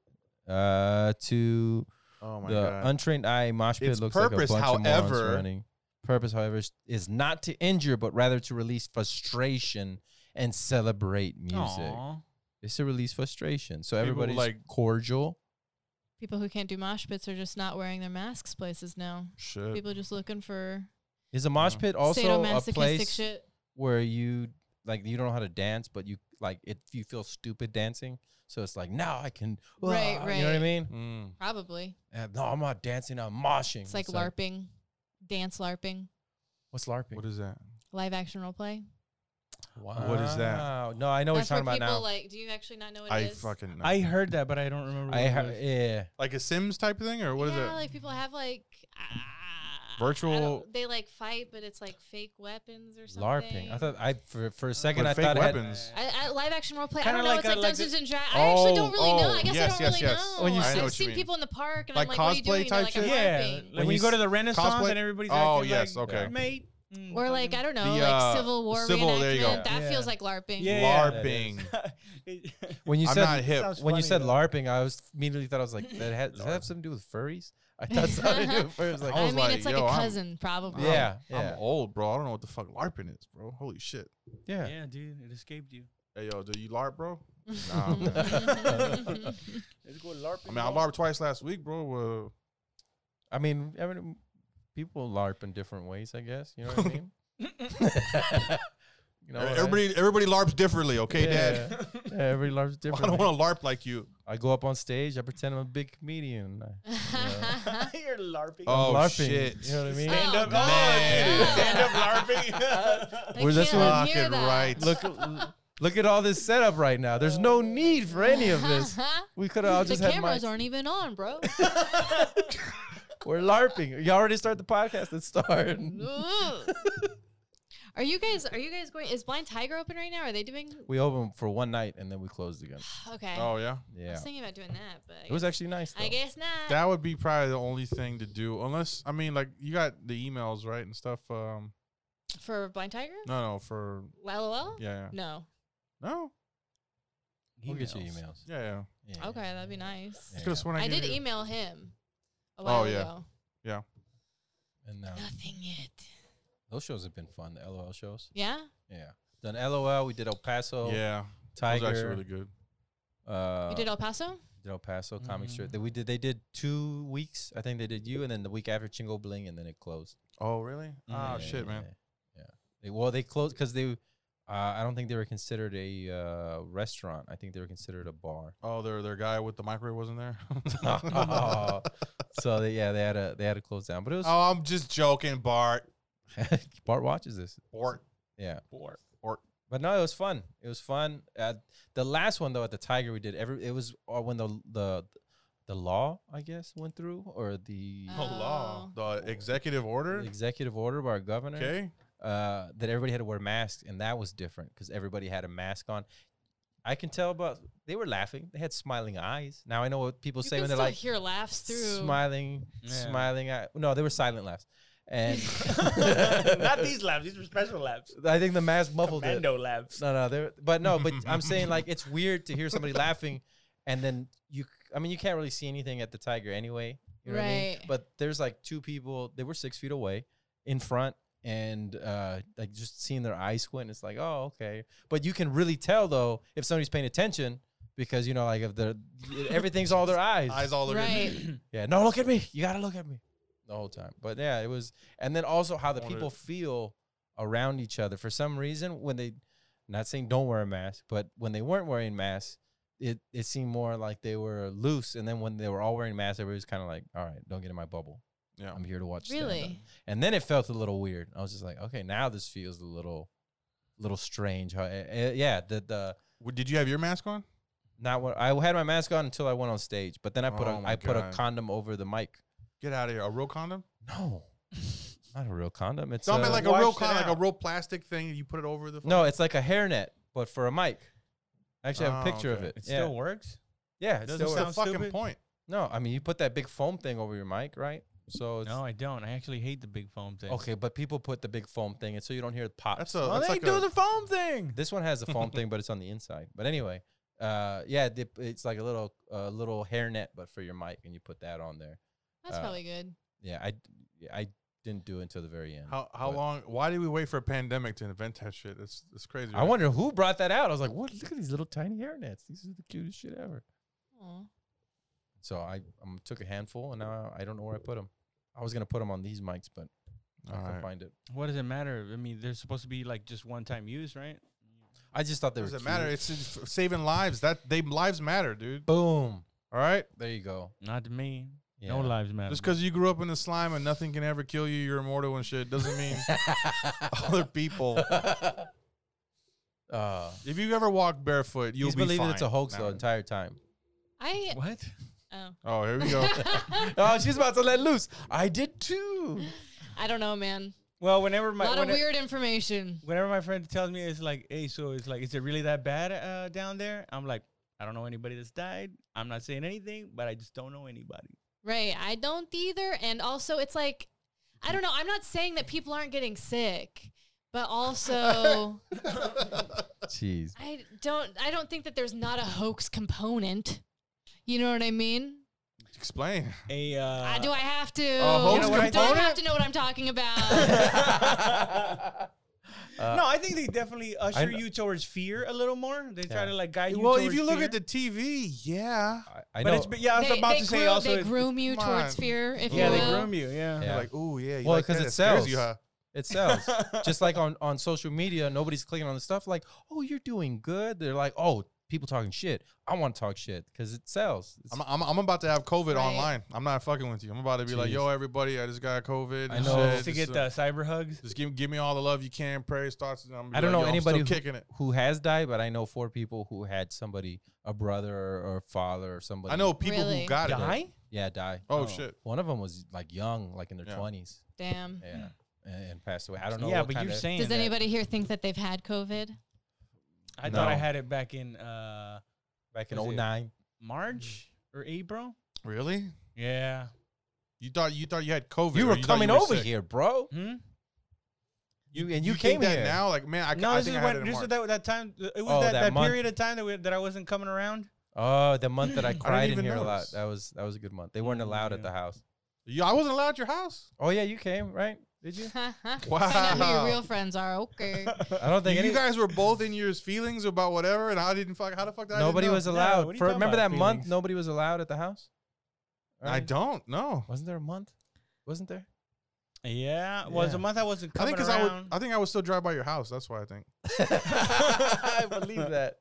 G: Uh, to
E: Oh my
G: the
E: god.
G: untrained eye, mosh pit
E: Its
G: looks
E: purpose,
G: like a bunch of morons
E: however-
G: running. Purpose, however, is- is not to injure, but rather to release frustration and celebrate music.
C: Aw.
G: It's to release frustration, so
E: People
G: everybody's
E: like-
G: like cordial.
D: <laughs> People who can't do mosh pits are just not wearing their masks places now.
E: Shit.
D: People are just looking for
G: Is a mosh
E: Yeah.
G: pit also a
D: sadomasochistic
G: place
D: shit.
G: where you like you don't know how to dance, but you like if you feel stupid dancing, so it's like now I can,
D: Right,
G: ah," You know what I
D: right.
G: mean?
E: Mm.
D: Probably.
G: And, no, I'm not dancing. I'm moshing.
D: It's like LARPing, dance LARPing,
G: what's LARPing?
E: What is that?
D: live action role play.
E: what is that?
G: Wow. No, I know what
D: That's
G: you're talking
D: where
G: about
D: people
G: now.
D: like. Do you actually not know what
E: I
D: it is?
E: fucking. Know.
C: I heard that, but I don't remember.
G: I
C: what it
G: heard,
C: was.
G: yeah.
E: like a Sims type of thing, or what is
D: yeah,
E: it?
D: like people have like ah, I
E: Virtual-
D: don't- They like fight, but it's like fake weapons or something.
G: LARPing. I thought I for, for a second
E: With
G: I
E: fake
G: thought it had,
E: weapons.
D: I, I, live action role play. I
C: Kinda
D: don't know.
C: like
D: it's
C: a-
D: like,
C: like the-
D: Dungeons and Dragons. I actually
E: Oh,
D: don't really know. I
E: oh,
D: guess I
E: yes,
D: don't
E: yes,
D: really
E: yes.
D: know.
E: When you I know
D: I've
E: what you
D: seen
E: mean.
D: people in the park and
E: Like
D: I'm like, what are you
E: cosplay
D: doing? They're
E: type
D: like,
E: shit?
D: I'm
C: Yeah,
D: LARPing.
C: like when
G: you
C: you go
G: s-
C: to the Renaissance
E: Cosplay-
C: and everybody's
E: Oh,
C: acting
E: yes,
C: like,
E: okay.
C: mate, Mm,
D: Or like I
C: fucking-
D: don't know,
E: The,
D: like
E: uh,
D: Civil War
E: Civil, there you go.
D: reenactment. That
C: Yeah.
D: feels like LARPing.
C: Yeah, yeah.
E: LARPing.
C: <laughs> It-
G: When you
E: I'm
G: said
E: not hip.
C: sounds
G: when you
C: funny,
G: said
C: though.
G: LARPing, I was immediately thought I was like, that had, does that have something to do with furries? I thought something to do with furries. Like,
E: <laughs> I
D: I,
E: was
D: mean,
E: like,
D: it's like
E: yo,
D: a
E: I'm-
D: cousin, probably. <laughs>
G: yeah,
E: I'm
G: yeah,
E: old, bro. I don't know what the fuck LARPing is, bro. Holy shit.
G: yeah.
C: Yeah, dude, it escaped you.
E: Hey, yo, do you LARP, bro? Nah, man.
C: Let's go LARPing.
E: I mean, I LARPed twice last week, bro.
G: Oh,
E: Uh,
G: I mean, I mean, people LARP in different ways, I guess. You know what I
E: <laughs>
D: <laughs>
G: mean? you know, what I-
E: everybody, everybody LARPs differently, okay, Dad? <laughs>
G: Yeah, everybody LARP's
E: I
G: different.
E: don't want to LARP like you.
G: I go up on stage, I pretend I'm a big comedian. I-
F: <laughs> You're LARPing.
E: <laughs>
C: <laughs>
E: Oh
G: LARPing,
E: shit!
G: You know what I mean?
D: Stand
F: Stand up,
D: Oh,
E: man.
F: oh, dude, stand up
C: <laughs>
F: LARPing.
D: They
G: Well, that's
D: can't
E: what-
D: hear
E: Fucking
D: that.
E: right.
G: Look, l- look at all this setup right now. There's no need for any of
D: <laughs>
G: this. We could have all
D: the
G: just had
D: cameras
G: mics.
D: aren't even on,
E: <laughs>
D: bro.
G: We're LARPing. You already start the podcast. Let's
D: <laughs>
G: start.
D: Ugh. are you guys? Are you guys going? Is Blind Tiger open right now? Are they doing? <sighs>
G: We opened for one night and then we closed again.
D: Okay.
E: Oh yeah,
D: I
G: Yeah,
D: was thinking about doing that, but I
G: it was
D: guess-
G: actually nice. Though.
D: I guess not.
E: that would be probably the only thing to do, unless I mean, like you got the emails right and stuff. Um,
D: For Blind Tiger?
E: no, no, for
D: LOL?
E: yeah, yeah.
D: No.
E: no,
G: We'll get you emails.
E: yeah, yeah.
G: Yeah.
D: Okay, that'd be nice.
G: Yeah.
E: I could have sworn I,
D: I
E: gave
D: did
E: you- Oh,
D: email him a while
E: yeah.
D: ago.
G: And um,
D: Nothing yet.
G: those shows have been fun. The LOL shows.
D: Yeah?
G: Yeah. Done LOL. We did El Paso.
E: Yeah, that
G: Oh, Tiger.
E: was actually really good.
G: uh,
D: you did El Paso?
G: did El Paso Comic
E: Mm-hmm.
C: Mhm.
G: Strip. They- We did. They did two weeks. I think they did you, and then the week after Chingo Bling, and then it closed.
E: Oh really? Oh shit, man.
G: Yeah. They, well, they closed because they. Uh, I don't think they were considered a uh, restaurant. I think they were considered a
E: <laughs>
G: bar. <laughs>
E: Oh, their their guy with the microwave wasn't there. <laughs>
G: Oh. so they, yeah, they had a they had to close down. But it was
E: Oh, I'm just joking, Bart.
G: <laughs> Bart watches this.
E: Bart.
G: Yeah.
E: Bart.
G: But no, it was fun. It was fun. Uh, the last one though at the Tiger we did every it was uh, when the the the law I guess went through or the
D: Uh.
E: Oh, law. The executive order.
G: executive order by our governor
E: Okay.
G: uh, that everybody had to wear masks and that was different because everybody had a mask on. I can tell about they were laughing. They had smiling eyes. Now I know what people
D: you
G: say
D: can
G: when
D: still
G: they're like
D: hear laughs through.
G: smiling,
C: Yeah.
G: smiling. Eye. No, they were silent laughs. And
C: <laughs>
F: Not these labs. These were special labs.
G: <laughs> I think the mask muffled it.
F: Commando labs.
G: No, no, they're but no, but I'm saying like it's weird to hear somebody laughing, and then you. I mean, you can't really see anything at the tiger anyway. You know what I mean?
D: Right.
G: But there's like two people. They were six feet away, in front, and uh, like just seeing their eyes squint. It's like, oh, okay. But you can really tell though if somebody's paying attention because you know, like if they're everything's all their eyes.
E: Eyes all over.
D: right.
G: Yeah. No, look at me. You gotta look at me the whole time. But yeah, it was, and then also how the
E: Wanted-
G: people feel around each other for some reason when they, not saying don't wear a mask, but when they weren't wearing masks, it it seemed more like they were loose. And then when they were all wearing masks, everybody was kind of like, all right, don't get in my bubble.
E: Yeah.
G: I'm here to watch. stand-up."
D: <laughs> Really?
G: And then it felt a little weird. I was just like, okay, now this feels a little, little strange. How, eh, eh, yeah, the the
E: W- Did you have your mask on?
G: not what I had my mask on until I went on stage, but then I put
E: Oh
G: a
E: my
G: I put a
E: God.
G: condom over the mic.
E: Get out of here. A real condom?
G: No, not a real condom. It's
E: Something
G: a-
E: like a real
F: wash it
E: condom, like
F: out.
E: a real plastic thing. You put it over the.
G: no, it's like a hairnet, but for a mic. I actually have
E: Oh,
G: a picture
E: okay.
G: of it.
C: It
G: yeah.
C: still works.
G: yeah, it
C: doesn't
G: still
E: What's the
G: works.
C: sound
E: fucking
C: stupid.
E: point?
G: No, I mean you put that big foam thing over your mic, right? So it's,
C: No, I don't. I actually hate the big foam thing.
G: okay, but people put the big foam thing, and so you don't hear the pop.
E: That's a.
C: Well,
E: that's
C: they
E: like
C: do
E: a,
C: the foam thing.
G: this one has the
C: <laughs>
G: foam thing, but it's on the inside. But anyway, uh, yeah, the- it's like a little uh, little hairnet, but for your mic, and you put that on there.
D: That's
G: Uh,
D: probably good.
G: Yeah, I d- I didn't do it until the very end.
E: How how
G: But-
E: long? Why did we wait for a pandemic to invent that shit? It's it's crazy.
G: I
E: right?
G: wonder who brought that out. I was like, what? Look at these little tiny hairnets. These are the cutest shit ever.
D: Aw.
G: So I um, took a handful, and now I don't know where I put them. I was gonna put them on these mics, but I
E: All
G: can't
E: right.
G: find it.
C: What does it matter? I mean, they're supposed to be like just one time use, right?
G: I just thought they were.
E: Doesn't matter.
G: cute.
E: It's just f- saving lives. That they lives matter, dude.
G: Boom.
E: All right.
G: There you go.
C: Not to me.
G: Yeah. <laughs>
C: No lives matter.
E: Just because you grew up in the slime and nothing can ever kill you, you're immortal and shit, doesn't mean other people.
G: <laughs> Uh,
E: If you ever walk barefoot, you'll
G: he's
E: be
G: believing
E: fine.
G: it's a hoax the
E: Nah.
G: entire time.
D: I
C: What?
D: oh.
E: Oh, here we go.
G: <laughs> oh, she's about to let loose. I did
E: <laughs>
G: too.
D: I don't know, man.
C: Well, whenever
D: A
C: my
D: lot of
C: whenever,
D: weird information.
C: whenever my friend tells me it's like, hey, so it's like, is it really that bad uh, down there? I'm like, I don't know anybody that's died. I'm not saying anything, but I just don't know anybody.
D: Right. I don't either. And also, it's like, I don't know. I'm not saying that people aren't getting sick, but
E: <laughs>
D: also
G: Jeez.
D: I don't I don't think that there's not a hoax component. You know what I mean?
E: Explain.
C: A uh,
D: Uh, do I have to?
E: hoax
D: do I
E: component?
D: have to know what I'm talking about?
C: <laughs> no, I think they definitely usher
G: I-
C: you towards fear a little more. They
G: Yeah.
C: try to like guide you.
E: Well, if
C: towards
E: you look
C: fear.
E: at the TV, yeah,
G: I, I
C: but
G: know.
C: it's but yeah, <laughs> I was
D: they,
C: about
D: they
C: to
D: groom,
C: say also.
D: they
C: it-
D: groom you
E: come
D: towards
E: on.
D: fear, if
C: yeah,
D: you
C: they
D: will.
C: groom you. Yeah.
G: Yeah.
E: You're like, oh yeah. you
G: Well,
E: like
G: 'cause
E: that?
G: it
E: scares You, huh?
G: sells.
E: <laughs>
G: it sells. Just like on, on social media, nobody's clicking on the stuff like, oh, you're doing good. They're like, oh, people talking shit. I want to talk shit because it sells. It's-
E: I'm, I'm, I'm about to have COVID
D: Right.
E: online. I'm not fucking with you. I'm about to be like,
G: Jeez.
E: yo, everybody, I just got COVID.
G: I
E: and
G: know.
E: shit.
C: Just to
E: Just,
C: get
E: uh,
C: the cyber hugs.
E: Just give, give me all the love you can. Praise thoughts. and I'm gonna be
G: I don't
E: like,
G: know
E: yo, I'm
G: anybody
E: still
G: who-
E: kicking it.
G: who has died, but I know four people who had somebody, a brother or, or father or somebody.
E: I know people
D: Really?
E: who got it.
C: Die?
G: Yeah, die.
E: Oh, shit.
G: One of them was like young, like in their
E: Yeah.
G: twenties.
D: Damn.
G: Yeah. And, and passed away. I don't know.
C: Yeah,
G: what
C: but you're
G: kinda-
C: saying
D: Does
C: that.
D: anybody here think that they've had COVID? <laughs>
C: I thought I
G: No.
C: had it back in uh,
G: back
C: Was
G: in
C: it-
G: 09.
C: March
G: Mm.
C: or April.
E: Really?
C: Yeah.
E: You thought you thought you had COVID.
G: You
E: or
G: were
E: thought
G: coming
E: you
G: over
E: sick.
G: here, bro.
C: Hmm?
G: You and you,
E: think
G: came
E: that
G: here
E: now, like man, I, c-
C: no,
E: I
C: this
E: think
C: is
E: I had
C: when
E: it in
C: this
E: March.
C: is that, that time. It was
G: Oh,
C: that,
G: that
C: that,
G: month.
C: period of time that we, that I wasn't coming around.
G: Oh, the month
E: <clears throat>
G: that I cried in
E: even
G: here a lot.
E: notice.
G: That was that was a good month. They weren't
C: Mm,
G: allowed
C: yeah.
G: at the house.
E: Yo, I wasn't allowed at your house.
G: Oh yeah, you came right? Did you?
D: Find out who your
E: Wow.
D: real friends are. Okay.
G: I
E: <laughs>
G: don't think
E: you
G: any,
E: guys were both in your feelings about whatever, and I didn't fuck. How the fuck did I?
G: nobody was
C: No,
G: allowed.
C: what are you
G: For,
C: talking
G: remember
C: about,
G: that month?
C: feelings?
G: Nobody was allowed at the house.
E: I
G: Right?
E: don't know.
G: Wasn't there a month? Wasn't
C: <laughs>
G: there? <laughs>
C: Yeah. Well, it was
G: Yeah.
C: a month I wasn't
E: I
C: coming
E: think because I would.
C: around.
E: I think I would still drive by your house. That's why I think.
G: I believe that.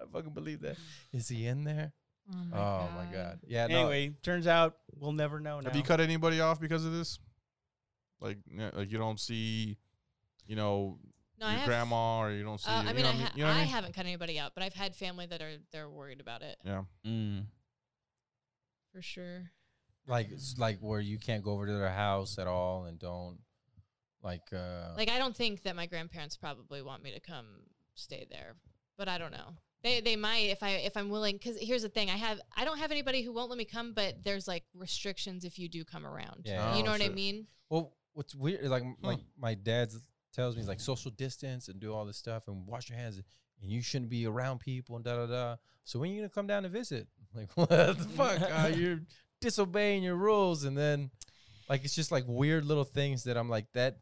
G: I fucking believe that. Is he in there?
D: Oh my,
G: oh my god. Yeah. no,
C: anyway, turns out we'll never know
G: Oh,
C: now.
E: Have you cut anybody off because of this? Like, yeah, like you don't see, you know,
D: No, I
E: your
D: have-
E: grandma, or you don't see.
D: Uh, I
E: you
D: mean,
E: know
D: I,
E: what
D: ha-
E: You know what
D: I
E: I mean?
D: haven't cut anybody out, but I've had family that are they're worried about it
E: Yeah.
C: Mm.
D: for sure.
G: like it's like where you can't go over to their house at all and don't like uh
D: Like I don't think that my grandparents probably want me to come stay there, but I don't know. They they might if I if I'm willing. Because here's the thing: I have I don't have anybody who won't let me come, but there's like restrictions if you do come around.
G: Yeah.
D: you
E: Oh,
D: know what I
E: shit.
D: mean?
G: well what's weird is like like
C: Hmm.
G: my dad's tells me it's like social distance and do all this stuff and wash your hands and you shouldn't be around people and da da da. So when you gonna come down to visit? <laughs> I'm Like <laughs> what the
C: <laughs>
G: fuck? Uh, you're disobeying your rules and then like it's just like weird little things that I'm like that.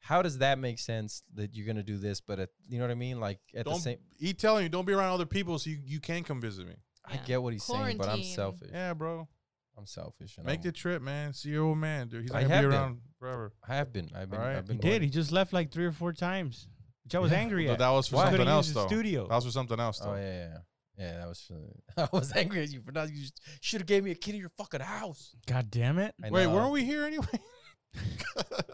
G: How does that make sense that you're gonna do this? But at, you know what I mean? Like at the
E: Don't-
G: same,
E: He telling you don't be around other people, so you, you can come visit me.
G: I get what he's saying, but I'm
D: Quarantine.
G: selfish.
E: Yeah, bro.
G: I'm selfish. and
E: Make
G: I'm-
E: the trip, man. See your old man, dude. He's
G: I
E: not gonna
G: have
E: be
G: been.
E: around forever.
G: I have been. I've been.
E: Alright.
G: I've
E: You
G: been
C: He did.
G: going.
C: He just left like three or four times, which I was
G: Yeah.
C: angry
E: Although
C: at.
E: that was for
G: Why?
E: something
C: Couldn't
E: else,
C: use the
E: though.
C: studio.
E: That was for something else, though.
G: Oh yeah, yeah, yeah. Yeah, that was. uh, <laughs> I was angry at you for not. You should have gave me a key to your fucking house.
C: God damn it!
G: I
E: Wait,
G: know.
E: weren't we here anyway? <laughs>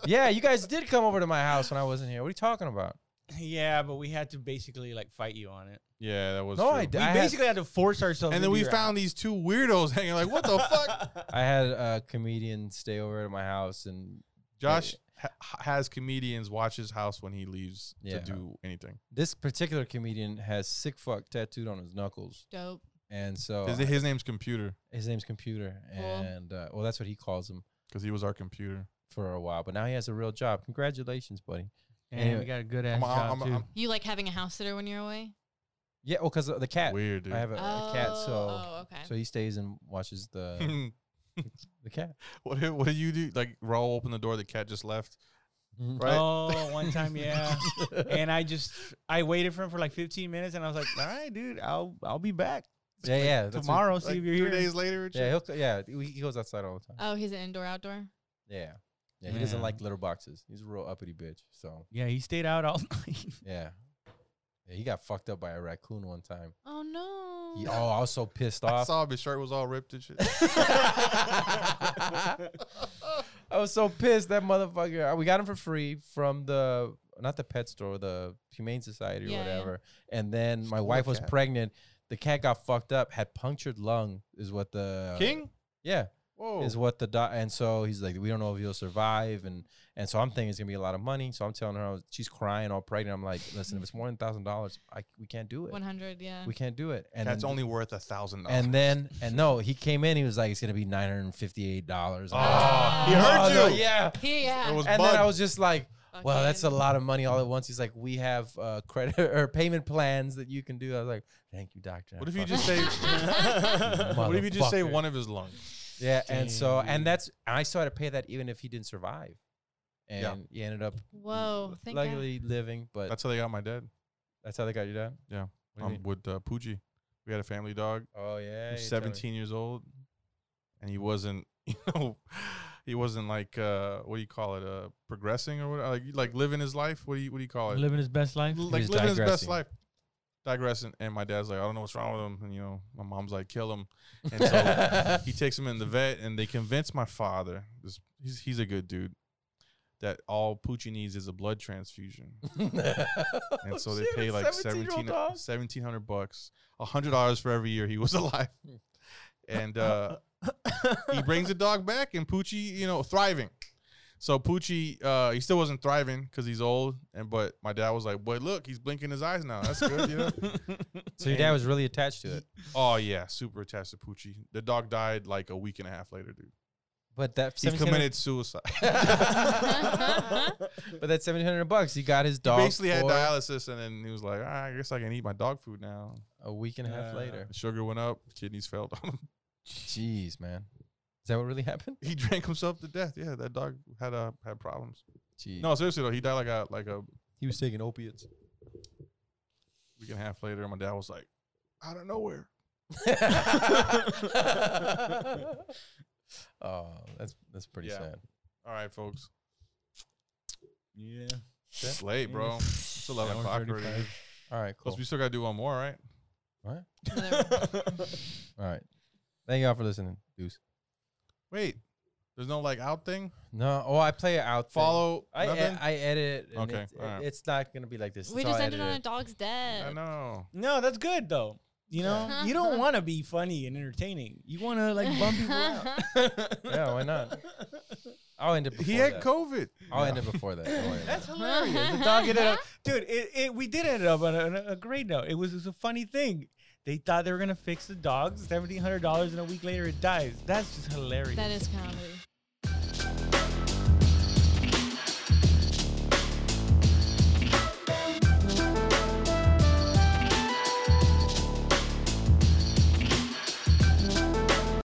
G: Yeah, you guys did come over to my house when I wasn't here. What are you talking about?
C: Yeah, but we had to basically like fight you on it.
E: Yeah, that was.
G: No,
E: true.
G: I d-
C: We
G: had-
C: basically had to force ourselves.
E: And then
C: into
E: we
C: your
E: found these two weirdos <laughs> hanging. Like, what
G: <laughs>
E: the fuck?
G: I had a comedian stay over to my house, and
E: Josh ha- has comedians watch his house when he leaves
G: Yeah.
E: to do anything.
G: this particular comedian has sick fuck tattooed on his knuckles,
D: Dope.
G: and so
E: His, his name's Computer
G: his name's Computer,
D: Cool.
G: and uh, well, that's what he calls him
E: because he was our computer.
G: for a while. But now he has a real job. Congratulations, buddy.
C: And we
G: Anyway.
C: got a good ass
E: I'm-
C: job
E: I'm-
C: too.
E: I'm-
D: You like having a house sitter when you're away?
G: Yeah, oh, because the cat.
E: Weird, dude.
G: I have a, Uh, a cat,
D: Oh,
G: so
D: oh, okay.
G: so he stays and watches
E: <laughs>
G: the the cat.
E: what do- what do you do? Like, Raul opened the door. The cat just
G: <laughs>
E: left. Right?
C: Oh, one
E: <laughs>
C: time, yeah. and I just I waited for him for like 15 minutes, and I was like, "All right, dude, I'll I'll be back
G: Yeah, yeah. that's what-
C: tomorrow. see
E: Like,
C: if you're here."
E: three days later.
G: Yeah, he'll, c- yeah. He he goes outside all the time.
D: Oh, he's an indoor outdoor.
G: Yeah, yeah. He doesn't
C: Man.
G: like litter boxes. He's a real uppity bitch. So
C: Yeah, he stayed out all <laughs> night.
G: yeah, yeah. He got fucked up by a raccoon one time.
D: Oh no.
G: He, oh, I was so pissed
E: I
G: off.
E: saw him. His shirt was all ripped and shit.
G: <laughs> I was so pissed that motherfucker. Uh, We got him for free from the not the pet store, the humane society or
D: Yeah, yeah.
G: whatever. And then my
E: Stole a
G: wife was
E: cat.
G: pregnant. The cat got fucked up, had punctured lung, is what the
E: King? Oh.
G: Yeah.
E: Whoa.
G: is what the doc. And so he's like, we don't know if he'll survive, and and so I'm thinking it's gonna be a lot of money. So I'm telling her, I was- she's crying all pregnant. I'm like, listen, if it's more than thousand dollars, I we can't do it.
D: One hundred, yeah.
G: We can't do it. And
E: That's
G: then-
E: only worth a thousand dollars.
G: And then and no, he came in. He was like, it's gonna be nine hundred fifty-eight dollars.
E: <laughs> Oh, he
D: heard
E: you.
G: Yeah.
D: He, <laughs> yeah.
E: It was
G: And
E: bugged.
G: then I was just like, well, that's a
D: Fucking-
G: lot of money all at once. He's like, we have uh, credit <laughs> or payment plans that you can do. I was like, thank you, doctor.
E: What if you just say? what if you just say one of his lungs?
G: <laughs> Yeah, and so and that's I still had to pay that even if he didn't survive, and
E: Yeah.
G: he ended up
D: Whoa, thank God.
G: luckily living. But that's,
E: That's how they got my dad.
G: how they got you done.
E: Yeah.
G: What do you
E: Um,
G: mean?
E: with uh, Pooji, we had a family dog.
G: Oh yeah.
E: He
G: you
E: was
G: tell me. <laughs>
E: 17 years old, and he wasn't, <laughs> you know, he wasn't like uh, what do you call it, uh, progressing or what? Like like living his life. What do you what do you call it?
C: Living his best life.
E: L- like
G: was
E: living his best
G: digressing.
E: life. Digressing, and my dad's like, I don't know what's wrong with him, and you know, my mom's like, kill him, and so <laughs> he takes him in the vet, and they convince my father, this, he's he's a good dude, that all Poochie needs is a blood
G: <laughs>
E: transfusion, and so they
G: Shit,
E: pay
G: a
E: like
G: 17-year-old
E: 17,
G: dog?
E: 1700 bucks, hundred dollars for every year he was <laughs> alive, and uh,
G: <laughs>
E: he brings the dog back, and Poochie, you know, thriving. So Poochie, uh, he still wasn't thriving because he's old, and but my dad was like, "Boy, look, he's blinking his eyes now. That's good, you
G: <laughs>
E: know."
G: So your dad was really attached to it,
E: oh yeah, super attached to Poochie. The dog died like a week and a half later, dude.
G: but that
E: He
G: 1700
E: committed suicide.
G: <laughs> but that seven hundred bucks, he got his
E: he
G: dog
E: basically had
G: for
E: dialysis, and then he was like, "All right, "I guess I can eat my dog food now."
G: a week and a half
C: Uh,
G: later.
E: Sugar went up, kidneys failed on him. <laughs>
G: Jeez, man, is that what really happened?
E: He drank himself to death. Yeah, that dog had uh, had problems.
G: Jeez,
E: No, seriously though, he died like a like a
G: he was <laughs> taking opiates.
E: week and a half later. And my dad was like, "Out of nowhere."
G: oh, that's that's pretty
E: Yeah.
G: sad.
E: All right, folks.
C: Yeah.
E: It's late, bro. It's 11
C: Hour
E: o'clock already.
C: 35.
G: All right, cool.
E: Plus, we still got to do one more, right?
G: <laughs> All right, thank y'all for listening. Deuce.
E: Wait. There's no like out thing?
G: No, oh, I play it out. thing.
E: Follow?
G: I
E: nothing?
G: ed- I edit. it, And
E: Okay,
G: it's,
E: all right.
G: it's not gonna be like this.
D: we
G: It's all
D: just ended on a
G: edited.
D: dog's
E: I,
D: death.
E: know.
C: No, that's good though. You know, you
E: <laughs>
C: don't want to be funny and entertaining. You want to like
D: <laughs>
C: bum people out.
E: <laughs>
C: <laughs>
G: Yeah, why not? I'll end it. Before
E: He had
G: that.
E: COVID.
G: I'll end it before that. Don't worry. about
C: That's hilarious. The dog
E: <laughs>
C: ended up, dude. It, it we did end up on a, on a great note. It was, it was a funny thing. They thought they were gonna fix the dog. Seventeen hundred dollars, and a week later it dies. That's just hilarious.
D: That is comedy.